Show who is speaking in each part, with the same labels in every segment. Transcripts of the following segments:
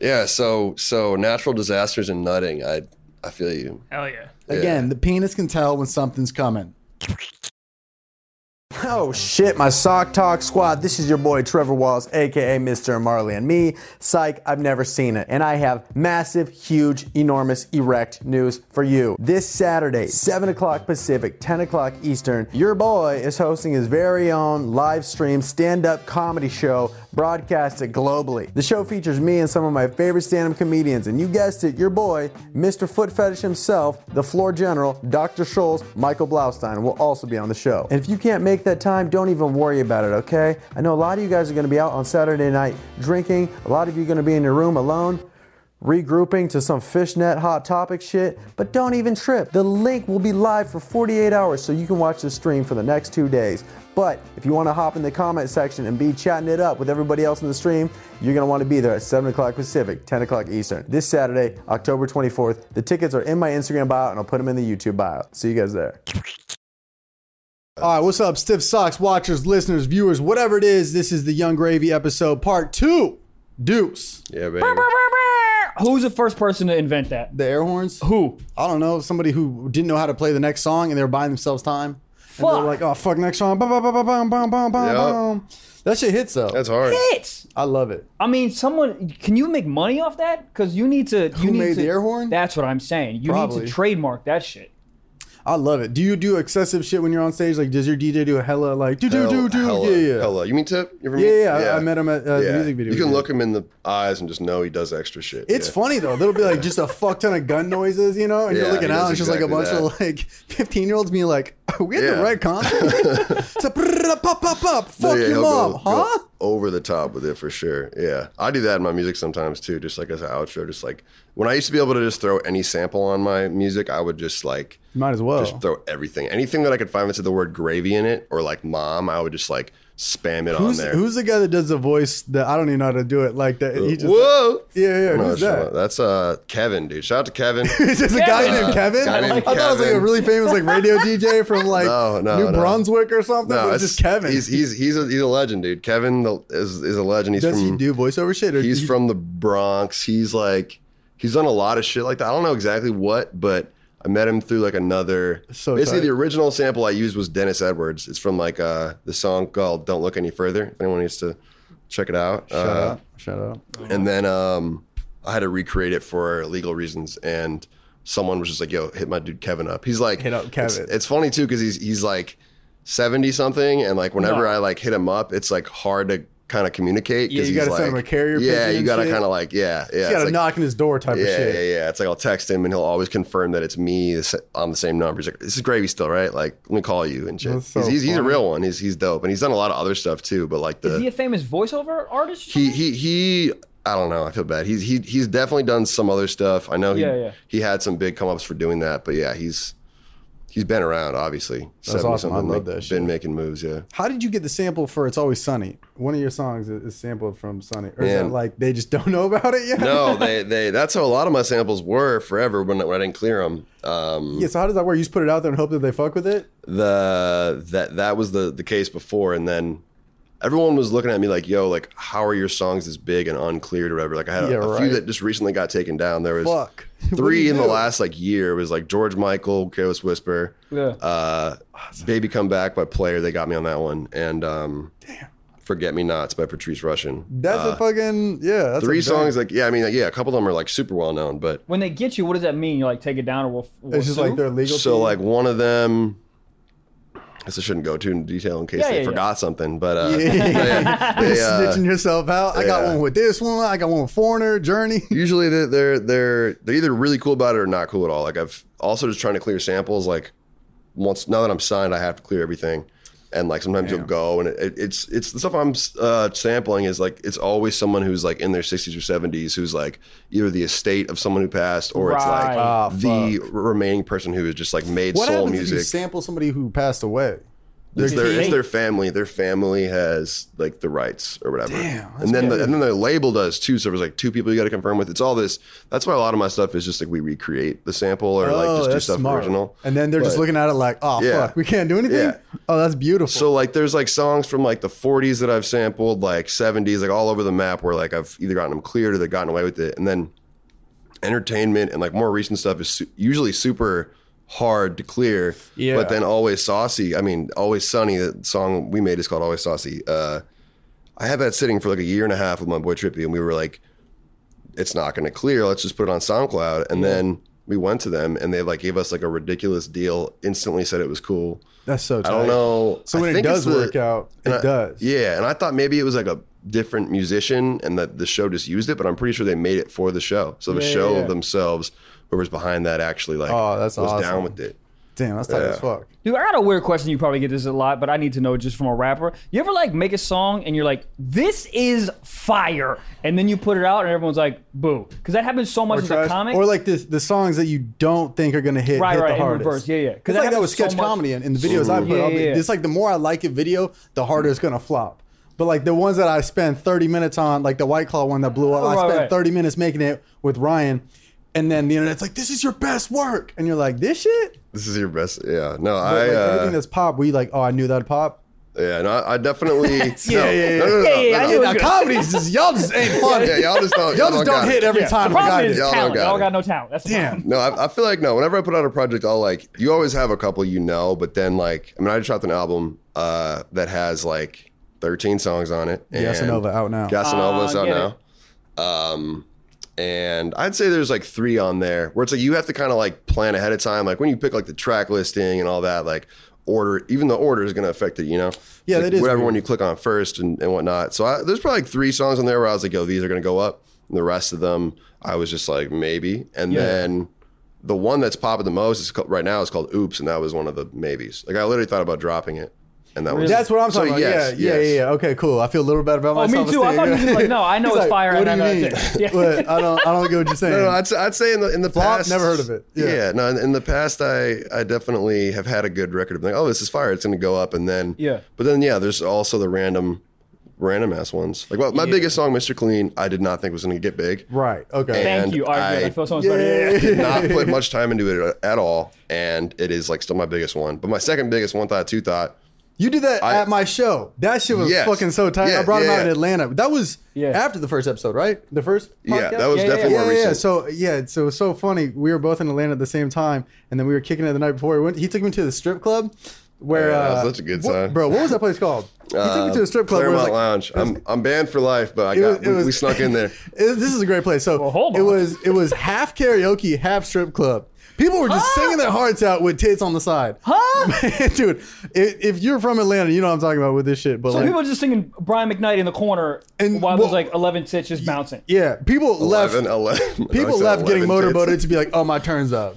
Speaker 1: Yeah, so so natural disasters and nutting. I I feel you.
Speaker 2: Hell yeah.
Speaker 3: Again, the penis can tell when something's coming.
Speaker 4: Oh shit, my sock talk squad. This is your boy Trevor Wallace, aka Mr. Marley and me. Psych, I've never seen it. And I have massive, huge, enormous, erect news for you. This Saturday, 7 o'clock Pacific, 10 o'clock Eastern, your boy is hosting his very own live stream stand up comedy show broadcasted globally. The show features me and some of my favorite stand up comedians, and you guessed it, your boy, Mr. Foot Fetish himself, the floor general, Dr. Scholes, Michael Blaustein will also be on the show. And if you can't make that time, don't even worry about it, okay? I know a lot of you guys are gonna be out on Saturday night drinking, a lot of you are gonna be in your room alone regrouping to some fishnet hot topic shit, but don't even trip. The link will be live for 48 hours so you can watch the stream for the next two days. But if you want to hop in the comment section and be chatting it up with everybody else in the stream, you're going to want to be there at 7 o'clock Pacific, 10 o'clock Eastern, this Saturday, October 24th. The tickets are in my Instagram bio and I'll put them in the YouTube bio. See you guys there.
Speaker 3: All right, what's up, Stiff Socks watchers, listeners, viewers, whatever it is? This is the Young Gravy episode, part two. Deuce.
Speaker 1: Yeah, baby.
Speaker 2: Who's the first person to invent that?
Speaker 3: The air horns.
Speaker 2: Who?
Speaker 3: I don't know, somebody who didn't know how to play the next song and they were buying themselves time. And they
Speaker 2: Fuck.
Speaker 3: were like, oh, fuck, next song. Bum, bum, bum, bum, bum, bum, bum,
Speaker 1: Yep.
Speaker 3: bum. That shit hits, though.
Speaker 1: That's hard.
Speaker 2: Hits.
Speaker 3: I love it.
Speaker 2: I mean, someone. Can you make money off that? Because you need to. You
Speaker 3: Who
Speaker 2: need
Speaker 3: made
Speaker 2: to,
Speaker 3: the air horn?
Speaker 2: That's what I'm saying. You need
Speaker 3: Probably.
Speaker 2: to trademark that shit.
Speaker 3: I love it. Do you do excessive shit when you're on stage? Like, does your DJ do a hella, like, do, do, do, do?
Speaker 1: hella,
Speaker 3: Yeah, yeah.
Speaker 1: hella. You mean Tip? You ever
Speaker 3: Yeah,
Speaker 1: meet-
Speaker 3: yeah, I- I met him at uh, the
Speaker 1: Yeah.
Speaker 3: music video.
Speaker 1: You can
Speaker 3: we did.
Speaker 1: look him in the eyes and just know he does extra shit.
Speaker 3: It's
Speaker 1: yeah.
Speaker 3: funny though. There'll be like just a fuck ton of gun noises, you know, and
Speaker 1: Yeah,
Speaker 3: you're looking
Speaker 1: he does
Speaker 3: out, and it's just like a bunch
Speaker 1: exactly
Speaker 3: of like 15 year olds being like, "Are we at
Speaker 1: Yeah.
Speaker 3: the right concert?" it's a brrrr, pop, pop, pop. Fuck
Speaker 1: yeah,
Speaker 3: your
Speaker 1: he'll
Speaker 3: mom,
Speaker 1: go- go
Speaker 3: huh?
Speaker 1: over the top with it for sure. Yeah, I do that in my music sometimes too, just like as an outro. Just like when I used to be able to just throw any sample on my music, I would just like
Speaker 3: Might as well.
Speaker 1: just throw everything, anything that I could find that said the word gravy in it or like mom. I would just like spam it
Speaker 3: who's
Speaker 1: on there.
Speaker 3: who's the guy that does the voice that I don't even know how to do it? Like that, he just
Speaker 1: Whoa.
Speaker 3: yeah, yeah.
Speaker 1: No,
Speaker 3: Who's
Speaker 1: it's not-
Speaker 3: that?
Speaker 1: That's uh Kevin, dude. Shout out to Kevin.
Speaker 3: It's just a guy
Speaker 2: Kevin.
Speaker 3: named Kevin.
Speaker 1: guy named
Speaker 3: I thought it was like a
Speaker 1: Kevin.
Speaker 3: really famous like radio DJ from like
Speaker 1: No, no,
Speaker 3: New
Speaker 1: no.
Speaker 3: Brunswick or something. but it's
Speaker 1: it's-
Speaker 3: just Kevin.
Speaker 1: He's he's he's a, he's a legend, dude. Kevin the, is is a legend. He's
Speaker 3: does
Speaker 1: from
Speaker 3: he do voiceover shit? Or
Speaker 1: he's
Speaker 3: he-
Speaker 1: from the Bronx. He's like he's done a lot of shit like that. I don't know exactly what, but I met him through like another.
Speaker 3: So
Speaker 1: basically,
Speaker 3: tight.
Speaker 1: the original sample I used was Dennis Edwards. It's from like uh the song called "Don't Look Any Further." If anyone needs to check it out,
Speaker 3: Shout
Speaker 1: Uh,
Speaker 3: out! Shout out!
Speaker 1: and then um, I had to recreate it for legal reasons, and someone was just like, "Yo, hit my dude Kevin up." He's like,
Speaker 3: Hit up
Speaker 1: it's-
Speaker 3: Kevin.
Speaker 1: It's, funny too because he's he's like seventy something, and like whenever
Speaker 2: No.
Speaker 1: I like hit him up, it's like hard to kind of communicate.
Speaker 3: Yeah,
Speaker 1: 'cause
Speaker 3: you
Speaker 1: he's
Speaker 3: gotta send
Speaker 1: like-
Speaker 3: him a carrier
Speaker 1: Yeah,
Speaker 3: pigeon
Speaker 1: you
Speaker 3: and
Speaker 1: gotta
Speaker 3: shit.
Speaker 1: kind of like yeah, yeah.
Speaker 3: He's got
Speaker 1: it's
Speaker 3: a
Speaker 1: like,
Speaker 3: knock on his door type of
Speaker 1: yeah,
Speaker 3: shit.
Speaker 1: yeah, yeah. It's like I'll text him and he'll always confirm that it's me the sa- on the same number. He's like, "This is gravy still, right?" Like, let me call you and shit.
Speaker 3: That's so
Speaker 1: he's, he's, he's a
Speaker 3: funny.
Speaker 1: real one. He's he's dope, and he's done a lot of other stuff too. But like the
Speaker 2: Is he a famous voiceover artist? or
Speaker 1: he
Speaker 2: something?
Speaker 1: he he I don't know. I feel bad. He's he he's definitely done some other stuff. I know he
Speaker 2: Yeah, yeah.
Speaker 1: he had some big come ups for doing that, but yeah, he's he's been around obviously. That's
Speaker 3: awesome. I love that
Speaker 1: Been
Speaker 3: shit.
Speaker 1: making moves, yeah.
Speaker 3: How did you get the sample for "It's Always Sunny"? One of your songs is is sampled from Sunny, or is
Speaker 1: Man.
Speaker 3: that like they just don't know about it yet?
Speaker 1: No, Oh, they they that's how a lot of my samples were forever when, when I didn't clear them. Um,
Speaker 3: yeah. So how does that work? You just put it out there and hope that they fuck with it.
Speaker 1: the that that was the the case before, and then everyone was looking at me like, "Yo, like how are your songs this big and uncleared or whatever?" Like I had a,
Speaker 3: Yeah,
Speaker 1: a
Speaker 3: right.
Speaker 1: few that just recently got taken down. There was
Speaker 3: Fuck. What do
Speaker 1: three
Speaker 3: you
Speaker 1: in the
Speaker 3: do?
Speaker 1: last like year. It was like George Michael, Careless Whisper.
Speaker 2: Yeah.
Speaker 1: uh, Baby Come Back by Player. They got me on that one. And um, Forget Me Nots by Patrice Russian.
Speaker 3: That's a fucking yeah. That's a
Speaker 1: uh, Three
Speaker 3: bang.
Speaker 1: songs, like, yeah, I mean, like, yeah, a couple of them are like super well known, but
Speaker 2: when they get you, what does that mean? You like take it down, or we'll. we'll
Speaker 3: It's just
Speaker 2: sue?
Speaker 3: like their legal.
Speaker 1: so,
Speaker 3: team.
Speaker 1: like, one of them. I guess I shouldn't go too in detail in case
Speaker 2: Yeah,
Speaker 1: they
Speaker 2: yeah,
Speaker 1: forgot something, but uh,
Speaker 3: Yeah.
Speaker 1: they- they, uh,
Speaker 3: snitching yourself out. I got
Speaker 1: yeah.
Speaker 3: one with this one. I got one with Foreigner, Journey.
Speaker 1: usually they're, they're they're they're either really cool about it or not cool at all. Like I've also just trying to clear samples. Like once now that I'm signed, I have to clear everything, and like sometimes you'll go and it, it, it's it's the stuff I'm uh, sampling is like it's always someone who's like in their 60s or 70s who's like either the estate of someone who passed or it's like
Speaker 2: Right.
Speaker 3: Oh,
Speaker 1: the remaining person who has just like made
Speaker 3: What
Speaker 1: soul
Speaker 3: happens if you
Speaker 1: music.
Speaker 3: sample somebody who passed away?
Speaker 1: It's their, it's
Speaker 2: Hey.
Speaker 1: their family. Their family has like the rights or whatever.
Speaker 3: Damn, that's
Speaker 1: and then the, and then the label does too. So there's like two people you got to confirm with. It's all this. That's why a lot of my stuff is just like we recreate the sample or like
Speaker 3: oh,
Speaker 1: just do
Speaker 3: that's
Speaker 1: stuff
Speaker 3: smart.
Speaker 1: original.
Speaker 3: And then they're just
Speaker 1: But-
Speaker 3: looking at it like, oh
Speaker 1: Yeah.
Speaker 3: fuck, we can't do anything.
Speaker 1: Yeah.
Speaker 3: Oh, that's beautiful.
Speaker 1: So like there's like songs from like the 40s that I've sampled, like 70s, like all over the map where like I've either gotten them cleared or they've gotten away with it. And then entertainment and like more recent stuff is su- usually super hard to clear.
Speaker 2: Yeah.
Speaker 1: But then always saucy. I mean, always sunny. The song we made is called Always Saucy. Uh, I had that sitting for like a year and a half with my boy Trippy, and we were like, it's not going to clear. Let's just put it on SoundCloud. And then we went to them, and they like gave us like a ridiculous deal. Instantly said it was cool.
Speaker 3: that's so. Tight.
Speaker 1: I don't know.
Speaker 3: So
Speaker 1: I
Speaker 3: when it
Speaker 1: think it's
Speaker 3: does
Speaker 1: the-
Speaker 3: work out, it
Speaker 1: and I-
Speaker 3: does.
Speaker 1: Yeah, and I thought maybe it was like a different musician and that the show just used it, but I'm pretty sure they made it for the show. So the
Speaker 2: Yeah,
Speaker 1: show
Speaker 2: yeah, yeah.
Speaker 1: themselves, whoever's behind that, actually like
Speaker 3: Oh, that's
Speaker 1: was
Speaker 3: awesome.
Speaker 1: down with it.
Speaker 3: Damn, that's tight as fuck.
Speaker 2: Dude, I got a weird question. You probably get this a lot, but I need to know just from a rapper. You ever like make a song and you're like, "This is fire," and then you put it out and everyone's like, "Boo," because that happens so much as a
Speaker 3: Trash-
Speaker 2: comic.
Speaker 3: or like the the songs that you don't think are gonna hit
Speaker 2: Right,
Speaker 3: hit
Speaker 2: right,
Speaker 3: the
Speaker 2: in
Speaker 3: hardest.
Speaker 2: reverse. Yeah, yeah. 'Cause
Speaker 3: It's
Speaker 2: that
Speaker 3: like that with
Speaker 2: happens so
Speaker 3: sketch
Speaker 2: much.
Speaker 3: comedy and, and the videos I put.
Speaker 2: Yeah,
Speaker 3: I'll be-
Speaker 2: yeah, yeah.
Speaker 3: It's like the more I like a video, the harder it's gonna flop. But like the ones that I spent 30 minutes on, like the White Claw one that blew up, I
Speaker 2: Right,
Speaker 3: spent
Speaker 2: right.
Speaker 3: 30 minutes making it with Ryan, and then the internet's like, "This is your best work," and you're like, "This shit."
Speaker 1: This is your best. Yeah. No,
Speaker 3: But
Speaker 1: I
Speaker 3: like
Speaker 1: uh,
Speaker 3: everything that's pop, we like, "Oh, I knew that'd pop."
Speaker 1: yeah, no, I I definitely yeah, no,
Speaker 3: yeah,
Speaker 1: no, no, no,
Speaker 2: yeah.
Speaker 1: no, no,
Speaker 2: Yeah, yeah, I
Speaker 1: no.
Speaker 2: knew
Speaker 3: Yeah,
Speaker 2: it was good.
Speaker 3: comedies just y'all just ain't funny.
Speaker 1: Yeah, y'all just don't
Speaker 3: Y'all just
Speaker 1: got
Speaker 3: don't
Speaker 1: it.
Speaker 3: hit every
Speaker 2: Yeah,
Speaker 3: time.
Speaker 2: The
Speaker 3: like I
Speaker 2: problem is
Speaker 3: did.
Speaker 1: Y'all don't
Speaker 2: talent.
Speaker 1: got
Speaker 2: Y'all
Speaker 1: it.
Speaker 2: got no talent. That's the problem.
Speaker 1: No, I, I feel like no. Whenever I put out a project, I'll like you always have a couple you know, but then like I mean, I just dropped an album uh, that has like 13 songs on it.
Speaker 3: Casanova out now.
Speaker 1: Casanova's
Speaker 2: Ah,
Speaker 1: out
Speaker 2: get
Speaker 1: now. Um, and I'd say there's like three on there where it's like you have to kind of like plan ahead of time, like when you pick like the track listing and all that, like order. Even the order is going to affect it, you know?
Speaker 3: Yeah,
Speaker 1: It's
Speaker 3: that
Speaker 1: like
Speaker 3: is
Speaker 1: whatever
Speaker 3: weird.
Speaker 1: one you click on first and, and whatnot. So I, there's probably like three songs on there where I was like, yo, these are going to go up. And the rest of them, I was just like, maybe. And then the one that's popping the most is called, right now is called Oops, and that was one of the maybes. Like I literally thought about dropping it, and that was
Speaker 3: That's what I'm
Speaker 1: So
Speaker 3: talking about.
Speaker 1: yes,
Speaker 3: yeah,
Speaker 1: yes.
Speaker 3: yeah, yeah, yeah. Okay, cool. I feel a little better about
Speaker 2: Oh, me
Speaker 3: myself.
Speaker 2: too. I thought you was just like, no, I know
Speaker 3: He's
Speaker 2: it's fire
Speaker 3: What
Speaker 2: and
Speaker 3: do
Speaker 2: I know
Speaker 3: you mean?
Speaker 2: that's it. Yeah.
Speaker 3: What? I don't. I don't get what you're saying.
Speaker 1: No, no, I'd, s- I'd say in the in the
Speaker 3: Flop?
Speaker 1: past,
Speaker 3: Never heard of it. Yeah.
Speaker 1: Yeah, no, in, in the past, I I definitely have had a good record of like, oh, this is fire, it's going to go up, and then
Speaker 2: Yeah.
Speaker 1: but then yeah, there's also the random, random ass ones. Like, well, my biggest song, Mr. Clean, I did not think was going to get big.
Speaker 3: right. Okay.
Speaker 1: Bang.
Speaker 2: Thank
Speaker 1: And
Speaker 2: you. All right,
Speaker 1: I-
Speaker 2: good. I feel so much
Speaker 3: Yeah,
Speaker 2: better. Yeah, yeah, yeah.
Speaker 1: Did not put much time into it at all, and it is like still my biggest one. But my second biggest one thought, two thought,
Speaker 3: You did that
Speaker 1: I-
Speaker 3: at my show. That shit was
Speaker 1: Yes.
Speaker 3: fucking so tight. I
Speaker 1: Yeah,
Speaker 3: brought him
Speaker 1: yeah,
Speaker 3: out in
Speaker 1: yeah.
Speaker 3: Atlanta. That was
Speaker 2: Yeah.
Speaker 3: after the first episode, right? The first.
Speaker 1: yeah,
Speaker 3: podcast?
Speaker 1: that was
Speaker 2: Yeah, yeah,
Speaker 1: definitely
Speaker 2: yeah.
Speaker 1: more
Speaker 3: yeah,
Speaker 1: recent.
Speaker 3: yeah. So yeah, so it was so funny. We were both in Atlanta at the same time, and then we were kicking it the night before. We went, he took me to the strip club, where
Speaker 1: Yeah, that
Speaker 3: uh,
Speaker 1: was such a good
Speaker 3: what-
Speaker 1: time.
Speaker 3: bro. What was that place called? He took me to a strip club. where it was
Speaker 1: um, Claremont
Speaker 3: like-
Speaker 1: Lounge. I'm I'm banned for life, but I
Speaker 3: It
Speaker 1: got
Speaker 3: was- it
Speaker 1: we-
Speaker 3: was-
Speaker 1: we snuck in there.
Speaker 3: It- this is a great place. So
Speaker 2: Well, hold
Speaker 3: it
Speaker 2: on.
Speaker 3: was it was half karaoke, half strip club. People were just singing their hearts out with tits on the side. Huh? Dude, if, if you're from Atlanta, you know what I'm talking about with this shit. But
Speaker 2: So
Speaker 3: like,
Speaker 2: people are just singing Brian McKnight in the corner
Speaker 3: And
Speaker 2: while
Speaker 3: well-
Speaker 2: there's like 11 tits just bouncing.
Speaker 3: yeah, people left.
Speaker 1: 11, 11.
Speaker 3: People
Speaker 1: I
Speaker 3: left
Speaker 1: said
Speaker 3: getting
Speaker 1: 11 tits. Uh,
Speaker 3: motorboated to be like, oh my turn's up,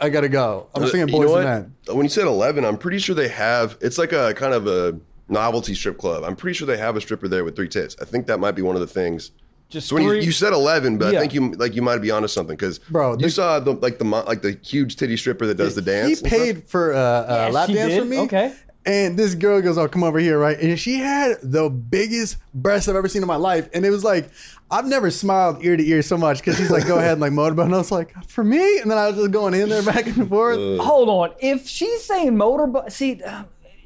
Speaker 3: I gotta go. I'm singing
Speaker 1: You know
Speaker 3: boys
Speaker 1: what?
Speaker 3: and men.
Speaker 1: When you said 11, I'm pretty sure they have, it's like a kind of a novelty strip club. I'm pretty sure they have a stripper there with three tits. I think that might be one of the things.
Speaker 2: Just
Speaker 1: So when you,
Speaker 2: three-
Speaker 1: you said 11, but
Speaker 2: Yeah.
Speaker 1: I think you like you might be onto something because
Speaker 3: Bro,
Speaker 1: you
Speaker 3: the-
Speaker 1: saw the like the mo- like the huge titty stripper that does the dance.
Speaker 3: He
Speaker 1: and stuff?
Speaker 3: paid for a, a
Speaker 2: Yeah,
Speaker 3: lap
Speaker 2: she
Speaker 3: dance
Speaker 2: did?
Speaker 3: for me.
Speaker 2: Okay.
Speaker 3: And this girl goes, "Oh, come over here, right?" And she had the biggest breasts I've ever seen in my life, and it was like I've never smiled ear to ear so much because she's like, "Go ahead," and like motorboat, and I was like, "For me?" And then I was just going in there back and forth.
Speaker 2: Hold on. If she's saying motorboat, see, uh,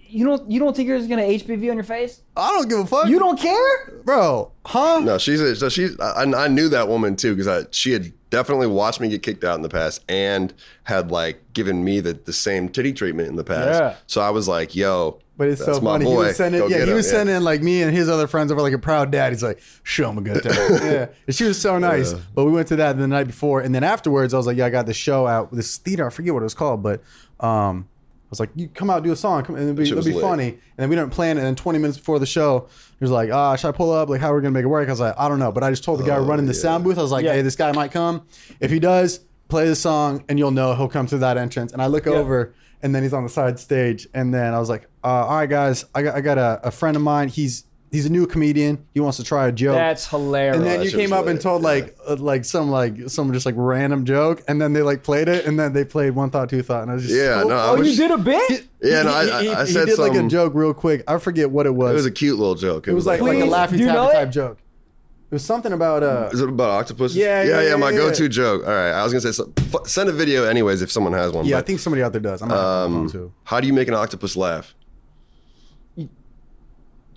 Speaker 2: you don't you don't think you're just gonna HPV on your face?
Speaker 3: I don't give a fuck,
Speaker 2: You don't care?
Speaker 3: bro, huh?
Speaker 1: No, she's a, so she's. I, I knew that woman too because I she had definitely watched me get kicked out in the past and had like given me the, the same titty treatment in the past.
Speaker 2: Yeah.
Speaker 1: So I was like, "Yo,
Speaker 3: But it's
Speaker 1: that's
Speaker 3: so
Speaker 1: my
Speaker 3: funny. He
Speaker 1: boy.
Speaker 3: was sending,
Speaker 1: Go
Speaker 3: yeah,
Speaker 1: get
Speaker 3: he
Speaker 1: him."
Speaker 3: was sending like me and his other friends over like a proud dad. He's like, show him a good time. yeah, and she was so nice. But we went to that the night before, and then afterwards, I was like, yeah, I got the show out. This theater, I forget what it was called, but um, I was like, you come out, do a song, come, and it'll be,
Speaker 1: shit
Speaker 3: it'll be
Speaker 1: was lit.
Speaker 3: funny. And then we didn't plan it. And then 20 minutes before the show, he was like, ah, should I pull up? Like, how are we gonna make it work? I was like, I don't know. But I just told the guy
Speaker 1: Oh,
Speaker 3: running the sound booth, I was like,
Speaker 2: Yeah.
Speaker 3: hey, this guy might come. If he does, play the song, and you'll know he'll come through that entrance. And I look over, and then he's on the side stage. And then I was like, uh, all right, guys, I got, I got a, a friend of mine. He's he's a new comedian. He wants to try a joke.
Speaker 2: That's hilarious.
Speaker 3: and
Speaker 1: Oh,
Speaker 3: then
Speaker 1: that
Speaker 3: you
Speaker 1: shit
Speaker 3: came
Speaker 1: was
Speaker 3: up and
Speaker 1: lit,
Speaker 3: told
Speaker 1: yeah.
Speaker 3: like uh, like some like some just like random joke, and then they like played it, and then they played one thought, two thought, and I was just
Speaker 1: Yeah, no, I
Speaker 2: oh, you
Speaker 1: was-
Speaker 2: did a bit?
Speaker 1: Yeah, no, I, I,
Speaker 3: He- he-
Speaker 1: I
Speaker 3: he
Speaker 1: said
Speaker 3: did like a
Speaker 1: some-
Speaker 3: joke real quick. I forget what it was.
Speaker 1: It was a cute little joke. It,
Speaker 3: like, like a
Speaker 2: Please,
Speaker 3: laffy
Speaker 2: do you know
Speaker 3: taffy
Speaker 2: it?
Speaker 3: type joke. It was something about uh.
Speaker 1: Is it about octopus?
Speaker 3: Yeah, yeah,
Speaker 1: yeah,
Speaker 3: yeah,
Speaker 1: My
Speaker 3: yeah.
Speaker 1: go-to joke. All right, I was gonna say some, f- send a video anyways if someone has one.
Speaker 3: Yeah, I
Speaker 1: but,
Speaker 3: think somebody out there does. I'm not um, too.
Speaker 1: um, how do you make an octopus laugh?
Speaker 2: I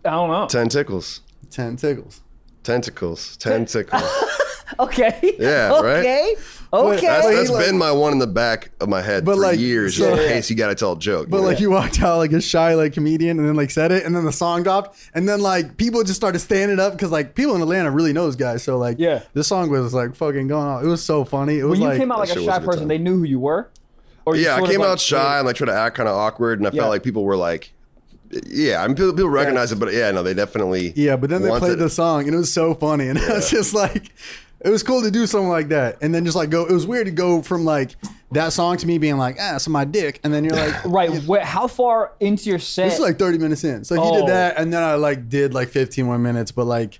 Speaker 2: don't know.
Speaker 1: Ten tickles.
Speaker 3: Ten tickles.
Speaker 1: Tentacles. Tentacles.
Speaker 2: Okay.
Speaker 1: Yeah, right?
Speaker 2: okay.
Speaker 3: But
Speaker 2: Okay.
Speaker 1: That's,
Speaker 3: Wait,
Speaker 1: that's
Speaker 3: like-
Speaker 1: been my one in the back of my head
Speaker 3: But
Speaker 1: for
Speaker 3: like,
Speaker 1: years,
Speaker 3: so-
Speaker 1: just in case you got to tell a joke.
Speaker 3: But
Speaker 1: you know?
Speaker 3: like you walked out like a shy like comedian, and then like said it, and then the song dropped, and then like people just started standing up because like people in Atlanta really know this guy. So like
Speaker 2: Yeah.
Speaker 3: this song was like fucking going on. It was so funny. It was
Speaker 2: when you
Speaker 3: like
Speaker 2: came out like
Speaker 1: that
Speaker 2: a
Speaker 1: shit was
Speaker 2: shy
Speaker 1: a good
Speaker 2: person,
Speaker 1: time.
Speaker 2: they knew who you were? Or you
Speaker 1: yeah, I
Speaker 2: sort of,
Speaker 1: came
Speaker 2: like,
Speaker 1: out shy and like tried to act kind of awkward, and I
Speaker 2: Yeah.
Speaker 1: felt like people were like, "Yeah, I mean, people, people recognize it, but yeah, no, they definitely
Speaker 3: yeah, but then they
Speaker 1: wanted
Speaker 3: played the
Speaker 1: it.
Speaker 3: song, and it was so funny, and I was just like, it was cool to do something like that, and then just like go. It was weird to go from like that song to me being like ah, it's my dick, and then you're like.
Speaker 2: Right. Where, how far into your set?
Speaker 3: This is like 30 minutes in. So he
Speaker 2: Oh.
Speaker 3: did that, and then I like did like 15 more minutes, but like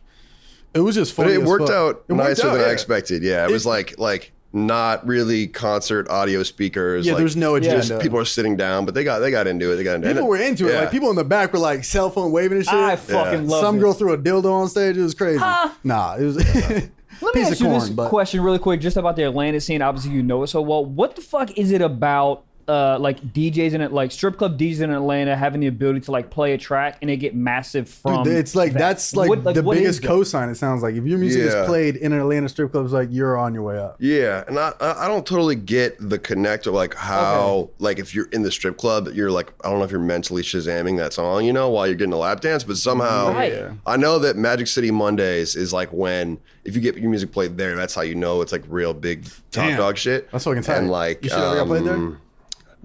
Speaker 3: it was just
Speaker 1: But
Speaker 3: funny.
Speaker 1: it
Speaker 3: as
Speaker 1: worked
Speaker 3: fuck.
Speaker 1: out
Speaker 3: It worked
Speaker 1: nicer
Speaker 3: out,
Speaker 1: than I
Speaker 3: yeah.
Speaker 1: expected. Yeah, it, was like like not really concert audio speakers.
Speaker 3: Yeah,
Speaker 1: like,
Speaker 3: there's no agenda.
Speaker 1: just people are sitting down, but they got they got into it. They got into
Speaker 3: People
Speaker 1: it.
Speaker 3: were into it.
Speaker 1: Yeah.
Speaker 3: Like people in the back were like cell phone waving and shit.
Speaker 2: I fucking love
Speaker 3: Some
Speaker 2: this.
Speaker 3: girl threw a dildo on stage. It was crazy. Nah, it was a
Speaker 2: Let me
Speaker 3: piece
Speaker 2: ask
Speaker 3: of
Speaker 2: you
Speaker 3: corn.
Speaker 2: this
Speaker 3: but
Speaker 2: question really quick, just about the Atlanta scene. Obviously, you know it so well. What the fuck is it about? Uh, like DJs in it, like strip club DJs in Atlanta having the ability to like play a track and they get massive from.
Speaker 3: it's like
Speaker 2: Um, that.
Speaker 3: that's like,
Speaker 2: What-
Speaker 3: the
Speaker 2: what is
Speaker 3: biggest
Speaker 2: that?
Speaker 3: cosign. It sounds like if your music
Speaker 1: Yeah.
Speaker 3: is played in an Atlanta strip club, it's like you're on your way up.
Speaker 1: Yeah, and I I I don't totally get the connect of like how like if you're in the strip club, you're like I don't know if you're mentally shazamming that song, you know, while you're getting a lap dance, but somehow
Speaker 2: Right. Yeah.
Speaker 1: I know that Magic City Mondays is like when if you get your music played there, that's how you know it's like real big top
Speaker 3: Damn.
Speaker 1: dog shit.
Speaker 3: That's fucking tight.
Speaker 1: And like
Speaker 3: you should have got played there.
Speaker 1: um,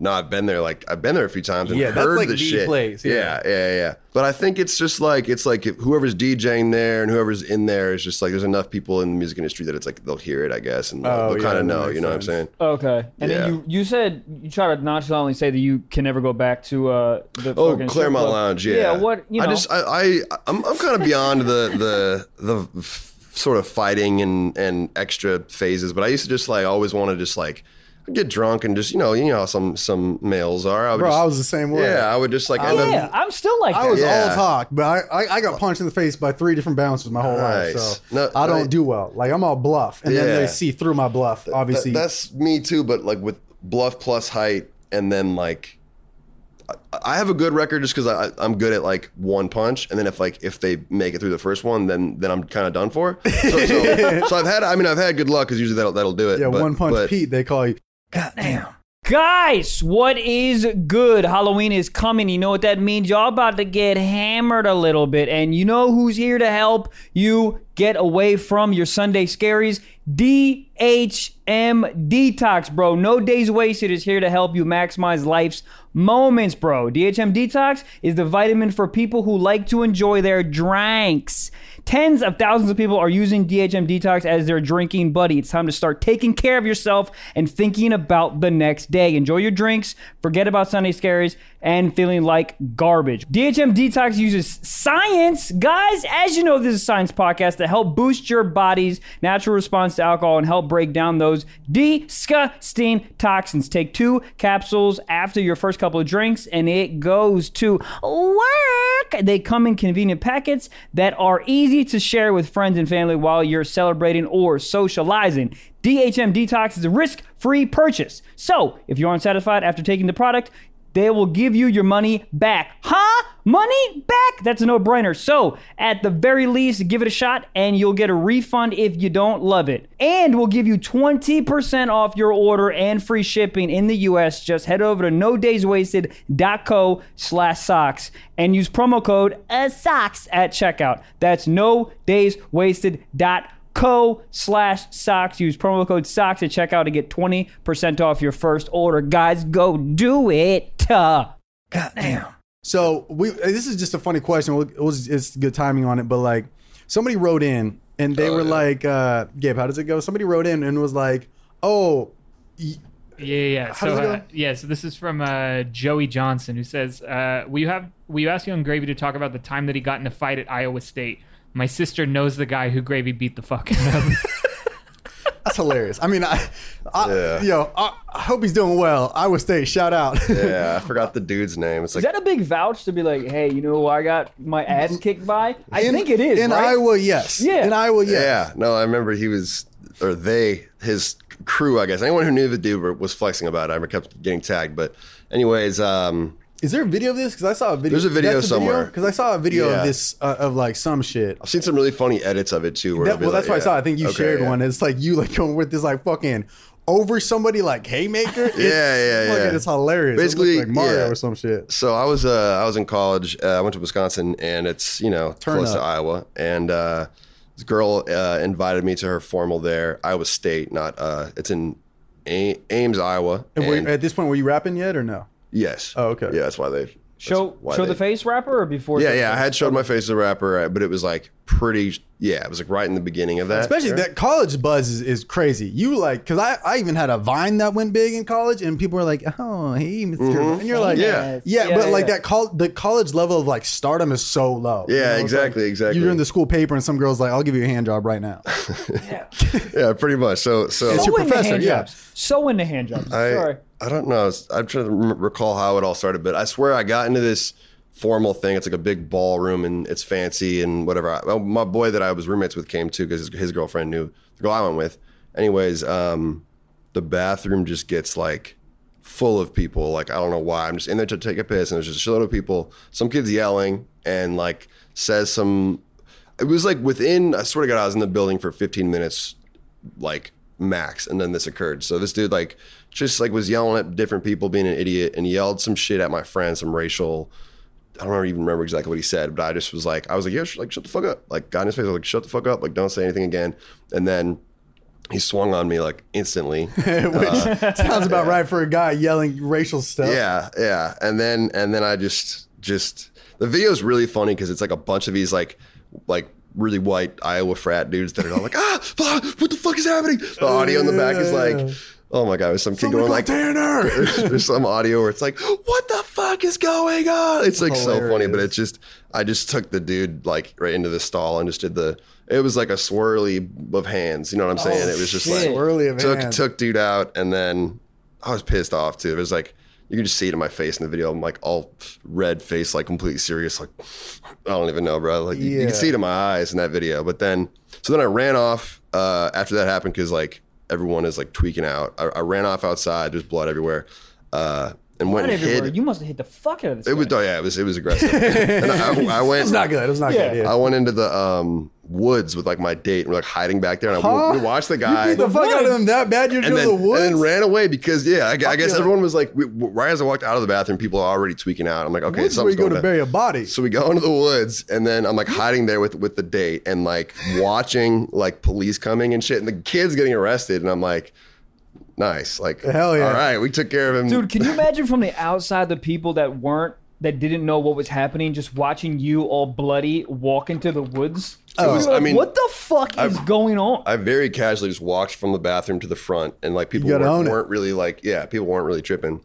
Speaker 1: no, I've been there. Like I've been there a few times and
Speaker 3: Yeah, that's
Speaker 1: heard
Speaker 3: like
Speaker 1: the
Speaker 3: the
Speaker 1: shit.
Speaker 3: place, yeah.
Speaker 1: yeah, yeah, yeah. But I think it's just like it's like if whoever's DJing there and whoever's in there is just like there's enough people in the music industry that it's like they'll hear it, I guess, and
Speaker 3: Oh,
Speaker 1: they'll, kind
Speaker 3: yeah, that
Speaker 1: of know.
Speaker 3: makes
Speaker 1: You know
Speaker 3: sense.
Speaker 1: what I'm saying?
Speaker 2: Okay, and
Speaker 1: Yeah.
Speaker 2: then you you said you try to nonchalantly say that you can never go back to uh the
Speaker 1: Oh,
Speaker 2: fucking strip
Speaker 1: Claremont
Speaker 2: club.
Speaker 1: Lounge. Yeah.
Speaker 2: yeah what you know
Speaker 1: I just I, I I'm I'm kind of beyond the the the f- sort of fighting and and extra phases, but I used to just like always want to just like get drunk and just you know you know how some some males are. I would
Speaker 3: Bro,
Speaker 1: just,
Speaker 3: I was Oh, the same way.
Speaker 1: yeah, I would just like end up-
Speaker 2: yeah I'm still like
Speaker 3: I was
Speaker 2: that.
Speaker 1: Yeah.
Speaker 3: all talk, but I, I, I got punched in the face by three different bouncers my whole life.
Speaker 1: Nice.
Speaker 3: So
Speaker 1: No,
Speaker 3: I don't
Speaker 1: I-
Speaker 3: do well. Like I'm all bluff, and then
Speaker 1: Yeah.
Speaker 3: they see through my bluff. Obviously,
Speaker 1: Th- that's me too, but like with bluff plus height, and then like I, I have a good record just because I I'm good at like one punch, and then if like if they make it through the first one, then then I'm kind of done for. So, so, so I've had I mean I've had good luck because usually that'll that'll do it.
Speaker 3: yeah,
Speaker 1: but-
Speaker 3: one punch
Speaker 1: but-
Speaker 3: Pete. They call you.
Speaker 2: Guys, what is good? Halloween is coming. You know what that means? Y'all about to get hammered a little bit. And you know who's here to help you get away from your Sunday scaries? DHM Detox, bro. No days wasted is here to help you maximize life's moments, bro. DHM Detox is the vitamin for people who like to enjoy their drinks. Tens of thousands of people are using DHM Detox as their drinking buddy. It's time to start taking care of yourself and thinking about the next day. Enjoy your drinks, forget about Sunday scaries, and feeling like garbage. DHM Detox uses science, guys, as you know, this is a science podcast to help boost your body's natural response to alcohol and help break down those disgusting toxins. Take two capsules after your first couple of drinks, and it goes to work. They come in convenient packets that are easy to share with friends and family while you're celebrating or socializing. DHM Detox is a risk free purchase. So if you're unsatisfied after taking the product, they will give you your money back. Huh? Money back? That's a no brainer. So, at the very least, give it a shot and you'll get a refund if you don't love it. And we'll give you 20% off your order and free shipping in the US. Just head over to no days wasted.co slash socks and use promo code uh, SOCKS at checkout. That's no days wasted.co co slash socks use promo code socks at checkout to get 20% off your first order guys go do it Uh,
Speaker 3: So we. This is just a funny question. We'll, it was, it's good timing on it, but like somebody wrote in oh, and they were like, uh, "Gabe, how does it go?" Somebody wrote in and was like, "Oh, y-
Speaker 5: Yeah, yeah. yeah.
Speaker 1: How
Speaker 5: So,
Speaker 1: does it
Speaker 5: uh,
Speaker 1: go?
Speaker 5: yeah, so this is from uh, Joey Johnson, who says, uh, "Will you have? Will you ask Young Gravy to talk about the time that he got in a fight at Iowa State? My sister knows the guy who Gravy beat the fuck out of.
Speaker 3: That's hilarious. I mean, I, I
Speaker 1: Yeah.
Speaker 3: yo, I, I hope he's doing well. Iowa State, shout out.
Speaker 1: Yeah, I forgot the dude's name. It's
Speaker 2: Is
Speaker 1: like
Speaker 2: that a big vouch to be like, hey, you know who I got my ass kicked by? I
Speaker 3: In-
Speaker 2: think it is.
Speaker 3: in
Speaker 2: right?
Speaker 3: Iowa. Yes,
Speaker 2: Yeah.
Speaker 3: in Iowa. Yes.
Speaker 1: Yeah, no, I remember he was, or they, his crew, I guess. Anyone who knew the dude were- was flexing about it. I remember kept getting tagged, but anyways, um,
Speaker 3: Is there a video of this? Because I saw a video.
Speaker 1: There's a video somewhere.
Speaker 3: Because I saw a video
Speaker 1: Yeah.
Speaker 3: of this uh, of like some shit.
Speaker 1: I've seen some really funny edits of it too. Where
Speaker 3: That-
Speaker 1: it'll be
Speaker 3: well, that's
Speaker 1: like,
Speaker 3: what I
Speaker 1: yeah,
Speaker 3: saw. I think you
Speaker 1: okay,
Speaker 3: shared
Speaker 1: yeah.
Speaker 3: one. It's like you like going with this like fucking over somebody like haymaker. It's,
Speaker 1: yeah,
Speaker 3: fucking-
Speaker 1: yeah.
Speaker 3: It's hilarious. It looked
Speaker 1: Basically,
Speaker 3: like Mario
Speaker 1: yeah.
Speaker 3: or some shit.
Speaker 1: So I was uh, I was in college. Uh, I went to Wisconsin, and it's you know
Speaker 3: Turn
Speaker 1: close to
Speaker 3: up.
Speaker 1: Iowa. And uh, this girl uh, invited me to her formal there, Iowa State. Not uh, it's in A- Ames, Iowa.
Speaker 3: And were,
Speaker 1: and-
Speaker 3: at this point, were you rapping yet or no?
Speaker 1: yes.
Speaker 3: Oh, okay.
Speaker 1: Yeah, that's why they
Speaker 2: Show
Speaker 1: why
Speaker 2: show the
Speaker 1: they-
Speaker 2: face rapper or before?
Speaker 1: Yeah,
Speaker 2: show the
Speaker 1: yeah. I
Speaker 2: face?
Speaker 1: had showed my face as a rapper, uh, but it was like pretty. Yeah, it was like right in the beginning of that.
Speaker 3: Especially that college buzz is, is crazy. You like because I, I even had a vine that went big in college, and people were like, "Oh, hey, mister and you're like,
Speaker 1: Mm-hmm. Yeah.
Speaker 3: yeah." but like
Speaker 2: yeah.
Speaker 3: that, col- the college level of like stardom is so low. You
Speaker 1: Yeah,
Speaker 3: know, it's
Speaker 1: exactly,
Speaker 3: like,
Speaker 1: exactly.
Speaker 3: You're in the school paper, and some girls like, "I'll give you a hand job right now."
Speaker 1: yeah, pretty much. So, so
Speaker 3: It's
Speaker 2: So
Speaker 3: your
Speaker 2: into
Speaker 3: professor,
Speaker 2: hand
Speaker 3: yeah.
Speaker 2: jobs. So into hand jobs.
Speaker 1: I,
Speaker 2: Sorry.
Speaker 1: I don't know. It's- I'm trying to rem- recall how it all started, but I swear I got into this formal thing. It's like a big ballroom and it's fancy and whatever. I, well, my boy that I was roommates with came too because his, his girlfriend knew the girl I went with. Anyways, um, the bathroom just gets like full of people. Like I don't know why. I'm just in there to take a piss, and there's just a shitload of people. Some kids yelling and like says some. It was like within. I swear to God, I was in the building for 15 minutes, like max, and then this occurred. So this dude like just like was yelling at different people, being an idiot, and yelled some shit at my friend, some racial. I don't even remember exactly what he said, but I just was like, I was like, yeah, sh- like shut the fuck up. Like got in his face, I was like, shut the fuck up. Like don't say anything again. And then he swung on me like instantly. Uh,
Speaker 3: Which sounds about right for a guy yelling racial stuff.
Speaker 1: Uh-huh. Yeah, yeah. And then and then I just just the video's really funny because it's like a bunch of these like like really white Iowa frat dudes that are all like, ah, fuck, what the fuck is happening? The audio in the back is like, oh my god, there's some kid
Speaker 3: Oh, Somebody
Speaker 1: going
Speaker 3: call
Speaker 1: like
Speaker 3: Tanner.
Speaker 1: there's, there's some audio where it's like, what the fuck is going on? It's like so funny, but
Speaker 3: Hilarious.
Speaker 1: it's just I just took the dude like right into the stall and just did the it was like a swirly of hands, you know what I'm saying? it was just
Speaker 3: Oh, shit.
Speaker 1: like
Speaker 3: Swirly of
Speaker 1: took
Speaker 3: hands.
Speaker 1: took dude out and then I was pissed off too. It was like you can just see it in my face in the video. I'm like all red face, like completely serious, like I don't even know, bro. Like you, you
Speaker 3: Yeah.
Speaker 1: can see it in my eyes in that video. But then, so then I ran off uh, after that happened because like everyone is like tweaking out. I, I ran off outside. There's blood everywhere, uh, and went
Speaker 2: Not
Speaker 1: and
Speaker 2: everywhere.
Speaker 1: hid.
Speaker 2: You must have hit the fuck out of this.
Speaker 1: it
Speaker 2: guy.
Speaker 1: was oh yeah, it was it was aggressive. and I, I went.
Speaker 3: It's not good. It's not
Speaker 2: Yeah.
Speaker 3: good. Yeah.
Speaker 1: I went into the um, woods with like my date and we're like hiding back there, and I,
Speaker 3: Huh?
Speaker 1: we, we watched the guy
Speaker 3: You beat the fuck out of him that bad? You're
Speaker 1: and
Speaker 3: doing
Speaker 1: then,
Speaker 3: the
Speaker 1: and
Speaker 3: woods?
Speaker 1: then ran away because yeah, I, I guess
Speaker 3: yeah.
Speaker 1: everyone was like, we, right as I walked out of the bathroom, people are already tweaking out. I'm like, okay,
Speaker 3: woods where
Speaker 1: something's
Speaker 3: you go
Speaker 1: going
Speaker 3: to
Speaker 1: bad.
Speaker 3: bury a body.
Speaker 1: So we go into the woods, and then I'm like hiding there with with the date, and like watching like police coming and shit, and the kids getting arrested, and I'm like, nice, like
Speaker 3: Hell yeah.
Speaker 1: all right, we took care of him,
Speaker 2: Dude, can you imagine from the outside the people that weren't that didn't know what was happening, just watching you all bloody walk into the woods?
Speaker 1: Oh,
Speaker 2: You're like,
Speaker 1: I mean,
Speaker 2: what the fuck is going on?
Speaker 1: I very casually just walked from the bathroom to the front, and like people
Speaker 3: You gotta
Speaker 1: weren't,
Speaker 3: own it.
Speaker 1: weren't really like, yeah, people weren't really tripping.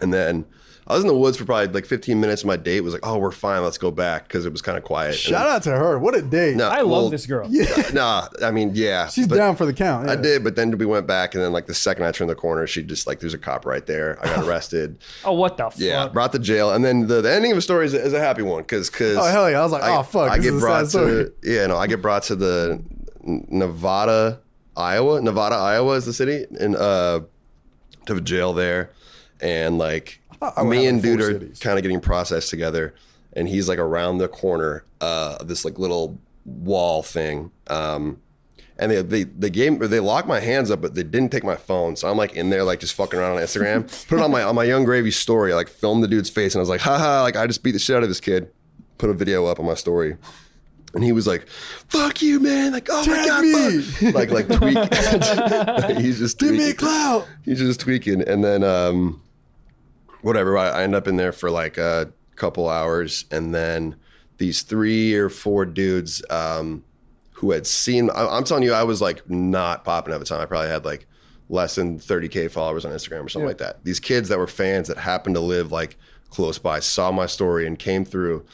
Speaker 1: And then I was in the woods for probably like 15 minutes. And my date was like, "Oh, we're fine, let's go back," because it was kind of quiet.
Speaker 3: Shout out to her. What a day.
Speaker 2: I love this girl.
Speaker 1: Nah, I mean, yeah,
Speaker 3: She's
Speaker 1: but-
Speaker 3: down for the count.
Speaker 1: I
Speaker 3: yeah.
Speaker 1: did, but then we went back, and then like the second I turned the corner, she just like there's a cop right there. I got arrested.
Speaker 2: Oh, what the
Speaker 1: Yeah,
Speaker 2: fuck?
Speaker 1: brought to jail, and then the, the ending of the story is, is a happy one because because
Speaker 3: Oh, hell yeah. I was like, oh, fuck,
Speaker 1: I
Speaker 3: this
Speaker 1: get
Speaker 3: is a sad
Speaker 1: brought
Speaker 3: story.
Speaker 1: to yeah no I get brought to the N- Nevada Iowa Nevada Iowa is the city and uh to the jail there and like
Speaker 3: thought I would
Speaker 1: me
Speaker 3: have
Speaker 1: and
Speaker 3: four
Speaker 1: dude are
Speaker 3: cities.
Speaker 1: kind of getting processed together and he's like around the corner uh of this like little wall thing um and they they they gave or they locked my hands up, but they didn't take my phone. So I'm like in there, like just fucking around on Instagram. Put it on my on my Young Gravy story. I, like filmed the dude's face, and I was like, haha, like I just beat the shit out of this kid. Put a video up on my story. And he was like, "Fuck you, man!" Like, oh my
Speaker 3: Tag
Speaker 1: god,
Speaker 3: me.
Speaker 1: fuck. like, like tweak. he's just
Speaker 3: Give me a
Speaker 1: tweaking.
Speaker 3: clout.
Speaker 1: He's just tweaking, and then um, whatever. I, I end up in there for like a couple hours, and then these three or four dudes um, who had seen. I, I'm telling you, I was like not popping at the time. I probably had like less than 30k followers on Instagram or something like that. These kids that were fans that happened to live like close by saw my story and came through.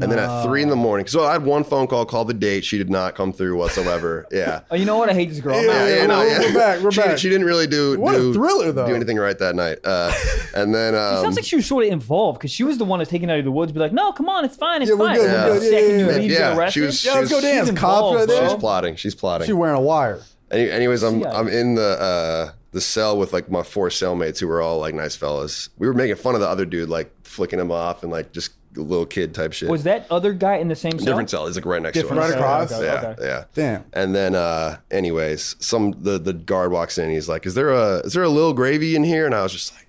Speaker 1: And then at three in the morning, so I had one phone call, called the date. She did not come through whatsoever. Yeah.
Speaker 2: Oh, you know what? I hate this girl. I'm
Speaker 1: Yeah,
Speaker 2: out.
Speaker 1: yeah, no,
Speaker 3: we're-
Speaker 1: yeah.
Speaker 3: we're back, we're
Speaker 1: she,
Speaker 3: back.
Speaker 1: She didn't really do
Speaker 3: What a
Speaker 1: do,
Speaker 3: thriller, though.
Speaker 1: Do anything right that night. Uh, and then um,
Speaker 2: Sounds like she was sort of involved because she was the one that's taking out of the woods, be like, "No, come on, it's fine, it's
Speaker 3: Yeah, we're
Speaker 2: fine."
Speaker 3: good,
Speaker 1: we're
Speaker 2: The
Speaker 1: good, yeah,
Speaker 2: second
Speaker 3: yeah,
Speaker 2: you
Speaker 3: yeah.
Speaker 2: leave, you get
Speaker 1: Yeah, she
Speaker 2: arrested.
Speaker 1: was-
Speaker 3: Yeah, let's go
Speaker 1: She's
Speaker 3: dance.
Speaker 2: involved,
Speaker 3: Cops right there.
Speaker 2: bro.
Speaker 1: she's plotting. She's plotting.
Speaker 3: She's wearing a wire.
Speaker 1: Any, anyways, I'm
Speaker 2: CIA.
Speaker 1: I'm in the uh, the cell with like my four cellmates who were all like nice fellas. We were making fun of the other dude, like flicking him off and like just little kid type shit.
Speaker 2: Was that other guy in the same cell?
Speaker 1: different cell? He's like right next
Speaker 2: Different
Speaker 1: to us.
Speaker 3: Right across?
Speaker 2: Okay,
Speaker 1: Yeah,
Speaker 2: Oh, okay.
Speaker 1: yeah.
Speaker 3: Damn.
Speaker 1: And then, uh, anyways, some the the guard walks in. He's like, "Is there a is there a little gravy in here?" And I was just like,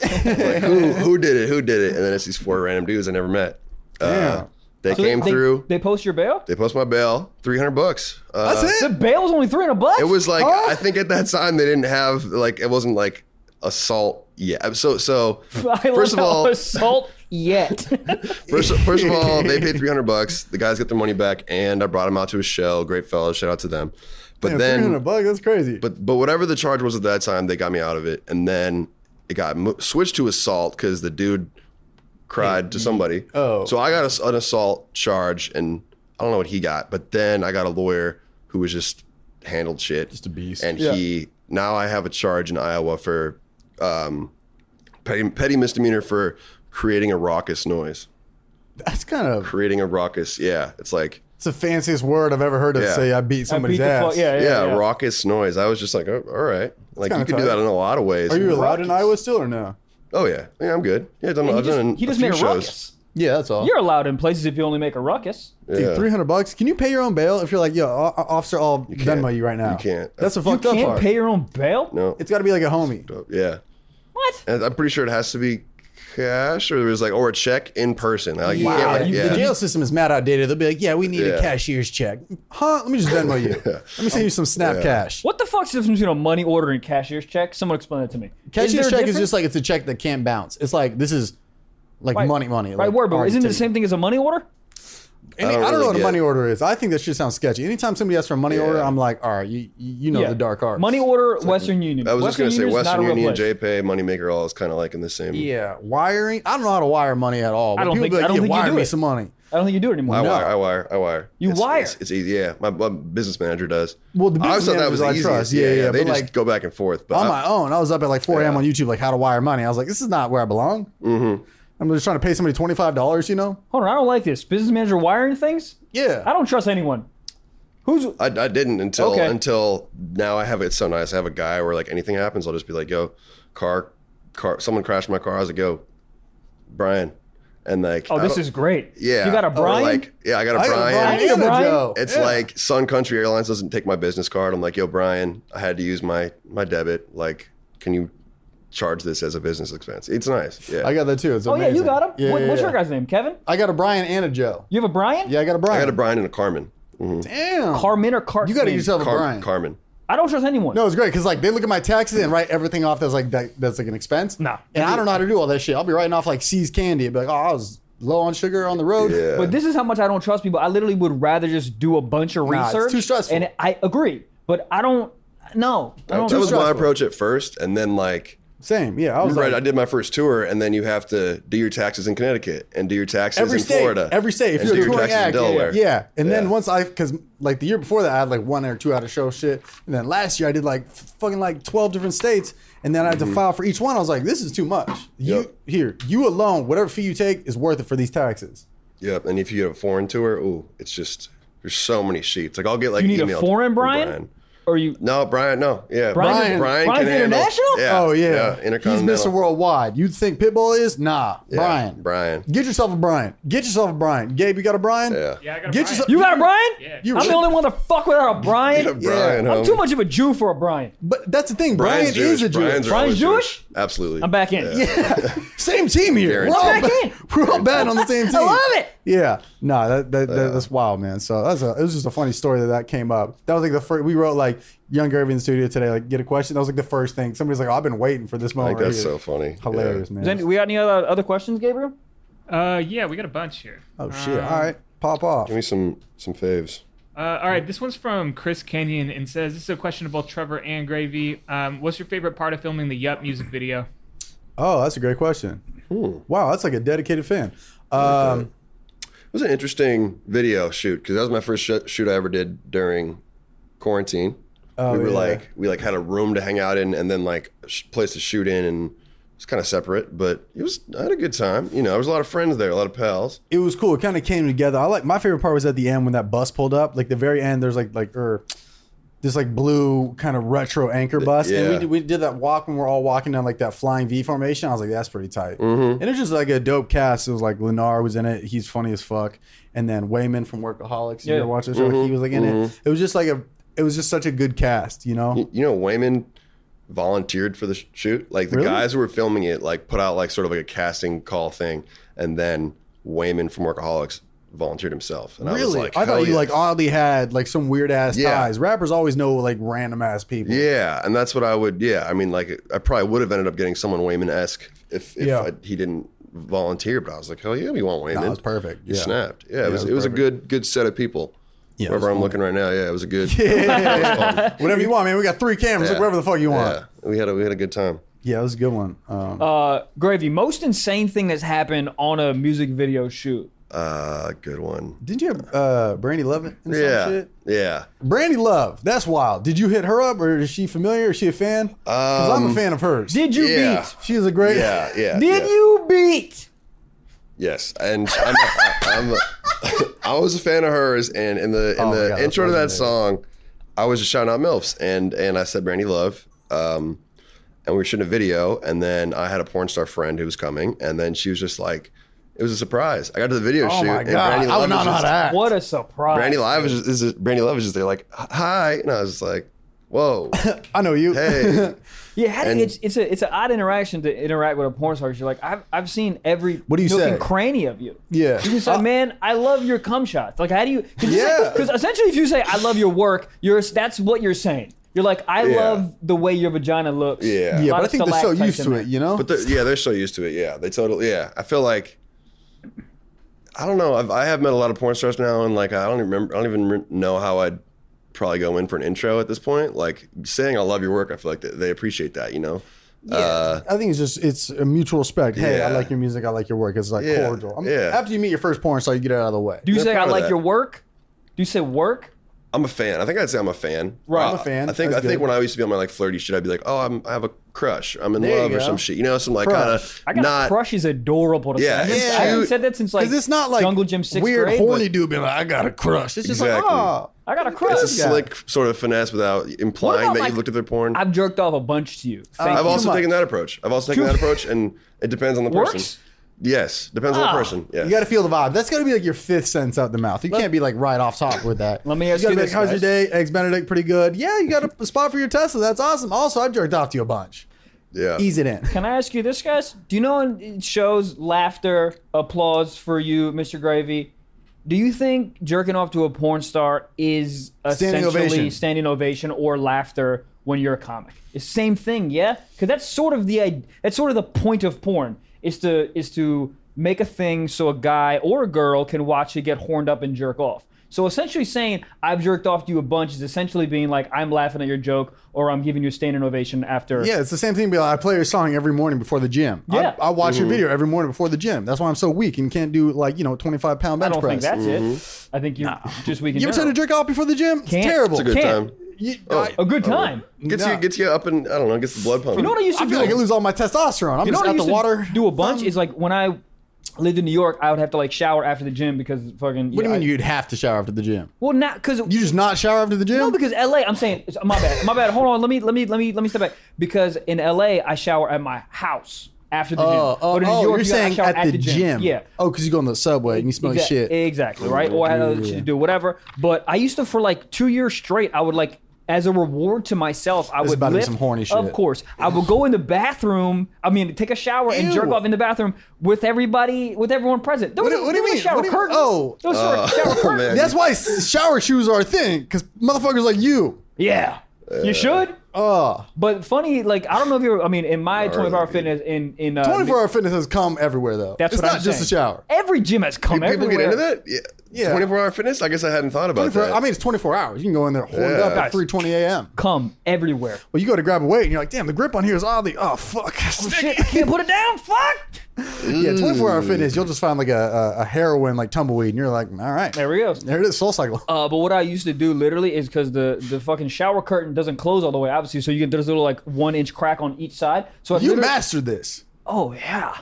Speaker 1: I was like, "Who who did it? Who did it?" And then it's these four random dudes I never met. Uh,
Speaker 3: Damn.
Speaker 1: They
Speaker 2: So
Speaker 1: came
Speaker 2: they,
Speaker 1: through. They,
Speaker 2: They post your bail.
Speaker 1: post my bail, three hundred bucks. Uh,
Speaker 3: That's
Speaker 2: The
Speaker 3: it.
Speaker 2: bail was only three hundred bucks.
Speaker 1: It was like
Speaker 3: Huh?
Speaker 1: I think at that time they didn't have like it wasn't like assault. Yeah. So so
Speaker 2: I love
Speaker 1: first of
Speaker 2: how
Speaker 1: all,
Speaker 2: assault yet.
Speaker 1: First, first of all, they paid 300 bucks. The guys got their money back, and I brought them out to a show. Great fellows. Shout out to them. But
Speaker 3: Damn, 300
Speaker 1: then,
Speaker 3: bucks. That's crazy.
Speaker 1: but but whatever the charge was at that time, they got me out of it. And then it got mo- switched to assault because the dude cried to somebody.
Speaker 3: oh.
Speaker 1: So I got a s an assault charge, and I don't know what he got. But then I got a lawyer who was just handled shit. Just
Speaker 3: a beast.
Speaker 1: And
Speaker 3: Yeah.
Speaker 1: he now I have a charge in Iowa for um, petty, petty misdemeanor for creating a raucous noise
Speaker 3: that's kind of
Speaker 1: creating a ruckus. Yeah, it's like
Speaker 3: it's the fanciest word I've ever heard to
Speaker 1: Yeah.
Speaker 3: say I beat
Speaker 2: I
Speaker 3: somebody's
Speaker 2: beat the
Speaker 3: ass.
Speaker 2: fuck. Yeah, yeah,
Speaker 1: yeah,
Speaker 2: yeah.
Speaker 1: raucous noise. I was just like, oh, all right, like you
Speaker 3: kinda
Speaker 1: could do
Speaker 3: tight.
Speaker 1: that in a lot of ways.
Speaker 3: Are you allowed in
Speaker 1: Raucous-
Speaker 3: Iowa still or no?
Speaker 1: Oh yeah, yeah, I'm good. Yeah, I've done,
Speaker 2: He
Speaker 1: I've done
Speaker 2: just, he just
Speaker 1: a few
Speaker 2: made a
Speaker 1: shows.
Speaker 2: ruckus.
Speaker 3: Yeah, that's all.
Speaker 2: You're allowed in places if you only make a ruckus.
Speaker 1: Yeah.
Speaker 3: Dude, three hundred bucks. Can you pay your own bail if you're like, yo, o- o- officer, I'll
Speaker 1: can't.
Speaker 3: Venmo you right now.
Speaker 1: You can't.
Speaker 3: That's a
Speaker 1: You
Speaker 3: fucked up
Speaker 2: Can't
Speaker 3: part.
Speaker 2: pay your own bail.
Speaker 1: No,
Speaker 3: it's got to be like a homie.
Speaker 1: yeah,
Speaker 2: What?
Speaker 1: and I'm pretty sure it has to be cash or there's like or a check in person. Like you can't, like,
Speaker 3: You-
Speaker 1: yeah.
Speaker 3: The jail system is mad outdated. They'll be like, yeah, we need a
Speaker 1: Yeah.
Speaker 3: cashier's check. Huh? Let me just Venmo you. Let me send you some Snap Cash.
Speaker 2: What the fuck's the difference between a money order and cashier's check? Someone explain that to me.
Speaker 3: Cashier's
Speaker 2: there a
Speaker 3: check is
Speaker 2: difference?
Speaker 3: just like it's a check that can't bounce. It's like this is like money, money.
Speaker 2: Right
Speaker 3: like,
Speaker 2: word, but
Speaker 3: hard
Speaker 2: isn't
Speaker 3: to
Speaker 2: it the
Speaker 3: take.
Speaker 2: same thing as a money order?
Speaker 3: Any,
Speaker 1: I
Speaker 3: I don't,
Speaker 1: don't really
Speaker 3: know what a
Speaker 1: get-
Speaker 3: money order is. I think that shit sounds sketchy. Anytime somebody asks for a money order, I'm like, all right, you, you know the dark arts.
Speaker 2: Money order, Western Union.
Speaker 1: I was just
Speaker 2: Western
Speaker 1: gonna say
Speaker 2: Union's not
Speaker 1: Western
Speaker 2: a real
Speaker 1: Union,
Speaker 2: place.
Speaker 1: JPay, Moneymaker, all is kind of like in the same.
Speaker 3: Yeah, wiring. I don't know how to wire money at all. But
Speaker 2: don't
Speaker 3: people
Speaker 2: think-
Speaker 3: be like,
Speaker 2: I don't
Speaker 3: yeah,
Speaker 2: think you
Speaker 3: wire
Speaker 2: do
Speaker 3: me
Speaker 2: it.
Speaker 3: some money.
Speaker 2: I don't think you do it anymore.
Speaker 1: I
Speaker 3: No.
Speaker 1: wire, I wire, I wire.
Speaker 2: You
Speaker 1: it's,
Speaker 2: wire.
Speaker 1: It's, it's easy. Yeah, my, my business manager does.
Speaker 3: Well, the
Speaker 1: I
Speaker 3: business
Speaker 1: always thought that was
Speaker 3: managers I
Speaker 1: easy.
Speaker 3: trust. Yeah, yeah,
Speaker 1: They
Speaker 3: but,
Speaker 1: just
Speaker 3: like,
Speaker 1: go back and forth. But
Speaker 3: on
Speaker 1: I-
Speaker 3: my own. I was up at like 4 a.m. on YouTube, like how to wire money. I was like, this is not where I belong. Mm-hmm. I'm just trying to pay somebody twenty five dollars. You know?
Speaker 2: Hold on, I don't like this. Business manager wiring things?
Speaker 3: Yeah.
Speaker 2: I don't trust anyone. Oh, Who's
Speaker 1: I, I didn't until
Speaker 2: Okay.
Speaker 1: until now. I have it's so nice. I have a guy where like anything happens, I'll just be like, "Yo, car, car, someone crashed my car." I was like, "Yo, Brian," and like,
Speaker 2: Oh,
Speaker 1: I
Speaker 2: this
Speaker 1: don't-
Speaker 2: is great.
Speaker 1: yeah.
Speaker 2: You got a
Speaker 3: Oh,
Speaker 1: Or,
Speaker 2: Brian?
Speaker 1: Like, yeah, I got a
Speaker 3: I got
Speaker 1: Brian.
Speaker 3: Brian
Speaker 2: I need a
Speaker 3: and a
Speaker 2: Brian.
Speaker 3: Joe.
Speaker 1: It's
Speaker 3: Yeah.
Speaker 1: like Sun Country Airlines doesn't take my business card. I'm like, "Yo, Brian, I had to use my my debit. Like, can you charge this as a business expense?" It's nice. Yeah,
Speaker 3: I got that too. It's
Speaker 2: oh, yeah, you
Speaker 3: amazing.
Speaker 2: got him.
Speaker 3: Yeah,
Speaker 2: what,
Speaker 3: yeah,
Speaker 2: what's
Speaker 3: yeah.
Speaker 2: your guy's name? Kevin?
Speaker 3: I got a Brian and a Joe.
Speaker 2: You have a Brian?
Speaker 3: Yeah, I got a Brian.
Speaker 1: I got a Brian and a Carmen. Mhm.
Speaker 3: Damn.
Speaker 2: Carmen or Cartman?
Speaker 3: you got to get yourself a
Speaker 1: Car-
Speaker 3: Brian.
Speaker 1: Carmen.
Speaker 2: I don't trust anyone.
Speaker 3: No, it's great because like they look at my taxes and write everything off that's like that, that's like an expense.
Speaker 2: No.
Speaker 3: and I don't know how to do all that shit. I'll be writing off like C's candy. I'd be like, oh, I was low on sugar on the road.
Speaker 1: Yeah.
Speaker 2: But this is how much I don't trust people. I literally would rather just do a bunch of
Speaker 3: Nah, it's
Speaker 2: research.
Speaker 3: too stressful.
Speaker 2: And I agree, but I don't. No, I don't.
Speaker 1: that was my
Speaker 3: stressful.
Speaker 1: approach at first, and then like.
Speaker 3: Same. Yeah, I was
Speaker 1: Right, I
Speaker 3: like,
Speaker 1: did my first tour, and then you have to do your taxes in Connecticut and do your taxes
Speaker 3: every
Speaker 1: in
Speaker 3: state,
Speaker 1: Florida,
Speaker 3: every state. If
Speaker 1: and
Speaker 3: you're
Speaker 1: do
Speaker 3: a
Speaker 1: your
Speaker 3: touring
Speaker 1: taxes
Speaker 3: act,
Speaker 1: in Delaware,
Speaker 3: Yeah, yeah. And then
Speaker 1: Yeah.
Speaker 3: once I, because like the year before that, I had like one or two out of show shit, and then last year I did like f- fucking like twelve different states, and then I had to file for each one. I was like, this is too much. You
Speaker 1: Mm-hmm. Yep.
Speaker 3: here, you alone, whatever fee you take is worth it for these taxes.
Speaker 1: Yep. And if you have a foreign tour, ooh, it's just there's so many sheets. Like I'll get like
Speaker 2: You need a
Speaker 1: emailed
Speaker 2: foreign
Speaker 1: from
Speaker 2: Brian? Or you.
Speaker 1: No, Brian. No, yeah,
Speaker 2: Brian- Brian's
Speaker 1: handle-
Speaker 2: international?
Speaker 1: Yeah,
Speaker 3: oh yeah,
Speaker 1: intercontinental.
Speaker 3: He's Mr. Worldwide. You'd think Pitbull is? Nah,
Speaker 1: Yeah,
Speaker 3: Brian.
Speaker 1: Brian.
Speaker 3: Get yourself a Brian. Get yourself a Brian. Gabe, you got a Brian?
Speaker 1: Yeah.
Speaker 5: Yeah, I got
Speaker 3: Get
Speaker 5: a Brian.
Speaker 3: yourself.
Speaker 2: You got a Brian?
Speaker 5: Yeah.
Speaker 3: You
Speaker 2: I'm the
Speaker 3: really-
Speaker 2: only one that fuck without a Brian.
Speaker 1: Yeah, Brian.
Speaker 2: I'm
Speaker 1: homie.
Speaker 2: too much of a Jew for a Brian.
Speaker 3: But that's the thing.
Speaker 1: Brian's
Speaker 3: Brian is
Speaker 1: Jewish.
Speaker 3: a Jew.
Speaker 1: Brian's,
Speaker 2: Brian's
Speaker 1: always
Speaker 2: Jewish?
Speaker 1: Absolutely.
Speaker 2: I'm back in.
Speaker 3: yeah. Same team here.
Speaker 1: Guaranteed.
Speaker 3: We're all,
Speaker 2: Back
Speaker 3: ba-
Speaker 2: in.
Speaker 3: we're all bad on the same team.
Speaker 2: I love it.
Speaker 3: Yeah. No, that, that, that- that's wild, man. So that's a, it was just a funny story that that came up. That was like the first, we wrote like Young Irving in the studio today, like get a question. That was like the first thing. Somebody's like, oh, I've been waiting for this moment.
Speaker 1: Like that's
Speaker 3: right
Speaker 1: so
Speaker 3: here.
Speaker 1: funny.
Speaker 3: Hilarious,
Speaker 1: Yeah.
Speaker 2: Is any-
Speaker 3: man.
Speaker 2: we got any other, other questions, Gabriel?
Speaker 5: Uh, yeah, we got a bunch here.
Speaker 3: Oh, shit. All Oh, right. Pop off.
Speaker 1: Give me some some faves.
Speaker 5: Uh, all right, this one's from Chris Kenyon and says this is a question to both Trevor and Gravy. Um, what's your favorite part of filming the Yup music video?
Speaker 3: Oh, that's a great question. Wow, that's like a dedicated fan.
Speaker 1: Hmm. that.
Speaker 3: Um,
Speaker 1: It was an interesting video shoot because that was my first sh- shoot I ever did during quarantine. we were
Speaker 3: Oh, yeah.
Speaker 1: like we like had a room to hang out in, and then like a sh- place to shoot in, and it was kind of separate. But it was I had a good time. You know, there was a lot of friends there, a lot of pals.
Speaker 3: it was cool. It kind of came together. I like my favorite part was at the end when that bus pulled up. Like the very end, there's like like er, this like blue kind of retro anchor bus, and we
Speaker 1: yeah.
Speaker 3: did, we did that walk when we're all walking down like that flying V formation. I was like, that's pretty tight.
Speaker 1: Mm-hmm.
Speaker 3: And it's just like a dope cast. It was like Lenar was in it. He's funny as fuck. And then Wayman from Workaholics, you
Speaker 2: Yeah.
Speaker 3: ever watch the show?
Speaker 1: Mm-hmm.
Speaker 3: He was like in it. It was just like a. It was just such a good cast, you know.
Speaker 1: You, you know, Wayman volunteered for the sh- shoot. Like the
Speaker 3: Really?
Speaker 1: guys who were filming it, like put out like sort of like a casting call thing, and then Wayman from Workaholics volunteered himself. And I was
Speaker 3: Really, I,
Speaker 1: like,
Speaker 3: thought
Speaker 1: hell
Speaker 3: you
Speaker 1: yeah.
Speaker 3: like oddly had like some weird ass
Speaker 1: Yeah.
Speaker 3: ties. Rappers always know like random ass people.
Speaker 1: Yeah, and that's what I would. Yeah, I mean, like I probably would have ended up getting someone Wayman esque if, if
Speaker 3: Yeah.
Speaker 1: I, he didn't volunteer. But I was like, hell yeah, we want Wayman.
Speaker 3: that was perfect.
Speaker 1: He
Speaker 3: Yeah.
Speaker 1: snapped. Yeah, it was
Speaker 3: it was
Speaker 1: it was a good good set of people.
Speaker 3: Yeah, it
Speaker 1: wherever I'm
Speaker 3: was fun.
Speaker 1: looking right now, yeah, it was a good.
Speaker 3: Whatever you want, man. We got three cameras. Look
Speaker 1: Yeah.
Speaker 3: whatever the fuck you want.
Speaker 1: yeah,
Speaker 3: Yeah,
Speaker 1: we had a, we had a good time.
Speaker 3: that was a good one. Um,
Speaker 2: Uh, Gravy, most insane thing that's happened on a music video shoot.
Speaker 1: Uh, good one.
Speaker 3: didn't you have uh, Brandy Love and some
Speaker 1: Yeah,
Speaker 3: shit?
Speaker 1: yeah.
Speaker 3: Brandy Love. That's wild. Did you hit her up or is she familiar? Is she a fan? Because I'm a
Speaker 1: Um,
Speaker 3: fan of hers.
Speaker 2: Did you
Speaker 1: Yeah.
Speaker 2: beat?
Speaker 3: She is a great.
Speaker 1: Yeah, yeah.
Speaker 2: Did
Speaker 1: yeah.
Speaker 2: you beat?
Speaker 1: Yes, and I'm a, I, I'm a, I was a fan of hers, and in the in
Speaker 3: Oh my
Speaker 1: the
Speaker 3: God, that's
Speaker 1: intro to that
Speaker 3: legendary.
Speaker 1: song, I was just shouting out milfs, and and I said Brandy Love, um, and we were shooting a video, and then I had a porn star friend who was coming, and then she was just like, it was a surprise. I got to the video
Speaker 3: Oh
Speaker 1: shoot,
Speaker 3: my
Speaker 1: and
Speaker 3: god.
Speaker 1: Brandy
Speaker 3: I
Speaker 1: Love
Speaker 3: would not
Speaker 1: was
Speaker 3: know how
Speaker 1: just,
Speaker 3: to act.
Speaker 2: What a surprise!
Speaker 1: Brandy Love is just, is just- Brandy Love is just there like hi, and I was just like, whoa,
Speaker 3: I know you.
Speaker 1: hey,
Speaker 2: Yeah, how do you,
Speaker 1: And-
Speaker 2: it's it's a it's an odd interaction to interact with a porn star. 'cause You're like, I've I've seen every
Speaker 3: What do you
Speaker 2: nook
Speaker 3: say?
Speaker 2: and cranny of you.
Speaker 3: yeah.
Speaker 2: You just say, man, I love your cum shots. Like, how do you? Cause yeah.
Speaker 3: Yeah.
Speaker 2: Because essentially, if you say I love your work, you're that's what you're saying. You're like, I
Speaker 1: Yeah.
Speaker 2: love the way your vagina looks.
Speaker 1: Yeah.
Speaker 2: A
Speaker 3: yeah,
Speaker 2: lot
Speaker 3: but I
Speaker 2: of
Speaker 3: think they're so
Speaker 2: stalactites
Speaker 3: used
Speaker 2: in
Speaker 3: to
Speaker 2: there.
Speaker 3: it, you know?
Speaker 1: But they're, yeah, they're so used to it. Yeah, they totally. Yeah, I feel like I don't know. I've, I have met a lot of porn stars now, and like I don't even remember. I don't even re- know how I'd probably go in for an intro at this point. Like saying "I love your work," I feel like they, they appreciate that. You know. Yeah. Uh,
Speaker 3: I think it's just it's a mutual respect. Hey,
Speaker 1: Yeah.
Speaker 3: I like your music. I like your work. It's like
Speaker 1: Yeah,
Speaker 3: cordial. I mean,
Speaker 1: yeah.
Speaker 3: After you meet your first porn star, you get it out of the way.
Speaker 2: Do you
Speaker 1: They're
Speaker 2: say I
Speaker 1: proud of
Speaker 2: like
Speaker 1: that.
Speaker 2: your work? Do you say work?
Speaker 1: I'm a fan. I think I'd say I'm a fan.
Speaker 3: Right, I'm a
Speaker 1: Uh,
Speaker 3: fan.
Speaker 1: I think
Speaker 3: That's
Speaker 1: I
Speaker 3: good.
Speaker 1: think when I used to be on my like flirty shit, I'd be like, "Oh, I'm, I have a crush. I'm in
Speaker 3: There you
Speaker 1: love or
Speaker 3: go.
Speaker 1: some shit." You know, some like kind
Speaker 3: Crush.
Speaker 1: of
Speaker 2: I got
Speaker 1: not.
Speaker 2: a crush is adorable. To
Speaker 1: Yeah,
Speaker 2: say. I
Speaker 1: it's
Speaker 2: haven't- I haven't
Speaker 1: cute.
Speaker 2: said that since like
Speaker 3: Because it's not like
Speaker 2: Jungle Gym sixth
Speaker 3: weird
Speaker 2: grade,
Speaker 3: horny
Speaker 2: but-
Speaker 3: dude being like, I got a crush. It's just
Speaker 1: Exactly.
Speaker 3: like, oh,
Speaker 2: I got a crush.
Speaker 1: It's a
Speaker 3: Yeah.
Speaker 1: slick sort of finesse without implying that
Speaker 2: like-
Speaker 1: you've looked at their porn.
Speaker 2: I've jerked off a bunch to you. Thank
Speaker 1: I've
Speaker 2: you.
Speaker 1: also
Speaker 3: much.
Speaker 1: taken that approach. I've also taken that approach, and it depends on the person.
Speaker 2: Works?
Speaker 1: Yes, depends on
Speaker 2: Ah.
Speaker 1: the person. Yes.
Speaker 3: You got to feel the vibe. That's got to be like your fifth sense out the mouth. You can't be like right off top with that.
Speaker 2: Let me ask
Speaker 3: gotta
Speaker 2: you
Speaker 3: be
Speaker 2: this,
Speaker 3: Like, How's your
Speaker 2: guys."
Speaker 3: day? Eggs Benedict, pretty good. Yeah, you got a spot for your Tesla. That's awesome. Also, I jerked off to you a bunch.
Speaker 1: yeah.
Speaker 3: Ease it in.
Speaker 2: Can I ask you this, guys? Do you know in shows laughter, applause for you, Mr. Gravy? Do you think jerking off to a porn star is
Speaker 3: Standing
Speaker 2: essentially
Speaker 3: ovation.
Speaker 2: standing ovation or laughter when you're a comic? It's same thing, yeah. Because that's sort of the id- that's sort of the point of porn is to is to make a thing so a guy or a girl can watch it get horned up and jerk off. So essentially saying I've jerked off to you a bunch is essentially being like I'm laughing at your joke or I'm giving you a standing ovation after.
Speaker 3: Yeah, it's the same thing. Be like, I play your song every morning before the gym. I-
Speaker 2: Yeah.
Speaker 3: I, watch your video every morning before the gym. That's why I'm so weak and can't do like you know 25 pound
Speaker 2: I
Speaker 3: bench
Speaker 2: don't
Speaker 3: press.
Speaker 2: think that's it. Mm-hmm. I think you just we can.
Speaker 3: you ever try to jerk off before the gym?
Speaker 2: Can't.
Speaker 3: It's terrible.
Speaker 1: it's a good
Speaker 2: Can't.
Speaker 1: time.
Speaker 3: You- I-
Speaker 2: a good time.
Speaker 1: Gets
Speaker 3: Nah.
Speaker 1: you gets you up and I don't know, gets the blood pumping.
Speaker 2: You know what I used to
Speaker 3: I
Speaker 2: do?
Speaker 3: feel like I lose all my testosterone. I'm
Speaker 2: you know
Speaker 3: just
Speaker 2: what I
Speaker 3: out
Speaker 2: used
Speaker 3: the water.
Speaker 2: to do a bunch is like when I lived in New York, I would have to like shower after the gym because fucking.
Speaker 3: What do you
Speaker 2: I-
Speaker 3: mean you'd have to shower after the gym?
Speaker 2: Well, not because
Speaker 3: You just not shower after the gym?
Speaker 2: No, because LA. I'm saying it's- my bad. My bad. Hold on. Let me let me let me let me step back because in LA I shower at my house after the
Speaker 3: Oh,
Speaker 2: gym.
Speaker 3: oh,
Speaker 2: But in New York,
Speaker 3: oh, you're
Speaker 2: you gotta
Speaker 3: saying
Speaker 2: shower
Speaker 3: at, the, gym.
Speaker 2: Yeah.
Speaker 3: Oh, because you go on the subway and you smell
Speaker 2: Exact-
Speaker 3: shit.
Speaker 2: Exactly, right? Or I had other shit to do, whatever. But I used to, for like two years straight, I would like, as a reward to myself, I would
Speaker 3: about to be
Speaker 2: lift,
Speaker 3: some horny
Speaker 2: Of
Speaker 3: shit.
Speaker 2: course, I would go in the bathroom. I mean, take a shower and jerk
Speaker 3: Ew.
Speaker 2: off in the bathroom with everybody, with everyone present. There was
Speaker 3: What
Speaker 2: a,
Speaker 3: do- what do
Speaker 2: there was
Speaker 3: you
Speaker 2: a
Speaker 3: mean?
Speaker 2: shower
Speaker 3: What do you-
Speaker 2: curtain.
Speaker 3: oh.
Speaker 2: there was a shower, shower curtain.
Speaker 1: Uh, man.
Speaker 3: That's why s- shower shoes are a thing, because motherfuckers like you.
Speaker 2: Yeah, you should.
Speaker 3: Uh,
Speaker 2: But funny, like I don't know if you're. I mean, in my 24 hour
Speaker 1: dude.
Speaker 2: fitness, in in uh,
Speaker 3: 24 hour fitness has come everywhere, though.
Speaker 2: That's
Speaker 3: it's
Speaker 2: what
Speaker 3: not
Speaker 2: I'm
Speaker 3: just
Speaker 2: saying.
Speaker 3: a shower.
Speaker 2: Every gym has come
Speaker 1: People
Speaker 2: everywhere.
Speaker 1: get into that? Yeah.
Speaker 3: Yeah.
Speaker 1: 24 hour fitness? I guess I hadn't thought about
Speaker 3: 24
Speaker 1: that.
Speaker 3: I mean, it's 24 hours. You can go in there horned
Speaker 1: Yeah.
Speaker 3: up
Speaker 2: Guys.
Speaker 3: at 3:20 a.m.
Speaker 2: Come everywhere.
Speaker 3: Well, you go to grab a weight, and you're like, damn, the grip on here is oddly. Oh fuck.
Speaker 2: Shit, I can't put it down. Fuck.
Speaker 3: yeah, 24 hour fitness. You'll just find like a, a, a heroin like tumbleweed, and you're like, all right,
Speaker 2: There we go.
Speaker 3: there it is, Soul Cycle.
Speaker 2: Uh, but what I used to do literally is because the the fucking shower curtain doesn't close all the way, obviously. So you get there's a little like one inch crack on each side. So I
Speaker 3: you
Speaker 2: literally-
Speaker 3: mastered this.
Speaker 2: Oh yeah.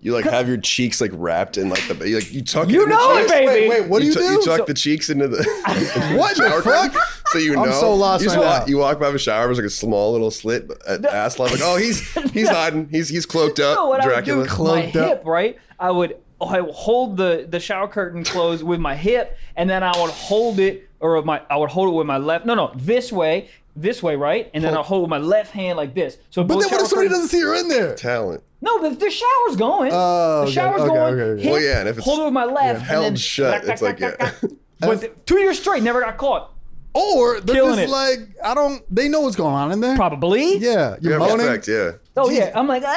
Speaker 1: you like have your cheeks like wrapped in like the you, like you tuck.
Speaker 2: You
Speaker 1: in the
Speaker 2: know it,
Speaker 1: cheeks.
Speaker 2: baby.
Speaker 3: Wait, wait, what do you,
Speaker 1: tu-
Speaker 3: do?
Speaker 1: You tuck
Speaker 2: So-
Speaker 1: the cheeks into the
Speaker 3: What the
Speaker 1: shower curtain,
Speaker 3: fuck?
Speaker 1: So you know.
Speaker 3: I'm so lost
Speaker 1: You, just
Speaker 3: right
Speaker 1: walk,
Speaker 3: now.
Speaker 1: you walk by the shower. There's like a small little slit at ass level. Like, oh, he's he's hiding. He's he's cloaked up.
Speaker 2: So what I
Speaker 1: Dracula.
Speaker 2: would do with my
Speaker 3: Cloaked up.
Speaker 2: hip, right? I would I would hold the the shower curtain closed with my hip, and then I would hold it or with my I would hold it with my left. No, no, this way, this way, right? And then I hold with my left hand like this. So
Speaker 3: But then what if somebody doesn't see her in there?
Speaker 1: Talent.
Speaker 2: No, the, the shower's going.
Speaker 3: Oh,
Speaker 2: the
Speaker 3: okay,
Speaker 2: shower's
Speaker 3: okay,
Speaker 2: going.
Speaker 3: okay, okay.
Speaker 2: Hip,
Speaker 1: Well, yeah, and if it's
Speaker 2: hold it with my left, and then
Speaker 1: Held shut.
Speaker 2: clack,
Speaker 1: It's
Speaker 2: clack,
Speaker 1: like
Speaker 2: clack,
Speaker 1: yeah.
Speaker 2: clack, clack. But th- two years straight, never got caught.
Speaker 3: Or they're
Speaker 2: Killing
Speaker 3: just
Speaker 2: it.
Speaker 3: like, I don't. They know what's going on in there.
Speaker 2: Probably.
Speaker 3: Yeah,
Speaker 1: You
Speaker 3: you're
Speaker 1: have
Speaker 3: moaning.
Speaker 1: respect. Yeah.
Speaker 2: Oh yeah. I'm like, ah!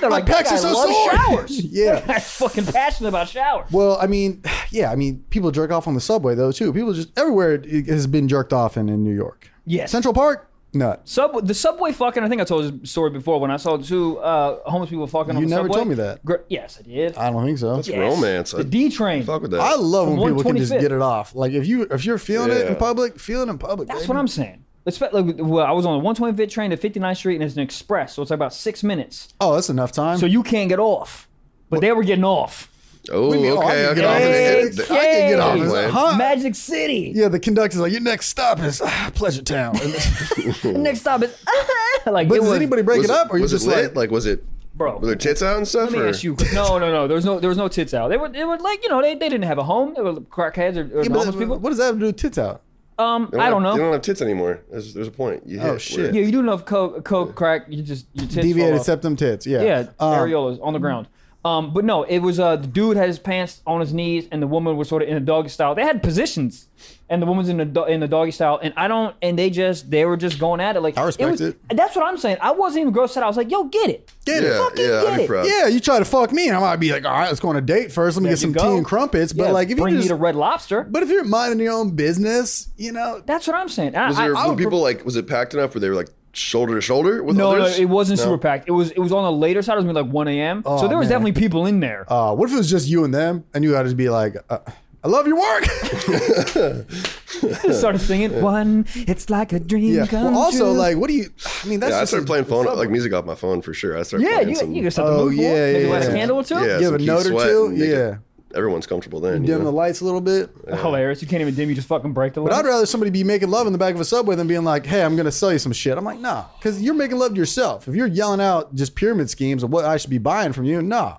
Speaker 2: they're
Speaker 3: My
Speaker 2: like, that
Speaker 3: pecs
Speaker 2: guy
Speaker 3: are so
Speaker 2: loves
Speaker 3: sore.
Speaker 2: showers.
Speaker 3: yeah.
Speaker 2: I'm fucking passionate about showers.
Speaker 3: Well, I mean, yeah, I mean, people jerk off on the subway though too. People just everywhere it has been jerked off in in New York.
Speaker 2: Yes.
Speaker 3: Central Park, nuts.
Speaker 2: Subway, the subway fucking. I think I told this story before when I saw two uh, homeless people fucking. on
Speaker 3: You
Speaker 2: the
Speaker 3: never
Speaker 2: subway.
Speaker 3: told me that.
Speaker 2: Gr- yes, I did.
Speaker 3: I don't think so.
Speaker 1: It's
Speaker 2: Yes.
Speaker 1: romance.
Speaker 2: The
Speaker 1: I
Speaker 2: D train.
Speaker 1: fuck with that.
Speaker 3: I love when
Speaker 2: From
Speaker 3: people can just
Speaker 2: 125th.
Speaker 3: get it off. Like if you if you're feeling it in
Speaker 1: Yeah.
Speaker 3: public, feel it in public.
Speaker 2: That's
Speaker 3: baby.
Speaker 2: what I'm saying. It's like, well, I was on the 125th train to 59th Street, and it's an express, so it's like about six minutes.
Speaker 3: Oh, that's enough time.
Speaker 2: So you can't get off, but they were getting off.
Speaker 1: oh,
Speaker 3: What do
Speaker 1: okay.
Speaker 3: you mean? Oh, I can
Speaker 1: okay.
Speaker 3: get off of
Speaker 2: this.
Speaker 1: They- they-
Speaker 3: I can get off.
Speaker 1: Hey.
Speaker 3: It's like, huh?
Speaker 2: Magic City.
Speaker 3: Yeah, the conductor's like, your next stop is ah, Pleasure Town.
Speaker 2: Next stop is like
Speaker 3: but
Speaker 2: it
Speaker 3: does
Speaker 2: was,
Speaker 3: anybody break
Speaker 1: was
Speaker 3: it up, or you
Speaker 1: was
Speaker 3: just
Speaker 1: it lit?
Speaker 3: like,
Speaker 1: Like, was it?
Speaker 2: bro.
Speaker 1: Were there tits out and stuff?
Speaker 2: Let me
Speaker 1: or?
Speaker 2: ask you. No, no, no. There was no. There was no tits out. They were. They were like you know. They, they didn't have a home. They were crackheads or, or
Speaker 3: Yeah, but
Speaker 2: homeless people.
Speaker 3: what does that have to do with tits out?
Speaker 2: um,
Speaker 1: They don't
Speaker 2: I don't
Speaker 1: have- They
Speaker 2: know.
Speaker 1: don't have tits anymore. There's, there's a point. You hit.
Speaker 3: shit.
Speaker 2: Yeah, Oh, you do enough coke, coke crack. You just your tits fall
Speaker 3: Deviated
Speaker 2: off.
Speaker 3: septum tits. Yeah.
Speaker 2: Yeah,
Speaker 3: Um,
Speaker 2: areolas on the ground. Um, but no, it was uh, the dude had his pants on his knees, and the woman was sort of in a doggy style. They had positions, and the woman's in the do- in the doggy style. And I don't, and they just they were just going at it like
Speaker 3: I respect
Speaker 2: was-
Speaker 3: it.
Speaker 2: That's what I'm saying. I wasn't even grossed out. I was like, yo, get it,
Speaker 3: Get it.
Speaker 1: Yeah,
Speaker 2: Fucking
Speaker 1: yeah.
Speaker 2: get
Speaker 1: I'd be
Speaker 2: it.
Speaker 1: proud.
Speaker 3: Yeah, you try to fuck me, and I might be like, all right, let's go on a date first. Let me
Speaker 2: There
Speaker 3: get some
Speaker 2: you go.
Speaker 3: tea and crumpets. But
Speaker 2: Yeah,
Speaker 3: like, if you
Speaker 2: bring me
Speaker 3: just,
Speaker 2: to Red Lobster.
Speaker 3: but if you're minding your own business, you know,
Speaker 2: that's what I'm saying. I,
Speaker 1: Was
Speaker 2: I-
Speaker 1: there
Speaker 2: I
Speaker 1: were
Speaker 2: would
Speaker 1: people like? Was it packed enough where they were like shoulder to shoulder with
Speaker 2: No, no,
Speaker 1: others?
Speaker 2: it wasn't super packed. It was it was on the later side. It was maybe like 1 a.m. so there was
Speaker 3: Oh, man.
Speaker 2: definitely people in there.
Speaker 3: uh, what if it was just you and them, and you got to be like, uh, I love your work.
Speaker 2: started singing one. It's like a dream
Speaker 3: yeah.
Speaker 2: come
Speaker 3: Well, also,
Speaker 2: true.
Speaker 3: like, what do you? I mean, that's
Speaker 1: Yeah, I
Speaker 3: just
Speaker 1: started playing phone like music off my phone for sure. I started
Speaker 2: yeah,
Speaker 1: playing
Speaker 2: you,
Speaker 1: some,
Speaker 2: you can set the
Speaker 3: Oh,
Speaker 2: mood for it.
Speaker 3: yeah,
Speaker 2: Maybe
Speaker 3: yeah,
Speaker 2: last
Speaker 3: yeah.
Speaker 2: candle or two.
Speaker 1: yeah,
Speaker 3: Give
Speaker 1: some
Speaker 3: a
Speaker 1: Keith
Speaker 3: note or
Speaker 1: Sweat
Speaker 3: two,
Speaker 1: and make it-
Speaker 3: yeah.
Speaker 1: everyone's comfortable then. You
Speaker 3: dim the
Speaker 1: know?
Speaker 3: lights a little bit.
Speaker 2: hilarious. You can't even dim. You just fucking break the.
Speaker 3: But I'd
Speaker 2: limit.
Speaker 3: rather somebody be making love in the back of a subway than being like, "Hey, I'm gonna sell you some shit." I'm like, "Nah," because you're making love to yourself. If you're yelling out just pyramid schemes of what I should be buying from you, nah.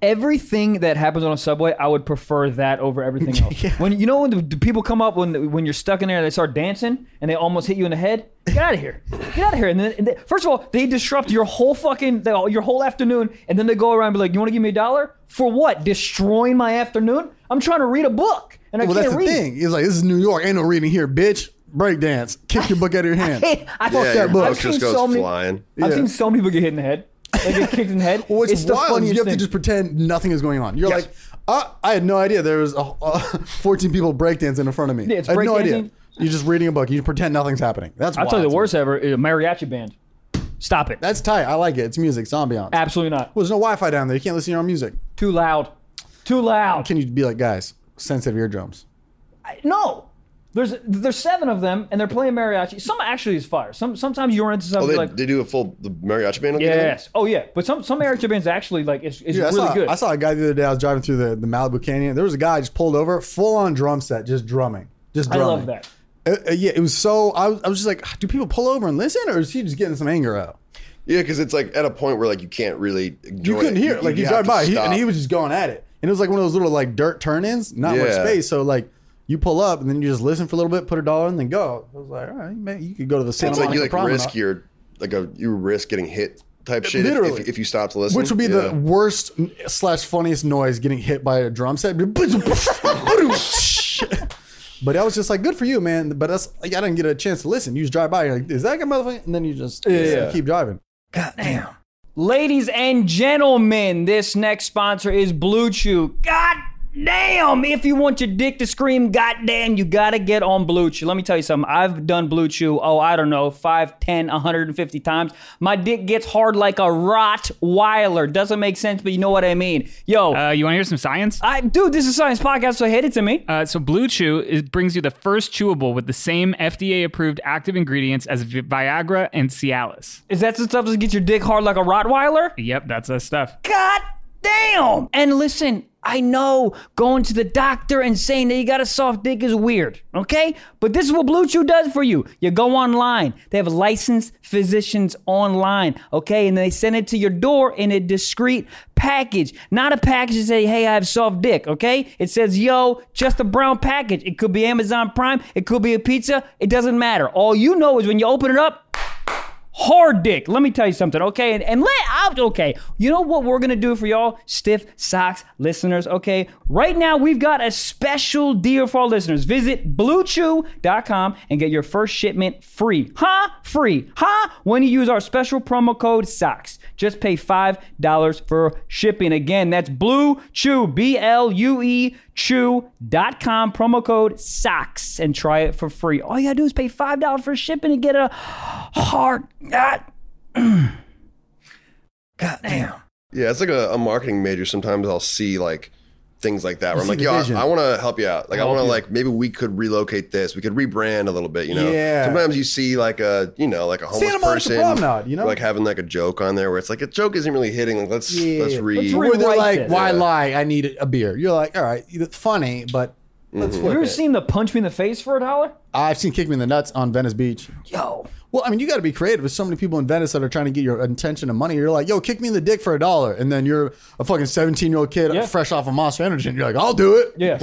Speaker 2: everything that happens on a subway, I would prefer that over everything else. When you know when the, the people come up when when you're stuck in there, and they start dancing and they almost hit you in the head. Get out of here! Get out of here! And then and they- first of all, they disrupt your whole fucking the- your whole afternoon, and then they go around and be like, "You want to give me a dollar for what? Destroying my afternoon? I'm trying to read a book and I
Speaker 3: Well,
Speaker 2: can't
Speaker 3: that's the
Speaker 2: read."
Speaker 3: thing. It's like this is New York. Ain't no reading here, bitch. Breakdance. Kick your book out of your hand.
Speaker 2: Hey, I
Speaker 1: Yeah,
Speaker 2: fucked
Speaker 1: your
Speaker 2: that book.
Speaker 1: book
Speaker 2: I've seen
Speaker 1: just goes
Speaker 2: so many.
Speaker 1: flying.
Speaker 2: I've
Speaker 3: Yeah.
Speaker 2: seen so many people get hit in the head. They get kicked in the head.
Speaker 3: Well, What's
Speaker 2: it's the
Speaker 3: wild is
Speaker 2: funniest
Speaker 3: you have
Speaker 2: thing.
Speaker 3: to just pretend nothing is going on. You're
Speaker 2: Yes.
Speaker 3: like, uh, I had no idea there was a, uh, 14 people breakdancing in front of me.
Speaker 2: Yeah, it's
Speaker 3: I had no
Speaker 2: breakdancing.
Speaker 3: idea. You're just reading a book. You pretend nothing's happening. That's
Speaker 2: I'll tell you the
Speaker 3: wild to me.
Speaker 2: worst ever is a mariachi band. Stop it.
Speaker 3: That's tight. I like it. It's music. It's ambiance. Well,
Speaker 2: Absolutely not.
Speaker 3: there's no Wi-Fi down there. You can't listen to your own music.
Speaker 2: Too loud. Too loud.
Speaker 3: Can you be like, guys, sensitive eardrums?
Speaker 2: no. There's there's seven of them and they're playing mariachi. Some actually is fire. Some sometimes you run into
Speaker 1: Oh,
Speaker 2: something
Speaker 1: they,
Speaker 2: like
Speaker 1: they do a full the mariachi band. at the end?
Speaker 2: yes. Oh yeah. But some some mariachi bands actually like it's, it's
Speaker 3: Dude, I,
Speaker 2: really
Speaker 3: saw,
Speaker 2: good.
Speaker 3: I saw a guy the other day. I was driving through the, the Malibu Canyon. There was a guy just pulled over, full on drum set, just drumming. Just
Speaker 2: I love
Speaker 3: drumming.
Speaker 2: that.
Speaker 3: Uh, uh, yeah, it was so. I was, I was just like, do people pull over and listen, or is he just getting some anger out?
Speaker 1: yeah, because it's like at a point where like you can't really.
Speaker 3: You
Speaker 1: Enjoy
Speaker 3: couldn't hear it. Like he
Speaker 1: you have
Speaker 3: drive
Speaker 1: to
Speaker 3: by, he, and
Speaker 1: stop.
Speaker 3: he was just going at it. And it was like one of those little like dirt turn-ins, not much
Speaker 1: Yeah.
Speaker 3: space. So like, you pull up and then you just listen for a little bit, put a dollar, in, and then go. I was like, all right, man, you could go to the Santa
Speaker 1: It's like
Speaker 3: Monica
Speaker 1: you like
Speaker 3: Promenade,
Speaker 1: risk your like a you risk getting hit type shit. if-
Speaker 3: Literally.
Speaker 1: if, if you stop to listen,
Speaker 3: which would be
Speaker 1: Yeah.
Speaker 3: the worst slash funniest noise getting hit by a drum set. But I was just like, good for you, man. But that's like, I didn't get a chance to listen. You just drive by, you're like, is that a motherfucker? And then you just
Speaker 2: Yeah.
Speaker 3: keep driving.
Speaker 2: Ladies and gentlemen, this next sponsor is Blue Chew. God Damn, if you want your dick to scream, goddamn, you gotta get on Blue Chew. Let me tell you something. I've done Blue Chew, oh, I don't know, 5, 10, 150 times. My dick gets hard like a Rottweiler. Doesn't make sense, but you know what I mean. Yo,
Speaker 5: Uh, you want to hear some science?
Speaker 2: I dude, this is a science podcast, so hit it to me.
Speaker 5: Uh, so Blue Chew is, brings you the first chewable with the same FDA-approved active ingredients as Vi- Viagra and Cialis.
Speaker 2: Is that the stuff that gets your dick hard like a Rottweiler?
Speaker 5: Yep, that's us stuff.
Speaker 2: God damn! And listen, I know going to the doctor and saying that you got a soft dick is weird, okay? But this is what Blue Chew does for you. You go online, they have licensed physicians online, okay? And they send it to your door in a discreet package, not a package to say, hey, I have soft dick, okay? It says, yo, just a brown package. It could be Amazon Prime, it could be a pizza, it doesn't matter. All you know is when you open it up, hard dick. Let me tell you something, okay? And, and let out, okay. You know what we're gonna do for y'all, stiff socks listeners, okay? Right now, we've got a special deal for all listeners. Visit bluechew.com and get your first shipment free. Huh? Free. Huh? When you use our special promo code SOCKS. Just pay $5 for shipping. Again, that's Blue Chew, B L U E chew.com, promo code SOCKS, and try it for free. All you gotta do is pay $5 for shipping and get a hard. God, God damn.
Speaker 1: Yeah, it's like a, a marketing major. Sometimes I'll see like things like that where I'm like,
Speaker 3: the
Speaker 1: yo,
Speaker 3: vision.
Speaker 1: I, I want to help you out. Like, I want to like maybe we could relocate this. We could rebrand a little bit. You know,
Speaker 3: Yeah.
Speaker 1: sometimes you see like a you know like a homeless
Speaker 3: Santa Monica
Speaker 1: person,
Speaker 3: Promenade, you know?
Speaker 1: like having like a joke on there where it's like a joke isn't really hitting. Like, let's let's re.
Speaker 3: Where they're
Speaker 2: Rewrite
Speaker 3: like,
Speaker 2: this.
Speaker 3: why lie? I need a beer. You're like, all right, it's funny, but
Speaker 1: Mm-hmm.
Speaker 3: let's
Speaker 2: You
Speaker 3: flip
Speaker 2: ever
Speaker 3: it.
Speaker 2: seen the punch me in the face for a dollar?
Speaker 3: I've seen Kick Me in the Nuts on Venice Beach.
Speaker 2: Yo.
Speaker 3: Well, I mean, you got to be creative. There's so many people in Venice that are trying to get your attention and money. You're like, yo, kick me in the dick for a dollar. And then you're a fucking 17 year old kid
Speaker 2: Yeah.
Speaker 3: fresh off of Monster Energy. And you're like, I'll do it.
Speaker 2: Yeah.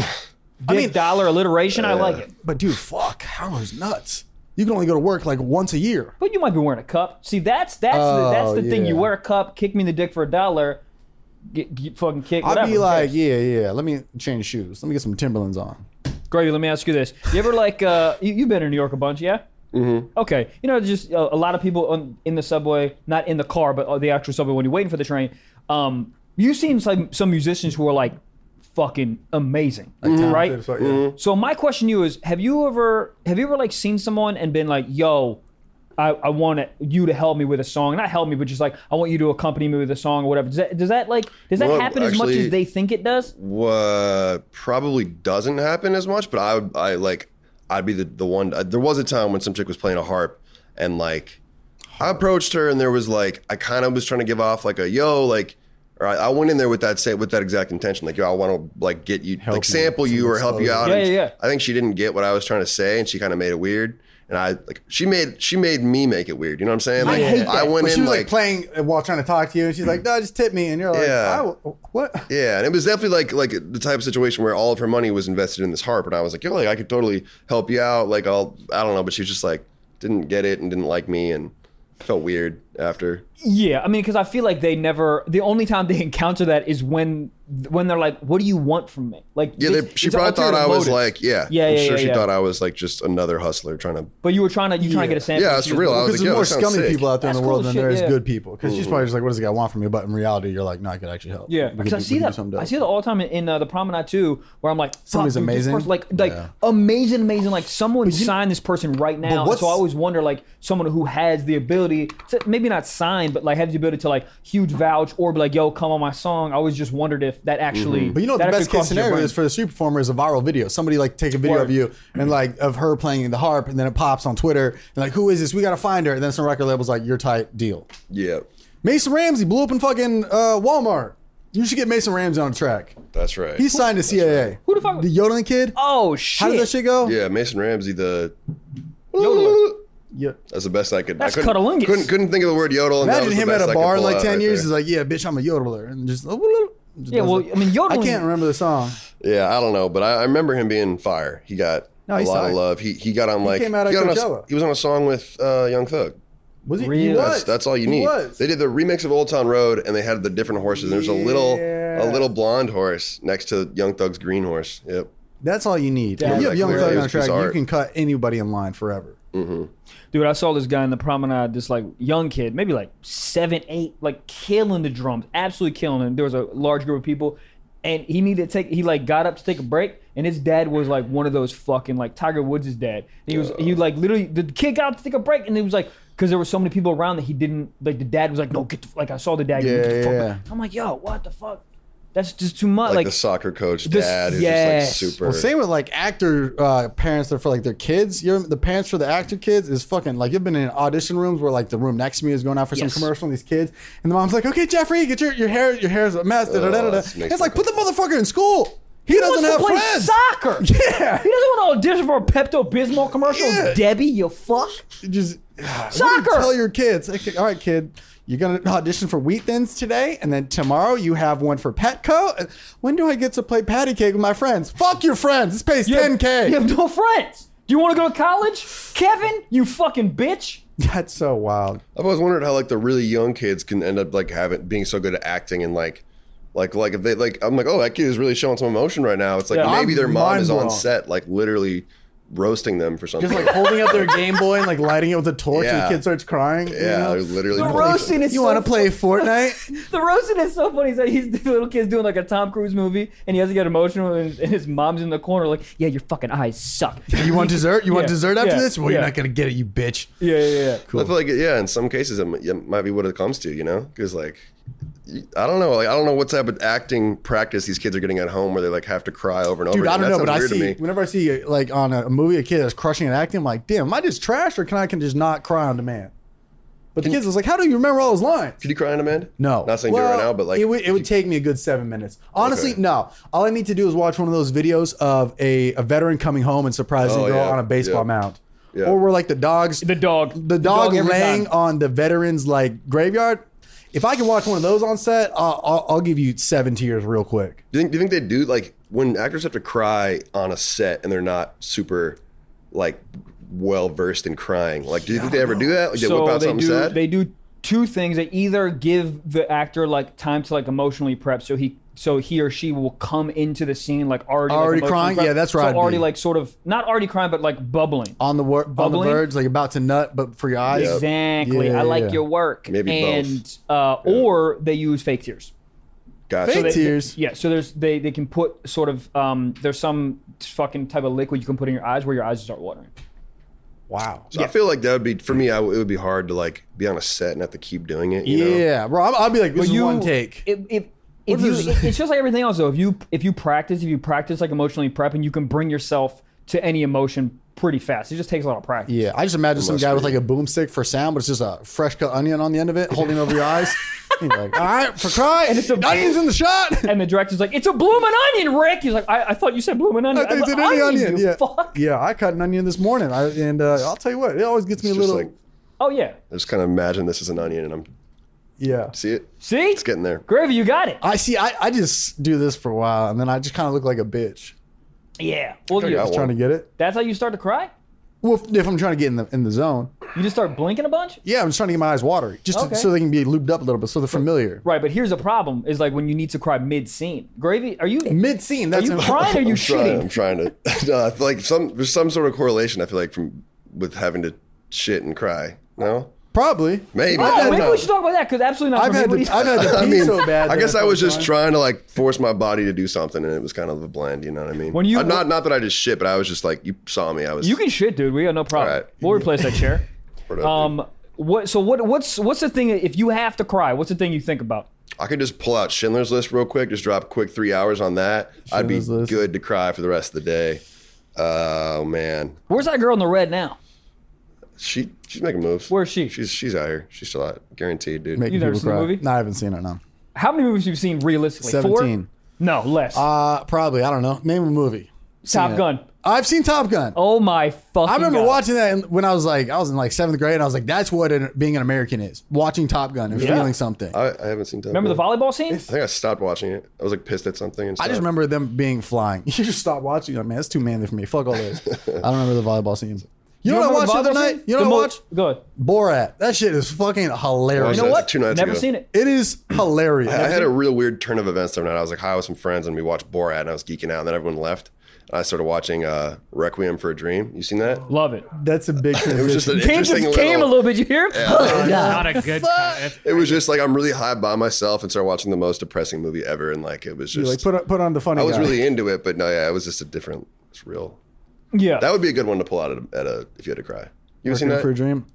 Speaker 2: I mean, dollar alliteration, I like it.
Speaker 3: But dude, fuck, Howler's nuts. You can only go to work like once a year.
Speaker 2: But you might be wearing a cup. See, that's that's the, that's
Speaker 3: Oh,
Speaker 2: the thing. You
Speaker 3: yeah.
Speaker 2: wear a cup, kick me in the dick for a dollar, get, get fucking kicked.
Speaker 3: I'd
Speaker 2: whatever,
Speaker 3: be
Speaker 2: who
Speaker 3: like,
Speaker 2: cares?
Speaker 3: yeah, yeah. Let me change shoes. Let me get some Timberlands on.
Speaker 2: Gravy, let me ask you this. You ever like, uh, you, you've been in New York a bunch, yeah? Mm-hmm. Okay. You know, just uh, a lot of people on, in the subway, not in the car, but uh, the actual subway when you're waiting for the train. Um, you've seen some, some musicians who are like fucking amazing, right? So my question to you is, have you ever, have you ever like seen someone and been like, yo, I, I want you to help me with a song, not help me, but just like I want you to accompany me with a song or whatever. Does that, does that like does that
Speaker 1: Well,
Speaker 2: happen as much
Speaker 1: actually-
Speaker 2: as they think it does?
Speaker 1: What probably doesn't happen as much, but I would I like I'd be the the one. uh, There was a time when some chick was playing a harp and like I approached her and there was like I kind of was trying to give off like a yo like. Or I, I went in there with that say with that exact intention, like yo, I want to like get you, like
Speaker 3: you.
Speaker 1: sample you or help you out.
Speaker 2: Yeah,
Speaker 1: And
Speaker 2: yeah, yeah.
Speaker 1: I think she didn't get what I was trying to say, and she kind of made it weird. And I like she made she made me make it weird. You know what I'm saying? Like I,
Speaker 2: hate that.
Speaker 1: went
Speaker 3: But
Speaker 1: in
Speaker 3: she was like,
Speaker 1: like
Speaker 3: playing while trying to talk to you, and she's like,
Speaker 2: Mm.
Speaker 3: no, just tip me. And you're like,
Speaker 1: Yeah.
Speaker 3: I w- what?
Speaker 1: Yeah, and it was definitely like like the type of situation where all of her money was invested in this harp, and I was like, yo, like I could totally help you out. Like I'll, I don't know, but she was just like didn't get it and didn't like me and felt weird after.
Speaker 2: Yeah, I mean, because I feel like they never. The only time they encounter that is when when they're like, "What do you want from me?" Like,
Speaker 1: Yeah, they,
Speaker 2: it's-
Speaker 1: she
Speaker 2: it's
Speaker 1: probably thought I
Speaker 2: ulterior
Speaker 1: was
Speaker 2: motive.
Speaker 1: like, yeah,
Speaker 2: Yeah,
Speaker 1: I'm
Speaker 2: yeah,
Speaker 1: sure
Speaker 2: yeah,
Speaker 1: she
Speaker 2: yeah.
Speaker 1: thought I was like just another hustler trying to.
Speaker 2: But you were trying to you trying to get a sample.
Speaker 1: Yeah, that's real. I was like,
Speaker 3: Because there's
Speaker 1: yo,
Speaker 3: more
Speaker 1: that sounds
Speaker 3: scummy
Speaker 1: sick.
Speaker 3: people out there in
Speaker 2: That's
Speaker 3: the world
Speaker 2: cool
Speaker 3: than
Speaker 2: shit,
Speaker 3: there is
Speaker 2: yeah.
Speaker 3: good people. Because she's probably just like, what does this guy want from me? But in reality, you're like, no, I could actually help.
Speaker 2: Yeah,
Speaker 3: We could
Speaker 2: because I
Speaker 3: do-
Speaker 2: see
Speaker 3: we could do
Speaker 2: that.
Speaker 3: something
Speaker 2: I
Speaker 3: dope."
Speaker 2: see that all the time in, in uh, the Promenade too, where I'm like, fuck,
Speaker 3: Somebody's
Speaker 2: dude, this
Speaker 3: amazing?
Speaker 2: person- like, like
Speaker 3: Yeah.
Speaker 2: amazing, amazing. Like, someone sign this person right now. And
Speaker 3: what's-
Speaker 2: So I always wonder, like, someone who has the ability to maybe not sign, but like have the ability to like huge vouch or be like, yo, come on my song. I always just wondered if that actually.
Speaker 3: Mm-hmm. But you know what
Speaker 2: that
Speaker 3: the
Speaker 2: actually
Speaker 3: best case
Speaker 2: crosses your
Speaker 3: scenario
Speaker 2: brain.
Speaker 3: is for the street performer is a viral video. Somebody like take a video
Speaker 2: Word.
Speaker 3: of you and like of her playing the harp, and then it pops on Twitter and like, who is this? We gotta find her. And then some record label's like, you're tight, deal.
Speaker 1: Yeah,
Speaker 3: Mason Ramsey blew up in fucking uh, Walmart. You should get Mason Ramsey on track.
Speaker 1: that's right.
Speaker 3: He signed to CAA. Who
Speaker 2: the fuck-
Speaker 3: The yodeling kid.
Speaker 2: Oh shit!
Speaker 3: How did that shit go?
Speaker 1: yeah, Mason Ramsey, the
Speaker 2: Yodeler.
Speaker 3: Yeah.
Speaker 1: that's the best I could.
Speaker 2: That's
Speaker 1: I couldn't,
Speaker 2: cutalingus.
Speaker 1: couldn't couldn't think of the word yodel. and that
Speaker 3: Imagine
Speaker 1: was the
Speaker 3: him at
Speaker 1: best
Speaker 3: a
Speaker 1: I could
Speaker 3: bar in
Speaker 1: pull
Speaker 3: like
Speaker 1: out
Speaker 3: ten
Speaker 1: right
Speaker 3: years.
Speaker 1: there.
Speaker 3: He's like, yeah, bitch, I'm a yodeler, and just.
Speaker 2: Yeah, well, I mean, yodeling.
Speaker 3: I can't remember the song.
Speaker 1: Yeah, I don't know, but I, I remember him being fire. He got
Speaker 3: No,
Speaker 1: a
Speaker 3: he's
Speaker 1: lot
Speaker 3: tight.
Speaker 1: of love. He he got on like
Speaker 3: came out at
Speaker 1: he, got on a,
Speaker 3: Coachella.
Speaker 1: he was on a song with uh, Young Thug.
Speaker 3: Was he?
Speaker 2: Really?
Speaker 3: he was.
Speaker 1: That's that's all you
Speaker 3: He
Speaker 1: need.
Speaker 3: was.
Speaker 1: They did the remix of Old Town Road, and they had the different horses. There's a little a
Speaker 3: Yeah.
Speaker 1: little blonde horse next to Young Thug's green horse. Yep.
Speaker 3: That's all you need. If you have
Speaker 1: Like,
Speaker 3: Young
Speaker 1: where
Speaker 3: Thug
Speaker 1: is
Speaker 3: on track,
Speaker 1: Bizarre?
Speaker 3: you can cut anybody in line forever.
Speaker 2: Dude, I saw this guy in the promenade, this like young kid, maybe like seven, eight, like killing the drums, absolutely killing them. There was a large group of people, and he needed to take he like got up to take a break and his dad was like one of those fucking like Tiger Woods' dad. He was he like literally the kid got up to take a break and he was like because there were so many people around that he didn't like the dad was like no get the, f-" like I saw the dad get the
Speaker 3: Yeah,
Speaker 2: fuck
Speaker 3: yeah,
Speaker 2: back. I'm like yo what the fuck that's just too much
Speaker 1: Like,
Speaker 2: like,
Speaker 1: the soccer coach
Speaker 2: this-
Speaker 1: dad who's
Speaker 2: yes.
Speaker 1: just like super.
Speaker 3: Well, same with like actor uh, parents that are for like their kids. You're, the parents for the actor kids is fucking like you've been in audition rooms where like the room next to me is going out for
Speaker 2: Yes.
Speaker 3: some commercial and these kids and the mom's like, okay, Jeffrey, get your your hair your hair's a mess. da, da, da, da, da."
Speaker 1: that Oh, makes
Speaker 3: It's like
Speaker 1: me
Speaker 3: put the motherfucker in school. He, doesn't
Speaker 2: wants
Speaker 3: have
Speaker 2: to play
Speaker 3: friends.
Speaker 2: soccer.
Speaker 3: Yeah.
Speaker 2: He doesn't want to audition for a Pepto Bismol commercial.
Speaker 3: Yeah.
Speaker 2: Debbie, you fuck.
Speaker 3: You Just what do
Speaker 2: Soccer!
Speaker 3: You tell your kids, okay, all right, kid, you're gonna audition for Wheat Thins today, and then tomorrow you have one for Petco. When do I get to play patty cake with my friends? Fuck your friends. This pays ten k.
Speaker 2: You have no friends. Do you want to go to college, Kevin? You fucking bitch.
Speaker 3: That's so wild.
Speaker 1: I've always wondered how like the really young kids can end up like having being so good at acting and like like like if they like I'm like oh that kid is really showing some emotion right now. It's like
Speaker 2: Yeah.
Speaker 1: maybe
Speaker 3: I'm
Speaker 1: their mom is on
Speaker 3: mind-blown.
Speaker 1: set like literally roasting them for something.
Speaker 3: Just like holding up their Game Boy and like lighting it with a torch, and
Speaker 1: Yeah.
Speaker 3: the kid starts crying.
Speaker 1: yeah,
Speaker 3: you
Speaker 1: they're literally
Speaker 2: The
Speaker 1: pulling-
Speaker 2: roasting is
Speaker 3: You
Speaker 2: so
Speaker 3: want to play
Speaker 2: fu-
Speaker 3: Fortnite?
Speaker 2: The roasting is so funny. He's like, he's the little kid's doing like a Tom Cruise movie, and he has to get emotional, and, and his mom's in the corner like, "Yeah, your fucking eyes suck." Yeah,
Speaker 3: You want dessert? You
Speaker 2: Yeah.
Speaker 3: want dessert after
Speaker 2: Yeah.
Speaker 3: this? Well,
Speaker 2: Yeah.
Speaker 3: you're not gonna get it, you bitch.
Speaker 2: yeah, yeah.
Speaker 1: I feel like yeah, in some cases it, mi- it might be what it comes to, you know, because like you- I don't know, like I don't know what type of acting practice these kids are getting at home where they like have to cry over and over.
Speaker 3: Dude, I
Speaker 1: again.
Speaker 3: don't
Speaker 1: That
Speaker 3: know, but
Speaker 1: sounds
Speaker 3: I
Speaker 1: weird to
Speaker 3: see
Speaker 1: me.
Speaker 3: whenever I see like on a, a movie a kid that's crushing and acting, I'm like, damn, am I just trash or can I can just not cry on demand? But the kids was like, how do you remember all those lines?
Speaker 1: Could you cry on demand?
Speaker 3: No,
Speaker 1: not saying do it right now, but like
Speaker 3: it would, it would take me a good seven minutes. Honestly,
Speaker 1: Okay.
Speaker 3: no. All I need to do is watch one of those videos of a, a veteran coming home and surprising
Speaker 1: Oh,
Speaker 3: a girl
Speaker 1: yeah.
Speaker 3: on a baseball
Speaker 1: Yeah.
Speaker 3: mound,
Speaker 1: Yeah.
Speaker 3: or where like the dogs,
Speaker 2: The dog.
Speaker 3: the dog,
Speaker 2: every
Speaker 3: laying
Speaker 2: time.
Speaker 3: on the veterans like graveyard. If I can watch one of those on set, I'll, I'll, I'll give you seven tears real quick.
Speaker 1: Do you think? Do you think they do like when actors have to cry on a set and they're not super like well versed in crying? Like, do you think they ever do that? Like, they
Speaker 2: so
Speaker 1: whip out
Speaker 2: they
Speaker 1: something
Speaker 2: do
Speaker 1: sad.
Speaker 2: they do two things they either give the actor like time to like emotionally prep so he so he or she will come into the scene like already like,
Speaker 3: Already
Speaker 2: emotionally
Speaker 3: crying?
Speaker 2: prepped.
Speaker 3: Yeah, that's
Speaker 2: so
Speaker 3: right,
Speaker 2: already
Speaker 3: dude.
Speaker 2: like sort of not already crying but like bubbling
Speaker 3: On the wor- on the
Speaker 2: Bubbling?
Speaker 3: verge, like about to nut, but for your eyes,
Speaker 1: Yep.
Speaker 2: exactly
Speaker 3: Yeah,
Speaker 2: i like
Speaker 3: yeah.
Speaker 2: your work
Speaker 1: Maybe
Speaker 2: and uh or they use fake tears
Speaker 1: gotcha.
Speaker 3: Fake
Speaker 2: They-
Speaker 3: tears. Cheers.
Speaker 2: yeah, so there's they they can put sort of um there's some fucking type of liquid you can put in your eyes where your eyes start watering.
Speaker 3: wow.
Speaker 1: So I feel like that would be for me. I, w- it would be hard to like be on a set and have to keep doing it. You know?
Speaker 3: Yeah, bro. I'll, I'll be like, this is
Speaker 2: you-
Speaker 3: one take.
Speaker 2: If if, if
Speaker 3: if
Speaker 2: you,
Speaker 3: there's-
Speaker 2: it- it's just like everything else though. If you if you practice, if you practice like emotionally prepping, you can bring yourself to any emotion pretty fast. It just takes a lot of practice.
Speaker 3: Yeah, I just imagine some
Speaker 1: Must
Speaker 3: guy with
Speaker 1: be.
Speaker 3: like a boomstick for sound, but it's just a fresh cut onion on the end of it, holding it over your eyes. He's like, all right, for cry, and it's
Speaker 2: a-
Speaker 3: onions in the shot.
Speaker 2: And the director's like, "It's a bloomin' onion, Rick." He's like, "I, I thought you said bloomin' onion."
Speaker 3: I think
Speaker 2: I'm
Speaker 3: it's an
Speaker 2: like,
Speaker 3: onion, onion.
Speaker 2: you
Speaker 3: Yeah,
Speaker 2: fuck.
Speaker 3: yeah. I cut an onion this morning, I, and uh, I'll tell you what, it always gets me
Speaker 1: It's
Speaker 3: a
Speaker 1: just
Speaker 3: little.
Speaker 1: like
Speaker 2: Oh yeah.
Speaker 1: I just kind of imagine this is an onion, and I'm
Speaker 3: yeah,
Speaker 1: see it. It's
Speaker 2: See,
Speaker 1: getting there.
Speaker 2: Gravy, you got it.
Speaker 3: I see. I, I just do this for a while, and then I just kind of look like a bitch
Speaker 2: Yeah. Well,
Speaker 1: I
Speaker 2: you-
Speaker 1: got one.
Speaker 3: trying to get it.
Speaker 2: that's how you start to cry.
Speaker 3: Well, if, if I'm trying to get in the in the zone,
Speaker 2: You just start blinking a bunch.
Speaker 3: yeah, I'm just trying to get my eyes watery, just to-
Speaker 2: Okay.
Speaker 3: so they can be lubed up a little bit, so they're familiar.
Speaker 2: Right, but here's the problem: is like when you need to cry mid scene. Gravy, are you
Speaker 3: Mid scene,
Speaker 2: are
Speaker 3: that's
Speaker 2: you crying or you
Speaker 1: I'm trying. I'm
Speaker 2: shitting?
Speaker 1: trying to. no, I feel like some there's some sort of correlation. I feel like from with having to shit and cry. No,
Speaker 3: probably.
Speaker 1: maybe.
Speaker 2: Oh,
Speaker 1: I don't
Speaker 2: maybe
Speaker 1: know.
Speaker 2: we should talk about that because absolutely not.
Speaker 3: I've
Speaker 2: for me.
Speaker 3: had
Speaker 2: What do
Speaker 3: to,
Speaker 2: you-
Speaker 3: I've had to
Speaker 1: I
Speaker 3: pee
Speaker 1: mean,
Speaker 3: so bad.
Speaker 1: I
Speaker 3: that
Speaker 1: guess I
Speaker 3: felt
Speaker 1: was just
Speaker 3: fine.
Speaker 1: trying to like force my body to do something, and it was kind of a blend. You know what I mean?
Speaker 2: When you-
Speaker 1: Uh, not not that I just shit, but I was just like, you saw me. I was.
Speaker 2: You can shit, dude. We got no problem.
Speaker 1: All right.
Speaker 2: We'll replace that chair.
Speaker 1: productive.
Speaker 2: Um, what? So what? What's what's the thing if you have to cry? What's the thing you think about?
Speaker 1: I could just pull out Schindler's List real quick. Just drop a quick three hours on that. I'd be
Speaker 3: Schindler's List.
Speaker 1: good to cry for the rest of the day. Oh man,
Speaker 2: Where's that girl in the red now?
Speaker 1: she she's making moves.
Speaker 2: Where's she?
Speaker 1: She's she's out here. She's still out, guaranteed, dude.
Speaker 3: Making
Speaker 2: You've never
Speaker 3: people
Speaker 2: seen the
Speaker 3: cry.
Speaker 2: movie?
Speaker 3: No, I haven't seen it. No.
Speaker 2: How many movies you've seen realistically? Four?
Speaker 3: 17.
Speaker 2: No, less.
Speaker 3: Uh, probably. I don't know. Name a movie. Seen
Speaker 2: Top
Speaker 3: it.
Speaker 2: Gun.
Speaker 3: I've seen Top Gun.
Speaker 2: Oh my fucking!
Speaker 3: I remember
Speaker 2: God.
Speaker 3: watching that in- when I was like, I was in like seventh grade, and I was like, that's what an, being an American is: watching Top Gun and feeling something. I,
Speaker 1: I, I haven't seen. Top
Speaker 2: Remember the
Speaker 1: Gun.
Speaker 2: volleyball scene?
Speaker 1: I think I stopped watching it. I was like pissed at something. And
Speaker 3: just
Speaker 1: stopped.
Speaker 3: remember them being flying. You just stop watching. You're Like, man, that's too manly for me. Fuck all this. I don't remember the volleyball scenes. You, know
Speaker 2: don't
Speaker 3: what I watched
Speaker 2: remember
Speaker 3: the other
Speaker 2: volleyball
Speaker 3: night?
Speaker 2: scene?
Speaker 3: You know
Speaker 2: The
Speaker 3: what I
Speaker 2: mo-
Speaker 3: watched?
Speaker 2: Go ahead.
Speaker 3: Borat. That shit is fucking hilarious.
Speaker 1: You
Speaker 2: You know
Speaker 1: That's
Speaker 2: what?
Speaker 1: two nights
Speaker 2: Never
Speaker 1: ago.
Speaker 2: seen it.
Speaker 3: It is hilarious.
Speaker 1: I had a real weird turn of events the other night. I was like high with some friends and we watched Borat and I was geeking out and then everyone left. I started watching uh, Requiem for a Dream. You seen that?
Speaker 2: Love it.
Speaker 3: That's a big transition.
Speaker 1: It was just an
Speaker 2: Came
Speaker 1: interesting
Speaker 2: just
Speaker 1: little.
Speaker 2: came a little bit. You hear? him?
Speaker 5: It's not a good. It's,
Speaker 1: it was just like I'm really high by myself and started watching the most depressing movie ever, and like it was
Speaker 3: You're
Speaker 1: just
Speaker 3: like put on, put on the funny.
Speaker 1: I was
Speaker 3: guy.
Speaker 1: really into it, but no, yeah, it was just a different. It's real.
Speaker 2: Yeah.
Speaker 1: That would be a good one to pull out at a, at a if you had to cry. You ever seen
Speaker 3: Working
Speaker 1: that?
Speaker 3: for a dream.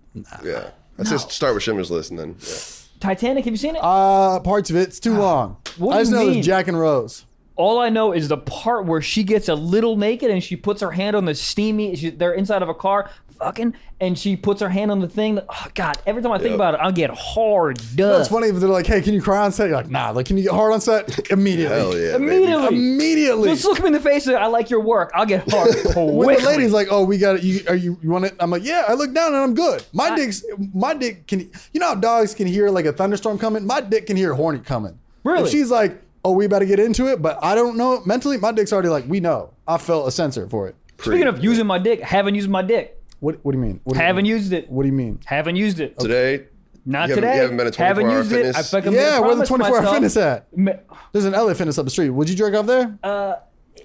Speaker 1: yeah. Let's just start with Schindler's List and then. Yeah.
Speaker 2: Titanic. Have you seen it?
Speaker 3: Uh, parts of it. It's too long.
Speaker 2: Ah. What do
Speaker 3: I just
Speaker 2: you
Speaker 3: know
Speaker 2: mean?
Speaker 3: there's Jack and Rose.
Speaker 2: All I know is the part where she gets a little naked and she puts her hand on the steamy. She, they're inside of a car, fucking, and she puts her hand on the thing. Oh, God, every time I think
Speaker 1: Yep.
Speaker 2: about it, I'll get hard. Duh.
Speaker 3: That's funny. But they're like, "Hey, can you cry on set?" You're like, "Nah." Like, can you get hard on set immediately?
Speaker 1: Hell yeah. baby.
Speaker 2: Immediately.
Speaker 3: Immediately.
Speaker 2: Just look me in the face. And, I like your work. I'll get hard.
Speaker 3: When
Speaker 2: quickly.
Speaker 3: the lady's like, "Oh, we got it. You, are you? You want it?" I'm like, "Yeah." I look down and I'm good. My dick's my dick can. You know how dogs can hear like a thunderstorm coming. My dick can hear a hornet coming.
Speaker 2: Really?
Speaker 3: If she's like, "Oh, we better get into it," but I don't know mentally. My dick's already like, "We know." I felt a sensor for it.
Speaker 2: Speaking of using my dick, haven't used my dick.
Speaker 3: What What do you mean? What do you
Speaker 2: Haven't
Speaker 3: mean?
Speaker 2: used it.
Speaker 3: What do you mean?
Speaker 2: Haven't used it.
Speaker 1: today.
Speaker 2: Not
Speaker 1: you haven't-
Speaker 2: today.
Speaker 1: you haven't been to 24
Speaker 2: Haven't
Speaker 1: hour
Speaker 2: used it.
Speaker 1: fitness?
Speaker 2: I fucking
Speaker 3: Yeah, where the 24
Speaker 2: 24
Speaker 3: hour fitness at?
Speaker 2: at?
Speaker 3: There's an LA fitness up the street. Would you jerk off there?
Speaker 2: Uh,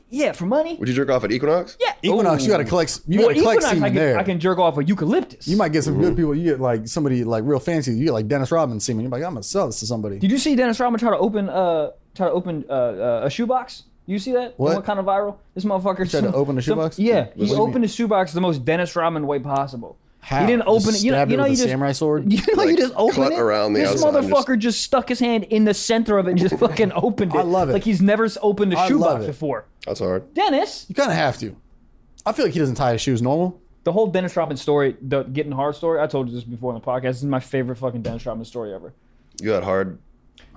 Speaker 2: Yeah, for money.
Speaker 1: Would you jerk off at Equinox?
Speaker 2: Yeah.
Speaker 3: Equinox, you
Speaker 2: Ooh.
Speaker 3: gotta collect. You
Speaker 2: Well,
Speaker 3: gotta collect
Speaker 2: Equinox,
Speaker 3: semen
Speaker 2: I can,
Speaker 3: there.
Speaker 2: I can jerk off a eucalyptus.
Speaker 3: you might get some good people. You get like somebody like real fancy. You get like Dennis Rodman semen. You're like, I'm gonna sell this to somebody.
Speaker 2: Did you see Dennis Rodman try to open uh try to open uh, uh, a shoebox? You see that?
Speaker 3: What?
Speaker 2: What kind of viral? This motherfucker
Speaker 3: tried to open a shoebox?
Speaker 2: Yeah,
Speaker 3: What do
Speaker 2: he
Speaker 3: you
Speaker 2: opened a shoebox the most Dennis Rodman way possible.
Speaker 3: How?
Speaker 2: He didn't
Speaker 3: Just
Speaker 2: open it. You know,
Speaker 3: stabbed
Speaker 2: you
Speaker 3: it
Speaker 2: know,
Speaker 3: with
Speaker 2: you
Speaker 3: a
Speaker 2: just
Speaker 3: samurai sword?
Speaker 2: You know, you
Speaker 1: Like,
Speaker 2: just open
Speaker 1: cut
Speaker 2: it.
Speaker 1: around the
Speaker 2: this
Speaker 1: outside and
Speaker 2: motherfucker just... stuck his hand in the center of it and just fucking opened it.
Speaker 3: I love it.
Speaker 2: Like he's never s- opened a
Speaker 3: I love
Speaker 2: shoebox
Speaker 3: it.
Speaker 2: before.
Speaker 1: That's hard.
Speaker 2: Dennis,
Speaker 3: You kind of have to. I feel like he doesn't tie his shoes normal.
Speaker 2: the whole Dennis Rodman story, the getting hard story. I told you this before on the podcast. This is my favorite fucking Dennis Rodman story ever.
Speaker 1: You got hard.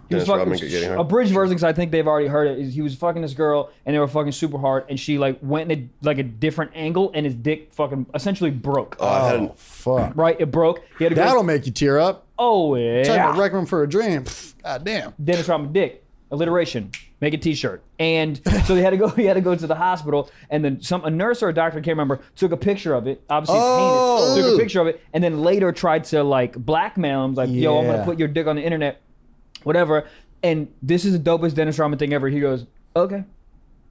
Speaker 2: He was
Speaker 1: Dennis Rodman could
Speaker 2: fucking-
Speaker 1: get in
Speaker 2: A
Speaker 1: here.
Speaker 2: bridge version, because I think they've already heard it. Is he was fucking this girl, and they were fucking super hard, and she like went in a, like a different angle, and his dick fucking essentially broke.
Speaker 1: Oh, I had an-
Speaker 3: Oh fuck!
Speaker 2: right, it broke. He had to go.
Speaker 3: That'll make you tear up.
Speaker 2: Oh
Speaker 3: Talking about
Speaker 2: yeah.
Speaker 3: wrecking for a dream. Pff, God damn.
Speaker 2: Dennis Rodman dick alliteration. Make a T-shirt, and so he had to go. He had to go to the hospital, and then some a nurse or a doctor, I can't remember, took a picture of it. Obviously, it's
Speaker 3: Oh.
Speaker 2: painted, took a picture of it, and then later tried to like blackmail him, like, "Yo, I'm gonna
Speaker 3: Yeah.
Speaker 2: put your dick on the internet, whatever." And this is the dopest Dennis Rodman thing ever. He goes, "Okay."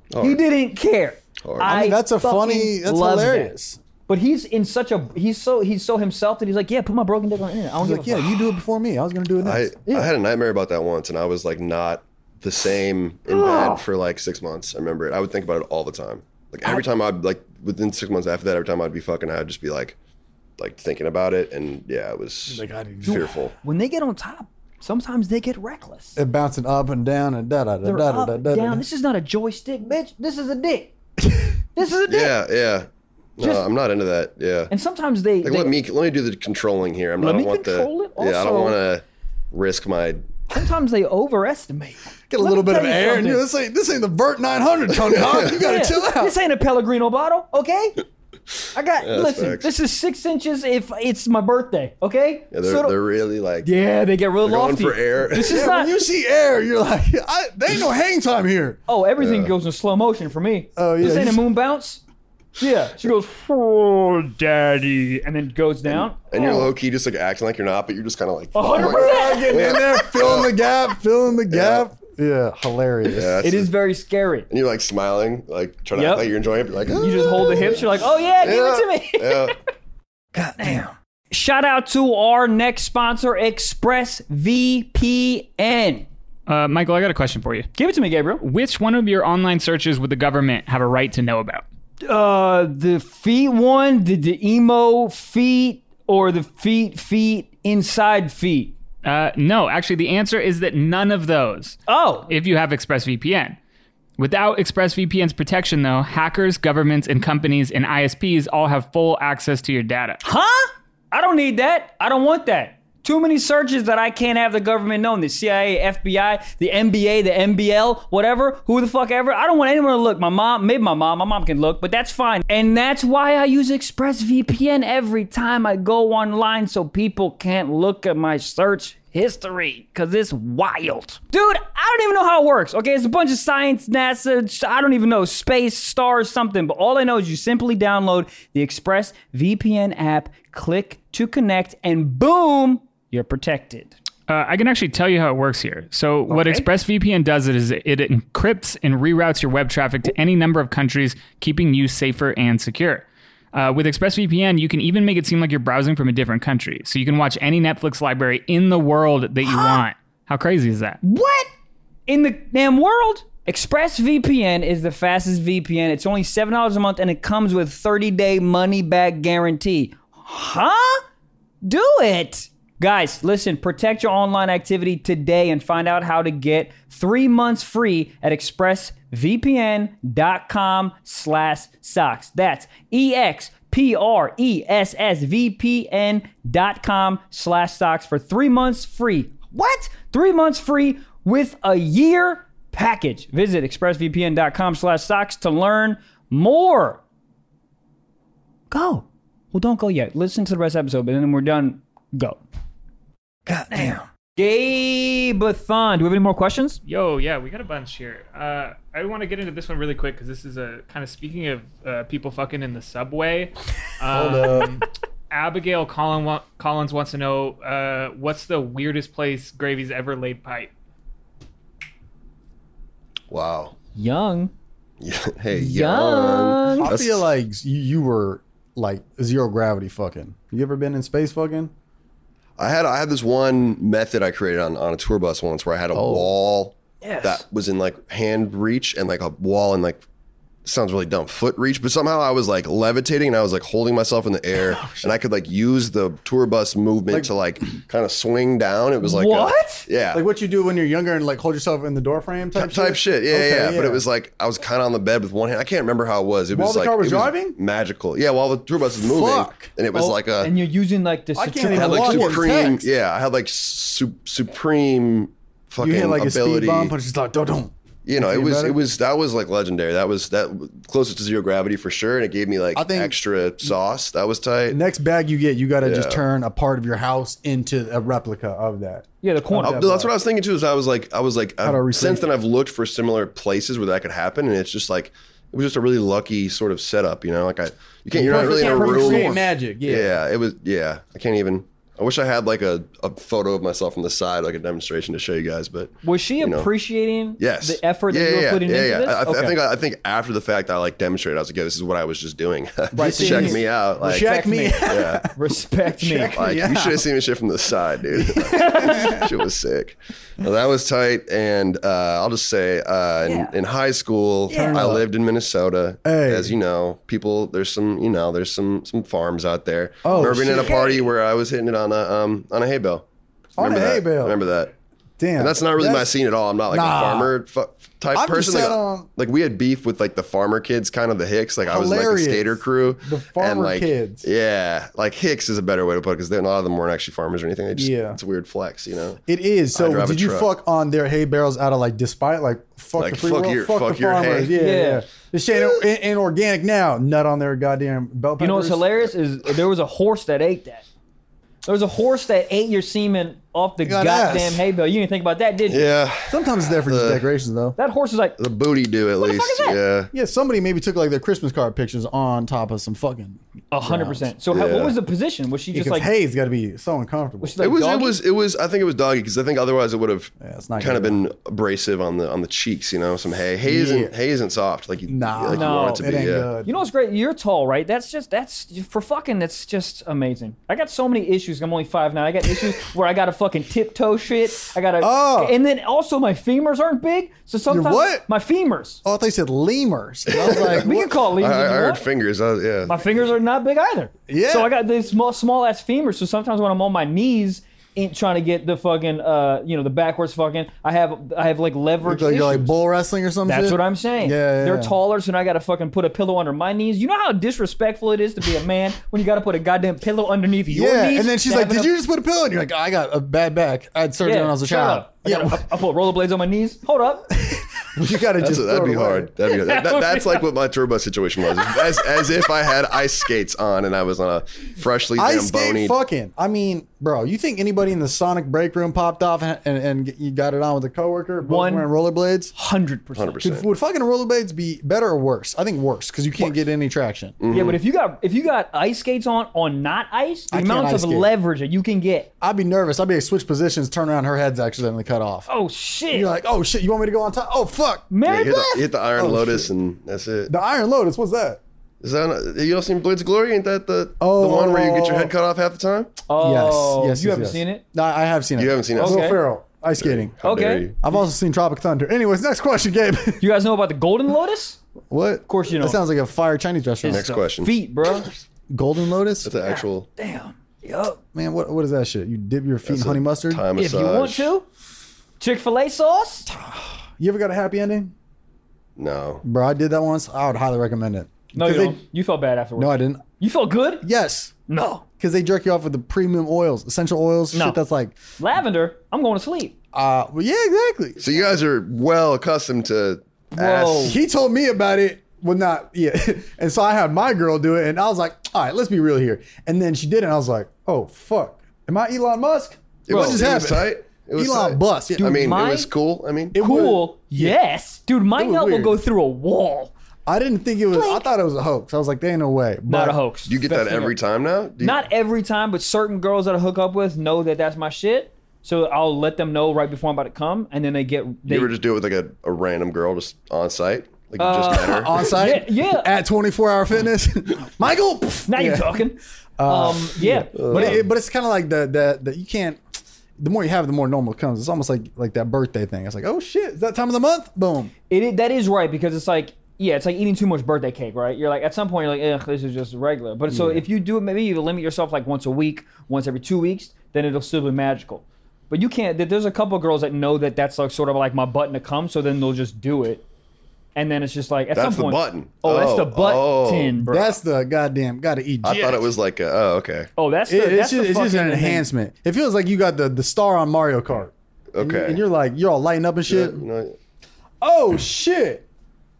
Speaker 2: He
Speaker 1: Hard.
Speaker 2: didn't care.
Speaker 1: Hard. I
Speaker 3: mean, that's a
Speaker 2: fucking
Speaker 3: funny- that's
Speaker 2: love that.
Speaker 3: hilarious.
Speaker 2: But he's in such a he's so he's so himself that he's like, yeah, put my broken dick on the internet. I don't
Speaker 3: I
Speaker 2: give
Speaker 3: was like,
Speaker 2: a fuck."
Speaker 3: yeah, you do it before me. I was gonna do it
Speaker 1: I,
Speaker 3: next.
Speaker 1: I had a nightmare about that once, and I was like not the same in
Speaker 2: Oh.
Speaker 1: bed for like six months. I remember it. I would think about it all the time. Like every time I'd like within six months after that, every time I'd be fucking, I'd just be like, like thinking about it, and yeah, it was
Speaker 3: Like, I didn't-
Speaker 1: fearful.
Speaker 2: When they get on top, sometimes they get reckless.
Speaker 3: it bouncing up and down and da da da
Speaker 2: They're
Speaker 3: da
Speaker 2: up,
Speaker 3: da da.
Speaker 2: down. This is not a joystick, bitch. This is a dick. this is a dick.
Speaker 1: Yeah, yeah. No,
Speaker 2: Just-
Speaker 1: I'm not into that. Yeah.
Speaker 2: And sometimes they,
Speaker 1: Like,
Speaker 2: they-
Speaker 1: let me let me do the controlling here. I'm,
Speaker 2: Let
Speaker 1: I don't
Speaker 2: me
Speaker 1: want the.
Speaker 2: control it.
Speaker 1: yeah, I don't
Speaker 2: Also-
Speaker 1: want to risk my.
Speaker 2: sometimes they overestimate.
Speaker 3: Get a
Speaker 2: Let
Speaker 3: little
Speaker 2: me
Speaker 3: bit of
Speaker 2: tell you
Speaker 3: air, and
Speaker 2: something.
Speaker 3: you this ain't this ain't the Vert 900, Tony Hawk. You gotta
Speaker 2: Yeah,
Speaker 3: chill out.
Speaker 2: This ain't a Pellegrino bottle, okay? I got
Speaker 1: Yeah, that's
Speaker 2: listen.
Speaker 1: facts.
Speaker 2: This is six inches if it's my birthday, okay?
Speaker 1: Yeah, they're,
Speaker 2: So don't-
Speaker 1: they're really like
Speaker 2: yeah, they get real
Speaker 1: they're going
Speaker 2: lofty.
Speaker 1: for air.
Speaker 2: This is
Speaker 3: Yeah,
Speaker 2: not.
Speaker 3: when you see air, you're like, I, there ain't no hang time here.
Speaker 2: oh, everything goes in slow motion for me.
Speaker 3: Oh, yeah,
Speaker 2: This ain't a
Speaker 3: you-
Speaker 2: moon bounce. Yeah, she goes, oh, daddy, and then goes down.
Speaker 1: and you're low key just like acting like you're not, but you're just kind of like.
Speaker 2: hundred
Speaker 1: oh my God.
Speaker 2: percent.
Speaker 3: Getting in there, filling the gap, filling the gap. Yeah, hilarious.
Speaker 1: Yeah,
Speaker 2: It is very scary.
Speaker 1: And you're like smiling, like trying to
Speaker 2: Yep.
Speaker 1: act like you're enjoying it. But like "Ah."
Speaker 2: You just hold the hips. You're like, oh yeah, give it to me.
Speaker 1: Yeah.
Speaker 2: Shout out to our next sponsor, ExpressVPN.
Speaker 5: uh, Michael, I got a question for you.
Speaker 2: Give it to me, Gabriel.
Speaker 5: Which one of your online searches would the government have a right to know about?
Speaker 2: Uh, the feet one, the, the emo feet, or the feet feet inside feet.
Speaker 5: Uh, no, actually, the answer is that none of those.
Speaker 2: Oh,
Speaker 5: if you have ExpressVPN. Without ExpressVPN's protection, though, hackers, governments, and companies and ISPs all have full access to your data.
Speaker 2: huh? I don't need that. I don't want that. Too many searches that I can't have the government known. The CIA, FBI, the NBA, the MBL, whatever, who the fuck ever. I don't want anyone to look. My mom, maybe my mom, my mom can look, but that's fine. And that's why I use ExpressVPN every time I go online so people can't look at my search history because it's wild. Dude, I don't even know how it works. Okay, it's a bunch of science, NASA, sh- I don't even know, space, stars, something. But all I know is you simply download the ExpressVPN app, click to connect, and boom, you're protected.
Speaker 5: Uh, I can actually tell you how it works here. So, what ExpressVPN does is it encrypts and reroutes your web traffic to any number of countries, keeping you safer and secure. Uh, with ExpressVPN, you can even make it seem like you're browsing from a different country. So, you can watch any Netflix library in the world that you want. How crazy is that?
Speaker 2: What? In the damn world? ExpressVPN is the fastest VPN. It's only $7 a month and it comes with 30 day money back guarantee. Huh? Do it. Guys, listen, protect your online activity today and find out how to get three months free at expressvpn.com slash socks. That's E E-X E P-R-E-S-S-V-P-N dot com slash socks for three months free. What? Three months free with a year package. Visit expressvpn.com slash socks to learn more. Go. Well, don't go yet. Listen to the rest of the episode, but then we're done. Go. God damn. Gabeathon. Do we have any more questions?
Speaker 5: Yo, yeah, we got a bunch here. Uh, I want to get into this one really quick because this is a kind of speaking of uh, people fucking in the subway. Um, Abigail Collin wa- Collins wants to know uh, what's the weirdest place Gravy's ever laid pipe.
Speaker 1: Wow.
Speaker 2: Young.
Speaker 1: hey, young.
Speaker 2: Young.
Speaker 3: I
Speaker 1: That's-
Speaker 3: feel like you, you were like zero gravity fucking. You ever been in space fucking?
Speaker 1: I had I had this one method I created on, on a tour bus once where I had a wall
Speaker 2: Yes.
Speaker 1: that was in like hand reach and like a wall in like sounds really dumb foot reach, but somehow I was like levitating and I was like holding myself in the air and I could like use the tour bus movement to Oh, like kind of swing down. It was like a-
Speaker 2: What?
Speaker 1: yeah.
Speaker 3: Like what you do when you're younger and like hold yourself in the door frame type,
Speaker 1: type shit. Yeah,
Speaker 3: Okay,
Speaker 1: yeah, yeah. But it was like I was kind of on the bed with one hand. I can't remember how it was. It
Speaker 3: While
Speaker 1: was
Speaker 3: the
Speaker 1: like
Speaker 3: car was
Speaker 1: it
Speaker 3: driving?
Speaker 1: magical. Yeah, while the tour bus is moving,
Speaker 3: Fuck.
Speaker 1: and it was like a
Speaker 2: And you're using like the
Speaker 3: I can't
Speaker 2: centrifugal
Speaker 1: I had like
Speaker 3: even Walking
Speaker 1: supreme.
Speaker 3: text.
Speaker 1: Yeah, I had like su- supreme fucking
Speaker 3: You hit like a speed
Speaker 1: ability.
Speaker 3: bump and it's just like don't don't.
Speaker 1: you know, it
Speaker 3: you
Speaker 1: was
Speaker 3: better?
Speaker 1: it was that was like legendary. That was that w- closest to zero gravity for sure, and it gave me like
Speaker 3: I think-
Speaker 1: extra sauce. That was tight.
Speaker 3: Next bag you get, you gotta just
Speaker 1: Yeah.
Speaker 3: turn a part of your house into a replica of that.
Speaker 2: Yeah, the corner.
Speaker 1: I- Uh, that's what I was thinking too. Is I was like, I was like,
Speaker 3: do I
Speaker 1: I've,
Speaker 3: recreate
Speaker 1: since then I've looked for similar places where that could happen, and it's just like it was just a really lucky sort of setup. You know, like I, you can't, you're not really in a room.
Speaker 3: magic,
Speaker 1: Yeah, it was. Yeah, I can't even. I wish I had like a, a photo of myself from the side, like a demonstration to show you guys. But
Speaker 2: Was she
Speaker 1: know.
Speaker 2: appreciating
Speaker 1: Yes.
Speaker 2: the effort that you were putting into this?
Speaker 1: I, I
Speaker 2: Okay.
Speaker 1: think I think after the fact, I like demonstrated. I was like, yeah, this is what I was just doing.
Speaker 2: Right, so
Speaker 1: Check
Speaker 2: you-
Speaker 1: me out. Like,
Speaker 3: Check
Speaker 2: me.
Speaker 3: me.
Speaker 1: yeah.
Speaker 2: Respect me.
Speaker 1: Like you should have seen the shit from the side, dude. Like, shit was sick. No, that was tight. And uh, I'll just say, uh, in, in high school, I lived in Minnesota.
Speaker 3: Hey.
Speaker 1: As you know, people, there's some, you know, there's some some farms out there.
Speaker 3: Oh,
Speaker 1: remember being at a
Speaker 3: shit.
Speaker 1: party where I was hitting it on a um on a hay bale.
Speaker 3: On a
Speaker 1: remember
Speaker 3: hay
Speaker 1: that?
Speaker 3: bale.
Speaker 1: Remember that?
Speaker 3: Damn.
Speaker 1: And that's not really my
Speaker 3: That's-
Speaker 1: scene at all. I'm not like
Speaker 3: Nah.
Speaker 1: a farmer fu- type
Speaker 3: I'm just um,
Speaker 1: person. Like,
Speaker 3: set on-
Speaker 1: like, we had beef with like the farmer kids, kind of the Hicks. Like I was in, like the
Speaker 3: Hilarious.
Speaker 1: skater crew.
Speaker 3: The farmer
Speaker 1: and, like,
Speaker 3: kids.
Speaker 1: Yeah, like Hicks is a better way to put it because a lot of them weren't actually farmers or anything. They just,
Speaker 3: Yeah.
Speaker 1: it's a weird flex, you know.
Speaker 3: It is.
Speaker 1: I
Speaker 3: So
Speaker 1: drive a
Speaker 3: did you
Speaker 1: truck.
Speaker 3: fuck on their hay barrels out of like despite like fuck
Speaker 1: Like,
Speaker 3: the free
Speaker 1: fuck
Speaker 3: world,
Speaker 1: your-
Speaker 3: fuck,
Speaker 1: fuck
Speaker 3: the
Speaker 1: your hay.
Speaker 3: farmers? Yeah,
Speaker 2: Yeah.
Speaker 3: yeah. This shit ain't, ain't- ain't organic now. Nut on their goddamn belt.
Speaker 2: You know what's hilarious is there was a horse that ate that. There was a horse that ate your semen off the
Speaker 3: Got
Speaker 2: goddamn
Speaker 3: ass.
Speaker 2: hay bale. You didn't think about that, did you?
Speaker 1: Yeah,
Speaker 3: Sometimes it's there for just
Speaker 1: The-
Speaker 3: decorations though.
Speaker 2: That horse is like,
Speaker 1: the booty do at least.
Speaker 2: is
Speaker 1: yeah,
Speaker 3: Yeah, somebody maybe took like their Christmas card pictures on top of some fucking.
Speaker 2: hundred percent. So, how,
Speaker 1: Yeah.
Speaker 2: what was the position? Was she just
Speaker 3: Because
Speaker 2: Oh, like,
Speaker 3: hay's got to be so uncomfortable.
Speaker 2: was she like
Speaker 1: it was.
Speaker 2: doggy?
Speaker 1: It was. It was. I think it was doggy because I think otherwise it would have
Speaker 3: it's not
Speaker 1: kind of
Speaker 3: good.
Speaker 1: been abrasive on the on the cheeks. You know, some hay. Hay isn't. Hay isn't soft. Like you,
Speaker 3: Nah,
Speaker 1: like you
Speaker 2: No,
Speaker 1: want it to
Speaker 3: it
Speaker 1: be.
Speaker 3: ain't
Speaker 1: yeah.
Speaker 3: good.
Speaker 2: You know what's great? You're tall, right? That's just that's for fucking. That's just amazing. I got so many issues. I'm only five now. I got issues where I got to fucking tiptoe shit. I got to,
Speaker 3: Oh.
Speaker 2: and then also my femurs aren't big. So sometimes
Speaker 3: what?
Speaker 2: my femurs.
Speaker 3: oh, they said lemurs. And I was like,
Speaker 2: We can
Speaker 3: what?
Speaker 2: call it.
Speaker 1: I,
Speaker 2: leaving
Speaker 1: I
Speaker 2: if you
Speaker 1: heard
Speaker 2: want.
Speaker 1: fingers. I, yeah.
Speaker 2: my fingers are not big either.
Speaker 3: Yeah.
Speaker 2: So I got these small, small ass femurs. So sometimes when I'm on my knees in, trying to get the fucking, uh, you know, the backwards fucking, I have, I have like leverage.
Speaker 3: Look like you're like
Speaker 2: issues.
Speaker 3: bull wrestling or something.
Speaker 2: That's what I'm saying.
Speaker 3: Yeah, yeah,
Speaker 2: They're
Speaker 3: yeah.
Speaker 2: taller, so now I gotta fucking put a pillow under my knees. You know how disrespectful it is to be a man when you gotta put a goddamn pillow underneath your
Speaker 3: Yeah,
Speaker 2: knees?
Speaker 3: and then she's
Speaker 2: to
Speaker 3: like,
Speaker 2: have
Speaker 3: "Did
Speaker 2: enough-
Speaker 3: you just put a pillow?" And you're like, "I got a bad back. I had surgery
Speaker 2: Yeah,
Speaker 3: when I was a
Speaker 2: shut
Speaker 3: child."
Speaker 2: up. I,
Speaker 3: Yeah,
Speaker 2: gotta- I- I put rollerblades on my knees. Hold up.
Speaker 3: you gotta just.
Speaker 1: That's, that'd
Speaker 3: throw it
Speaker 1: be
Speaker 3: away.
Speaker 1: hard. That'd be, that, that- that's like what my tour bus situation was. As, as if I had ice skates on and I was on a freshly
Speaker 3: Ice skate
Speaker 1: zamboni.
Speaker 3: fucking. I mean, Bro, you think anybody in the Sonic break room popped off and, and, and you got it on with a coworker? both
Speaker 2: One-
Speaker 3: wearing rollerblades.
Speaker 2: Hundred percent.
Speaker 1: hundred
Speaker 3: Could,
Speaker 1: percent.
Speaker 3: would fucking rollerblades be better or worse? I think worse because you can't get any traction.
Speaker 1: Mm.
Speaker 2: Yeah, but if you got if you got ice skates on on not ice, the
Speaker 3: can't
Speaker 2: amount of
Speaker 3: ice skate.
Speaker 2: leverage that you can get.
Speaker 3: I'd be nervous. I'd be like, switch positions, turn around, her head's accidentally cut off.
Speaker 2: Oh shit!
Speaker 3: You're like, oh shit, you want me to go on top? Oh fuck,
Speaker 2: Mary
Speaker 1: You hit, the,
Speaker 2: Beth?
Speaker 1: you hit the
Speaker 3: Oh,
Speaker 1: Iron Lotus and that's it.
Speaker 3: the Iron Lotus. What's that?
Speaker 1: Is that not- you don't seen Blades of Glory? Ain't that the
Speaker 3: Oh.
Speaker 1: the one where you get your head cut off half the time?
Speaker 2: oh,
Speaker 3: yes, yes.
Speaker 2: you
Speaker 3: yes,
Speaker 2: haven't
Speaker 3: yes.
Speaker 2: seen it.
Speaker 3: No, I have seen it.
Speaker 1: You haven't seen it?
Speaker 3: Will
Speaker 2: Okay.
Speaker 3: Ferrell ice skating.
Speaker 1: How
Speaker 2: Okay.
Speaker 1: dare you.
Speaker 3: I've also seen Tropic Thunder. Anyways, next question, Gabe.
Speaker 2: You guys know about the Golden Lotus?
Speaker 3: what? Of
Speaker 2: course you
Speaker 3: That
Speaker 2: don't.
Speaker 3: sounds like a fire Chinese restaurant.
Speaker 1: Next question.
Speaker 2: Feet, bro.
Speaker 3: Golden Lotus.
Speaker 1: That's the actual
Speaker 2: Damn. Yo,
Speaker 3: Man, what what is that shit? You dip your feet in
Speaker 1: that's
Speaker 3: honey
Speaker 1: a
Speaker 3: mustard.
Speaker 1: Thai massage.
Speaker 2: if you want to, Chick Fil A sauce.
Speaker 3: You ever got a happy ending?
Speaker 1: No.
Speaker 3: Bro, I did that once. I would highly recommend it.
Speaker 2: No, you
Speaker 3: 'Cause they-
Speaker 2: don't. You felt bad afterwards.
Speaker 3: No, I didn't.
Speaker 2: you felt good?
Speaker 3: Yes,
Speaker 2: No.
Speaker 3: because they jerk you off with the premium oils, essential oils,
Speaker 2: No.
Speaker 3: shit that's like,
Speaker 2: Lavender. I'm going to sleep.
Speaker 3: uh, well, yeah, exactly.
Speaker 1: So you guys are well accustomed to ass.
Speaker 3: He told me about it. Well, not yeah. and so I had my girl do it, and I was like, all right, let's be real here. And then she did it, and I was like, oh fuck, am I Elon Musk?
Speaker 1: It
Speaker 3: What
Speaker 1: was,
Speaker 3: just
Speaker 1: it was
Speaker 3: happened?
Speaker 1: tight. It was
Speaker 3: Elon
Speaker 1: tight.
Speaker 3: Musk, yeah.
Speaker 1: I mean,
Speaker 2: my-
Speaker 1: it was cool. I mean,
Speaker 2: Cool. yes. Dude, my
Speaker 3: was
Speaker 2: nut will
Speaker 3: weird.
Speaker 2: go through a wall.
Speaker 3: I didn't think it was. I thought it was a hoax. I was like, there ain't no way. But
Speaker 2: Not a hoax.
Speaker 1: do you get that every time now? Do you-
Speaker 2: Not every time, but certain girls that I hook up with know that that's my shit. So I'll let them know right before I'm about to come, and then they get. They,
Speaker 1: You ever just do it with like a, a random girl just on site? Like you
Speaker 2: Uh,
Speaker 1: just met her?
Speaker 3: on site,
Speaker 2: Yeah, yeah.
Speaker 3: at twenty four hour fitness, Michael. pff,
Speaker 2: now
Speaker 3: yeah. Uh,
Speaker 2: you're talking. um, yeah.
Speaker 3: But it, but it's kind of like the the that you can't. The more you have, the more normal it comes. It's almost like like that birthday thing. It's like, oh shit, is that time of the month? Boom.
Speaker 2: It, i- that is right because it's like yeah, it's like eating too much birthday cake, right? You're like at some point you're like, ugh, this is just regular. But so if you do it, maybe you limit yourself like once a week, once every two weeks, then it'll still be magical. But you can't. there- There's a couple girls that know that that's like sort of like my button to come, so then they'll just do it, and then it's just like at
Speaker 1: That's
Speaker 2: some
Speaker 1: the
Speaker 2: point.
Speaker 1: button.
Speaker 2: Oh, that's the
Speaker 1: oh.
Speaker 2: button, bro.
Speaker 3: That's the goddamn gotta eat.
Speaker 1: I thought it was like, a, oh, okay.
Speaker 2: oh, that's the,
Speaker 3: It- it's
Speaker 2: that's the
Speaker 3: just, it's just
Speaker 2: fucking
Speaker 3: an
Speaker 2: thing.
Speaker 3: enhancement. It feels like you got the, the star on Mario Kart. Oh, And you-
Speaker 1: Okay.
Speaker 3: And you're like, you're all lighting up and shit.
Speaker 1: You know,
Speaker 3: Oh, shit.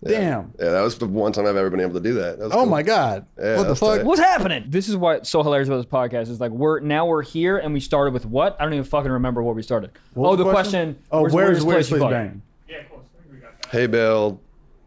Speaker 3: Damn.
Speaker 1: yeah, that was the one time I've ever been able to do that. That was
Speaker 3: Oh,
Speaker 1: cool.
Speaker 3: my God.
Speaker 1: Yeah,
Speaker 3: what the
Speaker 1: that's
Speaker 3: fuck?
Speaker 1: tight.
Speaker 2: What's happening? This is what's so hilarious about this podcast is like we're now we're here and we started with what? I don't even fucking remember what we started. oh,
Speaker 3: was
Speaker 2: the
Speaker 3: the
Speaker 2: question.
Speaker 3: question? Oh,
Speaker 2: where's
Speaker 3: where's,
Speaker 2: weirdest
Speaker 3: where's,
Speaker 2: place
Speaker 3: where's
Speaker 2: you
Speaker 3: Bang?
Speaker 1: Hay bale,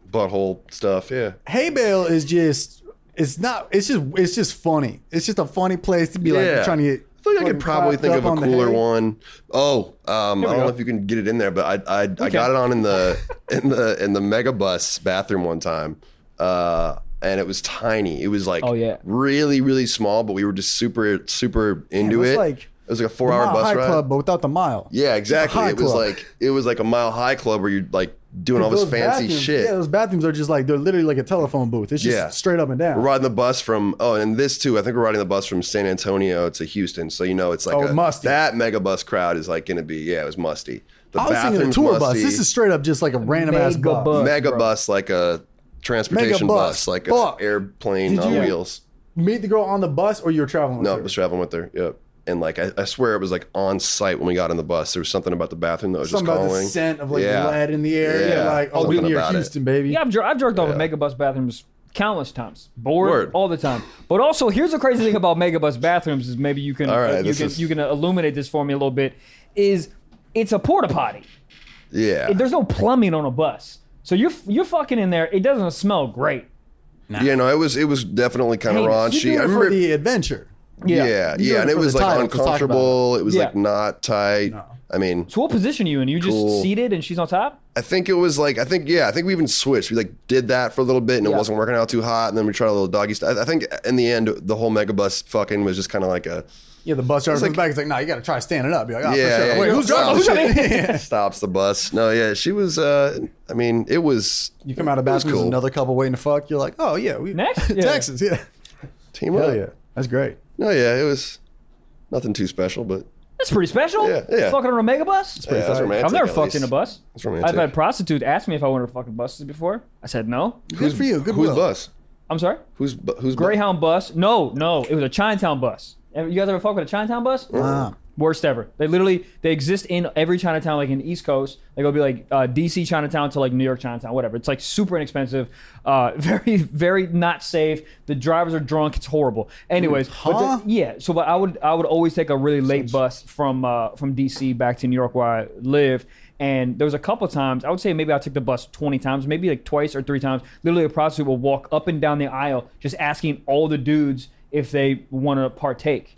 Speaker 1: butthole stuff. Yeah.
Speaker 3: Hay Bale is just, it's not, it's just, it's just funny. It's just a funny place to be
Speaker 1: yeah.
Speaker 3: like trying to get.
Speaker 1: I feel like I
Speaker 3: fucking
Speaker 1: could probably
Speaker 3: clapped
Speaker 1: think of
Speaker 3: up
Speaker 1: a
Speaker 3: on the
Speaker 1: cooler
Speaker 3: hay.
Speaker 1: one. Oh, um, I don't
Speaker 2: go.
Speaker 1: know if you can get it in there, but I I, I got it on in the in the in the megabus bathroom one time, uh, and it was tiny. It was like
Speaker 2: Oh, yeah.
Speaker 1: really really small, but we were just super super into
Speaker 3: it's
Speaker 1: it.
Speaker 3: like
Speaker 1: it was like a four
Speaker 3: The
Speaker 1: hour
Speaker 3: Mile
Speaker 1: bus
Speaker 3: High
Speaker 1: ride.
Speaker 3: Club, but without the mile.
Speaker 1: Yeah, exactly.
Speaker 3: high
Speaker 1: It was
Speaker 3: club.
Speaker 1: like it was like a mile high club where you're like doing all this
Speaker 3: Those
Speaker 1: fancy
Speaker 3: bathrooms-
Speaker 1: shit.
Speaker 3: Yeah, those bathrooms are just like, they're literally like a telephone booth. It's just
Speaker 1: Yeah.
Speaker 3: straight up and down.
Speaker 1: We're riding the bus from oh, and this too. I think we're riding the bus from San Antonio to Houston, so you know it's like
Speaker 3: Oh,
Speaker 1: a,
Speaker 3: musty.
Speaker 1: that megabus crowd is like going to be yeah, it was musty. The
Speaker 3: I was thinking a
Speaker 1: bathroom's
Speaker 3: tour bus.
Speaker 1: musty.
Speaker 3: This is straight up just like a random ass
Speaker 2: Mega
Speaker 3: bus.
Speaker 2: bus.
Speaker 1: mega
Speaker 2: bro.
Speaker 1: bus like a transportation
Speaker 3: Megabus.
Speaker 1: bus, like an
Speaker 3: Fuck.
Speaker 1: airplane
Speaker 3: Did
Speaker 1: on
Speaker 3: you-
Speaker 1: wheels.
Speaker 3: Meet the girl on the bus, or you were traveling with
Speaker 1: No, I
Speaker 3: her.
Speaker 1: was traveling with her. Yep. And like I, I swear it was like on site when we got on the bus. There was something about the bathroom that was
Speaker 3: Something
Speaker 1: just
Speaker 3: about
Speaker 1: calling.
Speaker 3: the scent of like
Speaker 1: Yeah.
Speaker 3: lead in the air.
Speaker 1: Yeah.
Speaker 3: You're like, oh,
Speaker 1: Something
Speaker 3: we near
Speaker 1: about it.
Speaker 3: Houston, baby.
Speaker 2: Yeah, I've, jer- I've jerked off at megabus bathrooms countless times. Bored
Speaker 1: Word.
Speaker 2: all the time. But also, here's the crazy thing about megabus bathrooms is maybe you can
Speaker 1: All right,
Speaker 2: you
Speaker 1: this
Speaker 2: can
Speaker 1: is-
Speaker 2: you can illuminate this for me a little bit. Is it's a porta potty.
Speaker 1: yeah.
Speaker 2: There's no plumbing on a bus, so you're you're fucking in there. It doesn't smell great.
Speaker 1: Yeah, no, it was it was definitely kind of
Speaker 2: Hey,
Speaker 3: You
Speaker 1: raunchy.
Speaker 3: do
Speaker 1: I
Speaker 3: it
Speaker 1: remember
Speaker 3: for the adventure.
Speaker 1: Yeah,
Speaker 3: You're
Speaker 1: yeah,
Speaker 3: doing it
Speaker 1: and it
Speaker 3: for
Speaker 1: was
Speaker 3: the
Speaker 1: like
Speaker 3: title, 'cause talk about
Speaker 1: uncomfortable. It was like
Speaker 2: Yeah.
Speaker 1: not tight. I mean,
Speaker 2: So what position are you in? You just
Speaker 1: Cool.
Speaker 2: seated and she's on top.
Speaker 1: I think it was like I think yeah, I think we even switched. We like did that for a little bit, and
Speaker 2: Yeah.
Speaker 1: it wasn't working out too hot. And then we tried a little doggy. St- I I think in the end, the whole megabus fucking was just kind of like a
Speaker 3: Yeah, the bus driver comes
Speaker 1: like-
Speaker 3: back. He's like, nah, you got to try standing up. You're like, oh,
Speaker 1: Yeah,
Speaker 3: for sure.
Speaker 1: yeah,
Speaker 3: Wait,
Speaker 1: yeah.
Speaker 3: who's
Speaker 1: Oh,
Speaker 3: driving? Who's
Speaker 2: shit.
Speaker 3: driving?
Speaker 1: stops the bus. No, yeah, she was. uh I mean, it was
Speaker 3: you come out of
Speaker 1: It was
Speaker 3: bathroom, there's
Speaker 1: cool.
Speaker 3: another couple waiting to fuck. You're like, oh, yeah. We,
Speaker 2: Next? Yeah.
Speaker 3: Texas, yeah.
Speaker 1: team
Speaker 3: Hell
Speaker 1: up.
Speaker 3: yeah. That's great.
Speaker 1: No, yeah, it was nothing too special, but
Speaker 2: That's pretty special.
Speaker 1: Yeah, yeah.
Speaker 2: Fucking on a megabus.
Speaker 1: yeah, it was romantic.
Speaker 2: I've never
Speaker 1: at
Speaker 2: fucked
Speaker 1: least.
Speaker 2: in a bus.
Speaker 1: It's romantic.
Speaker 2: I've had prostitutes ask me if I wanted to fucking buses before. I said no.
Speaker 3: Good for you. Good
Speaker 1: whose
Speaker 3: will.
Speaker 1: bus?
Speaker 2: I'm sorry.
Speaker 1: Who's who's
Speaker 2: Greyhound bus. No, no, it was a Chinatown bus. And You guys ever fuck with a Chinatown bus?
Speaker 3: Ah.
Speaker 2: Worst ever. They literally they exist in every Chinatown, like in the East Coast. Like it'll be like uh, DC Chinatown to like New York Chinatown, whatever. It's like super inexpensive, uh, very very not safe. The drivers are drunk. It's horrible. Anyways, but the-
Speaker 3: Huh?
Speaker 2: yeah. So, but I would I would always take a really late bus from uh, from DC back to New York where I live. And there was a couple times I would say maybe I took the bus twenty times, maybe like twice or three times. Literally, a prostitute will walk up and down the aisle just asking all the dudes if they want to partake.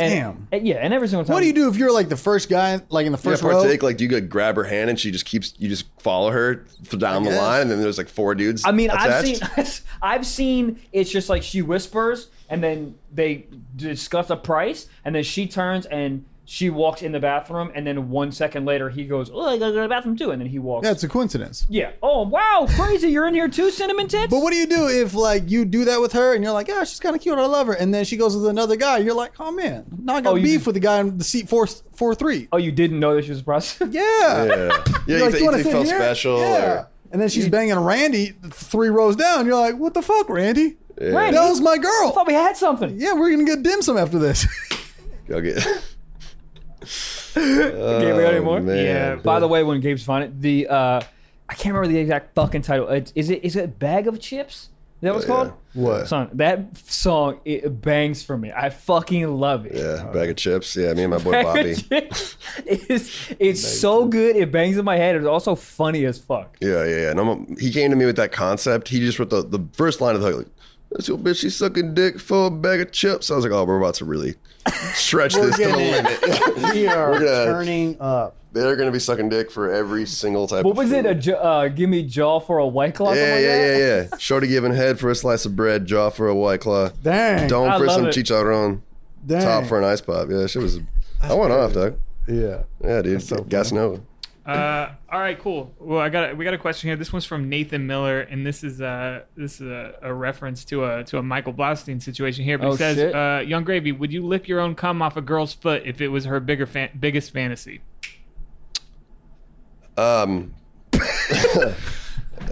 Speaker 2: And,
Speaker 3: Damn.
Speaker 2: and- yeah, and every single time.
Speaker 3: What do you do if you're like the first guy, like in the
Speaker 1: Yeah,
Speaker 3: first row?
Speaker 1: partake. Like, do you like, grab her hand and she just keeps, you just follow her th- down the
Speaker 3: guess.
Speaker 1: line, and then there's like four dudes.
Speaker 2: I mean,
Speaker 1: attached?
Speaker 2: I've seen, I've seen. It's just like she whispers, and then they discuss a price, and then she turns and she walks in the bathroom, and then one second later he goes, "Oh, I gotta go to the bathroom too," and then he walks.
Speaker 3: Yeah, it's a coincidence.
Speaker 2: yeah. Oh wow, crazy! You're in here too, cinnamon tits.
Speaker 3: But what do you do if like you do that with her and you're like, yeah, she's kind of cute, I love her, and then she goes with another guy, you're like, oh man, now I got
Speaker 2: Oh, you-
Speaker 3: beef with the guy in the seat four four three.
Speaker 2: oh, you didn't know that she was a prostitute.
Speaker 3: Yeah.
Speaker 1: Yeah, yeah.
Speaker 3: You're
Speaker 1: you,
Speaker 3: like,
Speaker 1: th-
Speaker 3: you
Speaker 1: you,
Speaker 3: want to
Speaker 1: think
Speaker 3: sit
Speaker 1: felt
Speaker 3: here?
Speaker 1: special?
Speaker 3: Yeah.
Speaker 1: Or,
Speaker 3: And then she's banging Randy three rows down. You're like, what the fuck, Randy?
Speaker 2: Randy,
Speaker 3: That was my
Speaker 2: I thought
Speaker 3: girl.
Speaker 2: we had something.
Speaker 3: Yeah, we're gonna get dim sum after this.
Speaker 1: Go get.
Speaker 2: Gabe, we got any
Speaker 3: Oh,
Speaker 2: more?
Speaker 1: man.
Speaker 2: Yeah.
Speaker 5: Uh,
Speaker 2: By the way, when Gabe's find it, the uh, I can't remember the exact fucking title. It's, is it is it bag of chips? Is that what it's
Speaker 1: Oh, Yeah.
Speaker 2: called?
Speaker 3: What?
Speaker 2: Son, that song it bangs for me. I fucking love it.
Speaker 1: yeah, bag of chips. Yeah, me and my boy Bobby.
Speaker 2: it's it's so good. It bangs in my head. It's also funny as fuck.
Speaker 1: Yeah, yeah, yeah. And I'm, he came to me with that concept. He just wrote the, the first line of the hook, like, this little bitch, she's sucking dick for a bag of chips. I was like, oh, we're about to really stretch this to the limit.
Speaker 3: we are
Speaker 1: We're gonna-
Speaker 3: turning up.
Speaker 1: They're going to be sucking dick for every single type
Speaker 2: What
Speaker 1: of
Speaker 2: was it? A
Speaker 1: food.
Speaker 2: jo- uh, give me jaw for a white claw? something
Speaker 1: yeah,
Speaker 2: like
Speaker 1: yeah,
Speaker 2: that?
Speaker 1: yeah, yeah. Shorty giving head for a slice of bread, jaw for a white claw,
Speaker 3: Dang.
Speaker 1: dome
Speaker 2: I
Speaker 1: for
Speaker 2: love
Speaker 1: some
Speaker 2: it.
Speaker 1: chicharron,
Speaker 3: dang.
Speaker 1: top for an ice pop. Yeah, shit was. I went off, dog.
Speaker 3: Yeah.
Speaker 1: Yeah, dude. Gas Nova.
Speaker 5: Uh, all right, cool. Well, I got a, we got a question here. This one's from Nathan Miller, and this is uh this is a, a reference to a to a Michael Blaustein situation here. But
Speaker 2: Oh,
Speaker 5: he says,
Speaker 2: shit.
Speaker 5: uh, "Young Gravy, would you lick your own cum off a girl's foot if it was her bigger fan- biggest fantasy?"
Speaker 1: Um,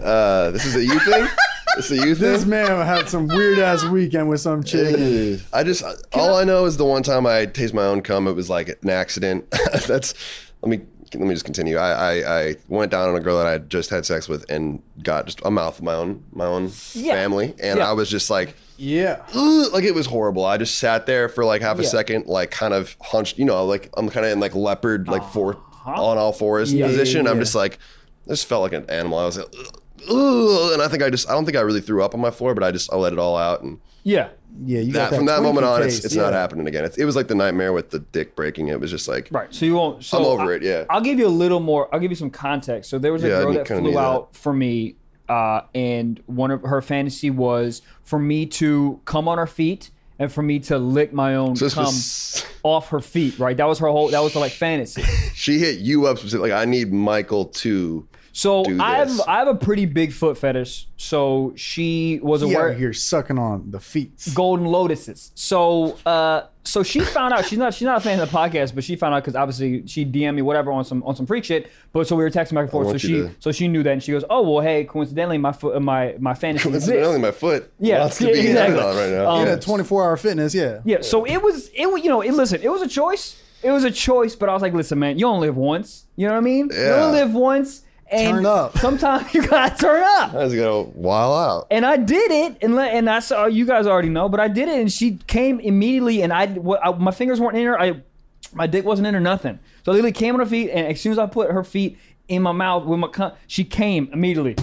Speaker 1: uh, this is a you thing? This is a you thing?
Speaker 3: This man had some weird ass weekend with some chick.
Speaker 1: I just all I, know is the one time I tasted my own cum, it was like an accident. That's let me let me just continue. I, I I went down on a girl that I had just had sex with and got just a mouth of my own my own
Speaker 2: Yeah.
Speaker 1: family, and
Speaker 2: Yeah.
Speaker 1: I was just like.
Speaker 3: Yeah.
Speaker 1: "Ugh," Like it was horrible. I just sat there for like half a
Speaker 2: Yeah.
Speaker 1: second, like kind of hunched, you know, like I'm kind of in like leopard, like four on all fours
Speaker 2: Uh-huh. Yeah,
Speaker 1: position.
Speaker 2: yeah,
Speaker 1: I'm
Speaker 2: yeah.
Speaker 1: just like, this felt like an animal. I was like, "Ugh, ugh," and I think I just, I don't think I really threw up on my floor, but I just, I let it all out and
Speaker 2: Yeah.
Speaker 3: Yeah. You got
Speaker 1: that, from that moment
Speaker 3: twinkie
Speaker 1: on, it's,
Speaker 3: taste.
Speaker 1: it's
Speaker 3: Yeah.
Speaker 1: not happening again. It's, it was like the nightmare with the dick breaking. It was just like,
Speaker 2: Right. So you won't. So
Speaker 1: I'm over
Speaker 2: I-
Speaker 1: it, yeah.
Speaker 2: I'll give you a little more. I'll give you some context. So there was a
Speaker 1: Yeah, I
Speaker 2: girl
Speaker 1: need-
Speaker 2: that
Speaker 1: kinda
Speaker 2: flew
Speaker 1: need
Speaker 2: out for me, uh, and one of her fantasy was for me to come on her feet and for me to lick my own
Speaker 1: this
Speaker 2: cum
Speaker 1: was-
Speaker 2: off her feet. Right. That was her whole. That was her like fantasy.
Speaker 1: she hit you up specifically. Like, I need Michael to.
Speaker 2: So
Speaker 1: do
Speaker 2: I have
Speaker 1: this.
Speaker 2: I have a pretty big foot fetish. So she was
Speaker 3: Yeah,
Speaker 2: aware
Speaker 3: you're sucking on the feet.
Speaker 2: golden lotuses. So uh, so she found out she's not she's not a fan of the podcast, but she found out because obviously she DM'd me whatever on some on some freak shit. But so we were texting back and forth. So
Speaker 1: want
Speaker 2: she
Speaker 1: you to-
Speaker 2: so she knew that and she goes, oh well, hey, coincidentally my foot my my fantasy is this.
Speaker 1: Incidentally, my foot
Speaker 2: Yeah,
Speaker 1: wants to
Speaker 2: yeah,
Speaker 1: be hit
Speaker 2: exactly.
Speaker 1: on right now.
Speaker 2: Um,
Speaker 3: Yeah, 24 hour fitness. Yeah.
Speaker 2: Yeah, so it was it was you know, it listen, it was a choice. It was a choice, but I was like, listen, man, you only live once. You know what I mean? You
Speaker 1: Yeah.
Speaker 2: only live once and
Speaker 3: Turn up.
Speaker 2: sometimes you gotta turn up.
Speaker 1: I was gonna while out.
Speaker 2: and I did it, and let, and I saw you guys already know, but I did it, and she came immediately, and I, what, I my fingers weren't in her, I my dick wasn't in her, nothing. So I literally came on her feet, and as soon as I put her feet in my mouth with my, cum, she came immediately.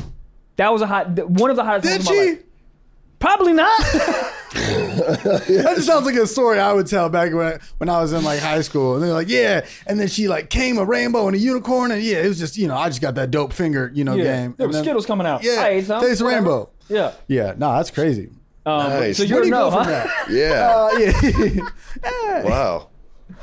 Speaker 2: That was a hot, th- one of the hottest.
Speaker 3: Did
Speaker 2: moments of my
Speaker 3: she?
Speaker 2: life. Probably not.
Speaker 3: That just sounds like a story I would tell back when when I was in like high school. And they're like, yeah. And then she like came a rainbow and a unicorn. And yeah, it was just, you know, I just got that dope finger, you know,
Speaker 2: yeah,
Speaker 3: game.
Speaker 2: there
Speaker 3: And
Speaker 2: was
Speaker 3: then-
Speaker 2: Skittles coming out.
Speaker 3: Yeah.
Speaker 2: I ate some,
Speaker 3: Taste of
Speaker 2: whatever.
Speaker 3: rainbow.
Speaker 2: Yeah.
Speaker 3: Yeah. No, that's crazy.
Speaker 2: Um,
Speaker 1: Nice.
Speaker 2: So
Speaker 1: Where
Speaker 2: you're
Speaker 3: Where do you
Speaker 2: no,
Speaker 3: go from
Speaker 2: huh?
Speaker 3: that?
Speaker 1: Yeah.
Speaker 3: Uh, yeah.
Speaker 1: wow.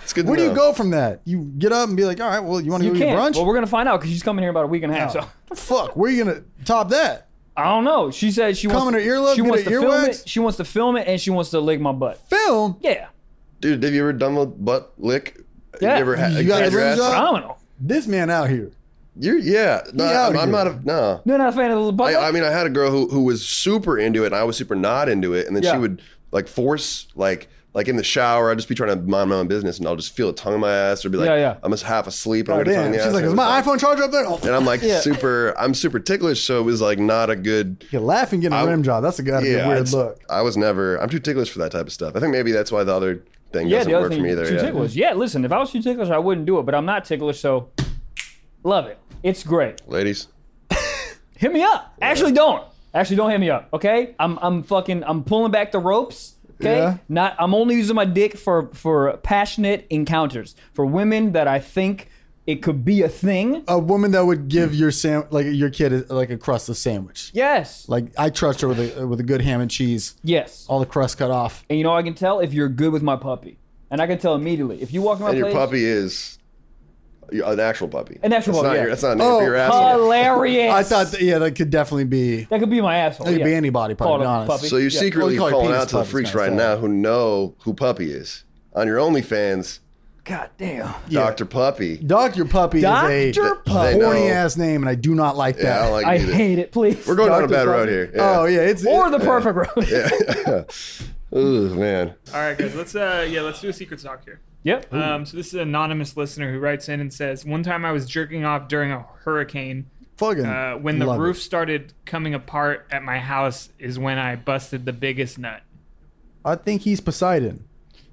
Speaker 1: It's good.
Speaker 3: Where
Speaker 1: to
Speaker 3: do you
Speaker 1: know.
Speaker 3: go from that? You get up and be like, all right, well, you want to
Speaker 2: You
Speaker 3: go eat
Speaker 2: can't.
Speaker 3: brunch? Oh.
Speaker 2: Well, we're gonna find out because she's coming here in about a week and a half. So
Speaker 3: Fuck, where are you going to top that?
Speaker 2: I don't know. She said she
Speaker 3: Come
Speaker 2: wants.
Speaker 3: in her earlobe,
Speaker 2: she
Speaker 3: get
Speaker 2: wants
Speaker 3: her
Speaker 2: to film
Speaker 3: earwax?
Speaker 2: it. She wants to film it, and she wants to lick my butt.
Speaker 3: Film?
Speaker 2: Yeah.
Speaker 1: dude? Have you ever done a butt lick?
Speaker 2: Yeah.
Speaker 1: You ever had?
Speaker 3: You got
Speaker 1: had
Speaker 3: a
Speaker 1: your
Speaker 3: rim
Speaker 1: ass-
Speaker 3: job?
Speaker 2: phenomenal.
Speaker 3: This man out here.
Speaker 1: You're yeah. No,
Speaker 3: Get
Speaker 1: I'm,
Speaker 3: outta
Speaker 1: I'm
Speaker 3: here.
Speaker 1: not a no.
Speaker 2: You're not a fan of the butt.
Speaker 1: I, I mean, I had a girl who, who was super into it, and I was super not into it, and then
Speaker 2: Yeah.
Speaker 1: she would like force like like in the shower, I'd just be trying to mind my own business, and I'll just feel a tongue in my ass, or be like,
Speaker 2: Yeah, yeah.
Speaker 1: I'm just half asleep, and
Speaker 3: Oh,
Speaker 1: I'm gonna tongue
Speaker 3: damn.
Speaker 1: in the
Speaker 3: She's
Speaker 1: ass.
Speaker 3: like, is
Speaker 1: every
Speaker 3: my
Speaker 1: time.
Speaker 3: iPhone charger up there? Oh,
Speaker 1: And I'm like super, I'm super ticklish, so it was like not a good.
Speaker 3: you're laughing, getting a rim job. That's a, gotta be a
Speaker 1: Yeah,
Speaker 3: weird
Speaker 1: it's-
Speaker 3: look.
Speaker 1: I was never. I'm too ticklish for that type of stuff. I think maybe that's why the other thing
Speaker 2: Yeah,
Speaker 1: doesn't
Speaker 2: the other
Speaker 1: work
Speaker 2: thing,
Speaker 1: for me either.
Speaker 2: too
Speaker 1: yeah.
Speaker 2: ticklish. Yeah, listen, if I was too ticklish, I wouldn't do it, but I'm not ticklish, so love it. It's great.
Speaker 1: Ladies,
Speaker 2: Hit me up. Actually, don't. Actually, don't hit me up. Okay, I'm I'm fucking I'm pulling back the ropes. Okay,
Speaker 3: Yeah.
Speaker 2: not I'm only using my dick for for passionate encounters for women that I think it could be a thing.
Speaker 3: A woman that would give your sam- like your kid a- like a crust of sandwich.
Speaker 2: Yes.
Speaker 3: Like I trust her with a with a good ham and cheese,
Speaker 2: yes.
Speaker 3: all the crust cut off.
Speaker 2: And you know I can tell if you're good with my puppy, and I can tell immediately if you walk in my
Speaker 1: and your
Speaker 2: place.
Speaker 1: puppy is an actual puppy.
Speaker 2: An actual
Speaker 1: that's
Speaker 2: puppy,
Speaker 1: Not
Speaker 2: yeah.
Speaker 1: your, that's not a name
Speaker 3: Oh,
Speaker 1: for your asshole.
Speaker 2: Hilarious.
Speaker 3: I thought, that, yeah, that could definitely be.
Speaker 2: that could be my asshole.
Speaker 3: That could
Speaker 2: yeah.
Speaker 3: be anybody,
Speaker 2: Call
Speaker 3: probably.
Speaker 2: it a
Speaker 3: To be honest.
Speaker 2: puppy.
Speaker 1: So you're
Speaker 2: Yeah.
Speaker 1: secretly
Speaker 3: Well, we call it
Speaker 1: calling
Speaker 3: penis
Speaker 1: out to the
Speaker 3: puppies
Speaker 1: freaks
Speaker 3: now,
Speaker 1: right
Speaker 3: so-
Speaker 1: now who know who Puppy is on your OnlyFans,
Speaker 2: God damn.
Speaker 1: Doctor Puppy.
Speaker 3: Doctor Puppy is a
Speaker 2: Doctor Puppy.
Speaker 1: They know.
Speaker 3: horny ass name, and I do not like
Speaker 1: Yeah, I
Speaker 3: that.
Speaker 1: like
Speaker 2: I
Speaker 1: either.
Speaker 2: hate it. Please.
Speaker 1: We're going down a
Speaker 2: Dr.
Speaker 1: bad
Speaker 2: Puppy. Oh,
Speaker 1: road here.
Speaker 3: Oh yeah, it's
Speaker 2: Or the perfect road.
Speaker 1: yeah. Ooh man.
Speaker 5: All right, guys, let's uh, yeah, let's do a secret talk here.
Speaker 2: Yep.
Speaker 1: Uh,
Speaker 5: Um, so this is an anonymous listener who writes in and says, "One time I was jerking off during a hurricane.
Speaker 3: fucking
Speaker 5: Uh, when the
Speaker 3: love it.
Speaker 5: roof started coming apart at my house is when I busted the biggest nut.
Speaker 3: I think he's Poseidon.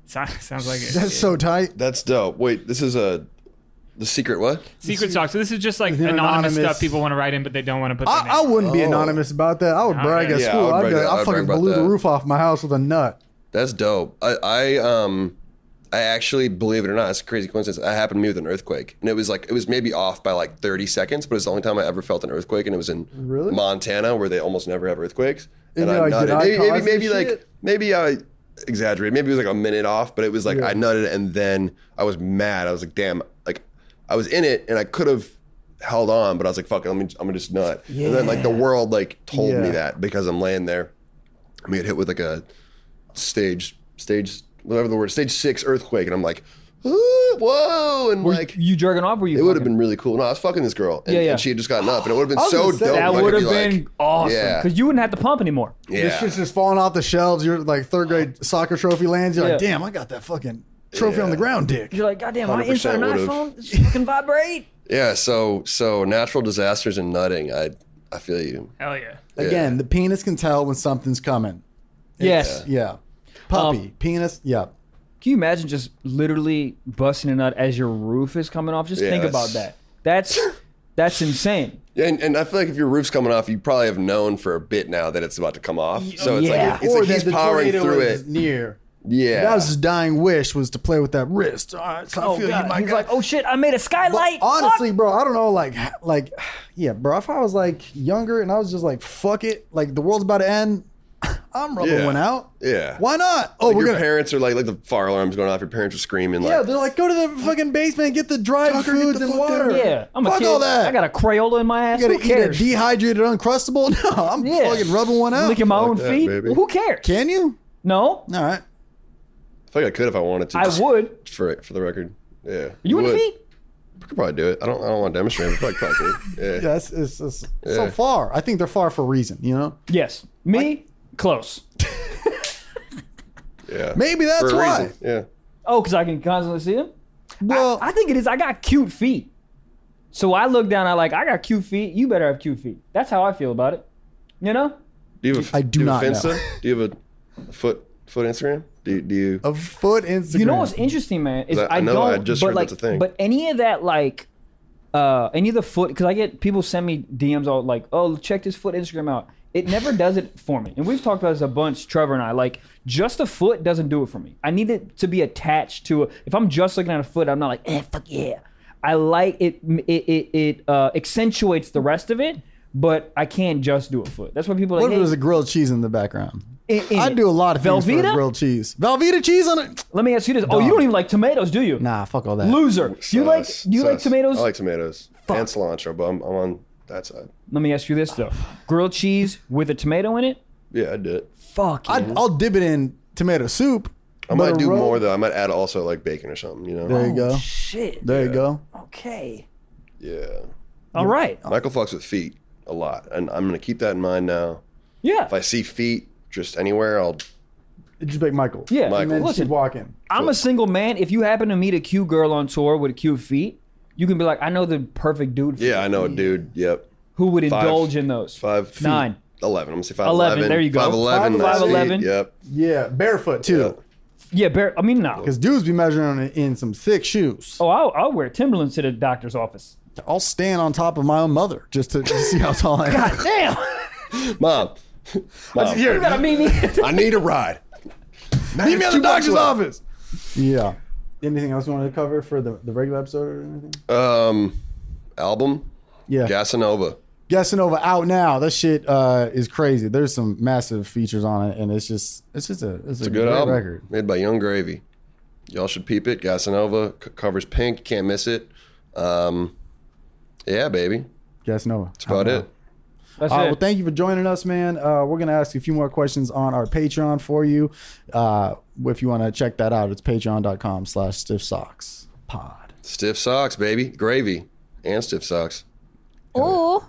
Speaker 5: So- sounds like it.
Speaker 3: That's so tight.
Speaker 1: That's dope. Wait, this is a the secret what?
Speaker 5: Secret talk. So this is just like
Speaker 3: an
Speaker 5: anonymous,
Speaker 3: anonymous-
Speaker 5: stuff people want to write in, but they don't want to put. Their name.
Speaker 3: I, I wouldn't be
Speaker 1: Oh.
Speaker 3: anonymous about that. I would brag at
Speaker 1: Yeah, I
Speaker 3: school.
Speaker 1: would
Speaker 3: I'd
Speaker 1: brag
Speaker 3: be like,
Speaker 1: that-
Speaker 3: I
Speaker 1: I'd brag
Speaker 3: fucking
Speaker 1: about
Speaker 3: blew the
Speaker 1: that.
Speaker 3: roof off my house with a nut.
Speaker 1: That's dope. I, I um I actually believe it or not, it's a crazy coincidence. That happened to me with an earthquake. And it was like it was maybe off by like 30 seconds, but it's the only time I ever felt an earthquake and it was in
Speaker 3: Really?
Speaker 1: Montana where they almost never have earthquakes.
Speaker 3: And
Speaker 1: And, I
Speaker 3: you're like, did
Speaker 1: nutted.
Speaker 3: I
Speaker 1: Maybe maybe,
Speaker 3: cause this
Speaker 1: maybe like
Speaker 3: shit?
Speaker 1: maybe I exaggerated. Maybe it was like a minute off, but it was like I nutted and then I was mad. I was like, damn, like I was in it and I could have held on, but I was like, fuck it, let me I'm gonna just nut. And then like the world like told
Speaker 3: Yeah.
Speaker 1: me that because I'm laying there. I'm get hit with like a stage stage whatever the word stage six earthquake and I'm like "Ooh, whoa and like
Speaker 2: you jerking off? Were you?
Speaker 1: it would have been really cool. No, I was fucking this girl and,
Speaker 2: Yeah, yeah.
Speaker 1: and she had just gotten up and it would have been
Speaker 3: was
Speaker 1: so
Speaker 3: gonna
Speaker 1: dope.
Speaker 3: say-
Speaker 2: That
Speaker 1: if I could
Speaker 2: would have
Speaker 1: be like,
Speaker 2: been awesome.
Speaker 1: Yeah.
Speaker 2: Because you wouldn't have to pump anymore.
Speaker 3: This
Speaker 1: yeah.
Speaker 3: shit's just falling off the shelves. You're like third grade soccer trophy lands. You're like,
Speaker 2: Yeah.
Speaker 3: damn, I got that fucking trophy on
Speaker 1: Yeah.
Speaker 3: the ground, dick.
Speaker 2: You're like, goddamn, my
Speaker 1: 100%
Speaker 2: inside an
Speaker 1: would've.
Speaker 2: iPhone It's fucking vibrate.
Speaker 1: yeah, so so natural disasters and nutting, I I feel you.
Speaker 5: Hell yeah.
Speaker 3: Again, the penis can tell when something's coming.
Speaker 2: Yes.
Speaker 3: Yeah, puppy
Speaker 2: Um,
Speaker 3: penis. Yeah,
Speaker 2: Can you imagine just literally busting a nut as your roof is coming off? Just
Speaker 1: Yeah,
Speaker 2: think about
Speaker 1: that's-
Speaker 2: that. That's that's insane.
Speaker 1: Yeah, and, and I feel like if your roof's coming off, you probably have known for a bit now that it's about to come off. So it's
Speaker 2: Yeah.
Speaker 1: like it's like
Speaker 3: that
Speaker 1: he's
Speaker 3: the
Speaker 1: powering
Speaker 3: tornado
Speaker 1: through
Speaker 3: is
Speaker 1: it.
Speaker 3: Near.
Speaker 1: Yeah.
Speaker 3: That was his dying wish was to play with that wrist. All right, so I
Speaker 2: Oh
Speaker 3: feel you,
Speaker 2: god.
Speaker 3: my
Speaker 2: He's
Speaker 3: God.
Speaker 2: like, oh shit, I made a skylight.
Speaker 3: honestly,
Speaker 2: Fuck.
Speaker 3: bro, I don't know, like, like, yeah, bro. If I was like younger and I was just like, fuck it, like the world's about to end, I'm rubbing
Speaker 1: Yeah.
Speaker 3: one out.
Speaker 1: Yeah.
Speaker 3: Why not? Oh,
Speaker 1: Like
Speaker 3: we're
Speaker 1: your
Speaker 3: gonna.
Speaker 1: parents are like, like the fire alarm's going off. Your parents are screaming. Like,
Speaker 3: yeah, they're like, go to the fucking basement, and get the dried
Speaker 1: Tucker, get
Speaker 3: foods
Speaker 1: the
Speaker 3: and
Speaker 1: fuck down
Speaker 3: water.
Speaker 1: here.
Speaker 2: Yeah, I'm a
Speaker 3: Fuck
Speaker 2: kid.
Speaker 3: all that.
Speaker 2: I got a Crayola in my ass.
Speaker 3: You gotta
Speaker 2: Who
Speaker 3: eat a
Speaker 2: cares?
Speaker 3: dehydrated uncrustable. No, I'm
Speaker 2: Yeah.
Speaker 3: fucking rubbing one out.
Speaker 2: Licking my own
Speaker 1: that,
Speaker 2: feet.
Speaker 1: baby.
Speaker 2: Who cares?
Speaker 3: Can you?
Speaker 2: No,
Speaker 3: All right.
Speaker 1: I feel like I could if I wanted to.
Speaker 2: I
Speaker 1: just
Speaker 2: would.
Speaker 1: For for the record. Yeah.
Speaker 2: You would feet?
Speaker 1: I could probably do it. I don't. I don't want to demonstrate. But I probably could. Yeah.
Speaker 3: Yeah, it's, it's, it's so
Speaker 1: Yeah.
Speaker 3: far. I think they're far for a reason. You know,
Speaker 2: Yes. Me? Close.
Speaker 1: yeah.
Speaker 3: maybe that's
Speaker 1: for a
Speaker 3: why.
Speaker 1: reason. Yeah.
Speaker 2: Oh, because I can constantly see him? Oh,
Speaker 3: Well,
Speaker 2: I think it is. I got cute feet. So I look down, I like, I got cute feet. You better have cute feet. That's how I feel about it. You know?
Speaker 1: Do you have? A,
Speaker 3: I do
Speaker 1: you have a
Speaker 3: not know. Oh,
Speaker 1: Finsta? Do you have a foot foot Instagram? Do you, do you?
Speaker 3: a foot Instagram.
Speaker 2: You know what's interesting, man? Is
Speaker 1: I- I know, I
Speaker 2: don't,
Speaker 1: just
Speaker 2: but
Speaker 1: heard
Speaker 2: like,
Speaker 1: that's a thing.
Speaker 2: but any of that, like, uh, any of the foot, because I get people send me DMs all like, oh, check this foot Instagram out. It never does it for me. And we've talked about this a bunch, Trevor and I. Like, just a foot doesn't do it for me. I need it to be attached to a, if I'm just looking at a foot, I'm not like, eh, fuck yeah. I like it, it, it, it uh, accentuates the rest of it, but I can't just do a foot. That's why people are
Speaker 3: What
Speaker 2: like,
Speaker 3: if there was
Speaker 2: hey,
Speaker 3: a grilled cheese in the background?
Speaker 2: In- in
Speaker 3: I
Speaker 2: it.
Speaker 3: do a lot of things for
Speaker 2: Velveeta?
Speaker 3: grilled cheese. Velveeta cheese on it?
Speaker 2: let me ask you this. Oh, you don't even like tomatoes, do you?
Speaker 3: Nah, fuck all that.
Speaker 2: Loser. Do you like,
Speaker 1: Sus,
Speaker 2: do you like
Speaker 1: sus.
Speaker 2: tomatoes?
Speaker 1: Uh, I like tomatoes and cilantro, but I'm, I'm on that side.
Speaker 2: Let me ask you this though: grilled cheese with a tomato in it?
Speaker 1: Yeah, I do it.
Speaker 2: Fuck
Speaker 3: I,
Speaker 2: yeah.
Speaker 3: I'll dip it in tomato soup.
Speaker 1: I might do more though. I might add also like bacon or something. You know.
Speaker 3: There you go.
Speaker 2: Shit.
Speaker 3: There you go.
Speaker 2: Okay.
Speaker 1: Yeah.
Speaker 2: All right.
Speaker 1: Michael fucks with feet a lot, and I'm gonna keep that in mind now.
Speaker 2: Yeah.
Speaker 1: If I see feet just anywhere, I'll
Speaker 3: It'd just be like Michael.
Speaker 2: Yeah.
Speaker 3: And then
Speaker 1: Michael.
Speaker 3: she'd
Speaker 2: Listen,
Speaker 3: walk in.
Speaker 2: I'm a single man. If you happen to meet a cute girl on tour with cute feet, you can be like, I know the perfect dude for
Speaker 1: Yeah, I know a dude. Yep.
Speaker 2: who would
Speaker 1: Five.
Speaker 2: indulge in those.
Speaker 1: Five feet.
Speaker 2: Nine.
Speaker 1: Eleven. I'm gonna say five
Speaker 2: Eleven, there you go.
Speaker 1: Five eleven.
Speaker 2: Five-
Speaker 1: nice feet,
Speaker 2: 5'11".
Speaker 1: Yep.
Speaker 3: Yeah, barefoot too.
Speaker 2: Yeah, bare, I mean, no.
Speaker 3: Because dudes be measuring it in some thick shoes.
Speaker 2: Oh, I'll, I'll wear Timberlands to the doctor's office.
Speaker 3: I'll stand on top of my own mother just to, to see how tall I am.
Speaker 2: Damn.
Speaker 1: Mom. Mom.
Speaker 2: you gotta meet me.
Speaker 1: I need a ride.
Speaker 3: Meet me at
Speaker 1: Two
Speaker 3: the doctor's
Speaker 1: bucks
Speaker 3: office. Yeah. Anything else you wanted to cover for the, the regular episode or anything?
Speaker 1: Um, album.
Speaker 3: Yeah.
Speaker 1: Gasanova.
Speaker 3: Gasanova out now. That shit uh, is crazy. There's some massive features on it, and it's just it's just a it's, a,
Speaker 1: Good
Speaker 3: great
Speaker 1: album.
Speaker 3: record.
Speaker 1: Made by Young Gravy. Y'all should peep it. Gasanova c- covers Pink. Can't miss it. Um, yeah, baby.
Speaker 3: Gasanova. That's
Speaker 1: About it.
Speaker 2: That's
Speaker 3: Uh, well,
Speaker 2: it.
Speaker 3: thank you for joining us, man. Uh, we're gonna ask you a few more questions on our Patreon for you. Uh, if you want to check that out, it's patreon.com/slash stiff socks pod.
Speaker 1: Stiff socks, baby. Gravy and stiff socks.
Speaker 6: Or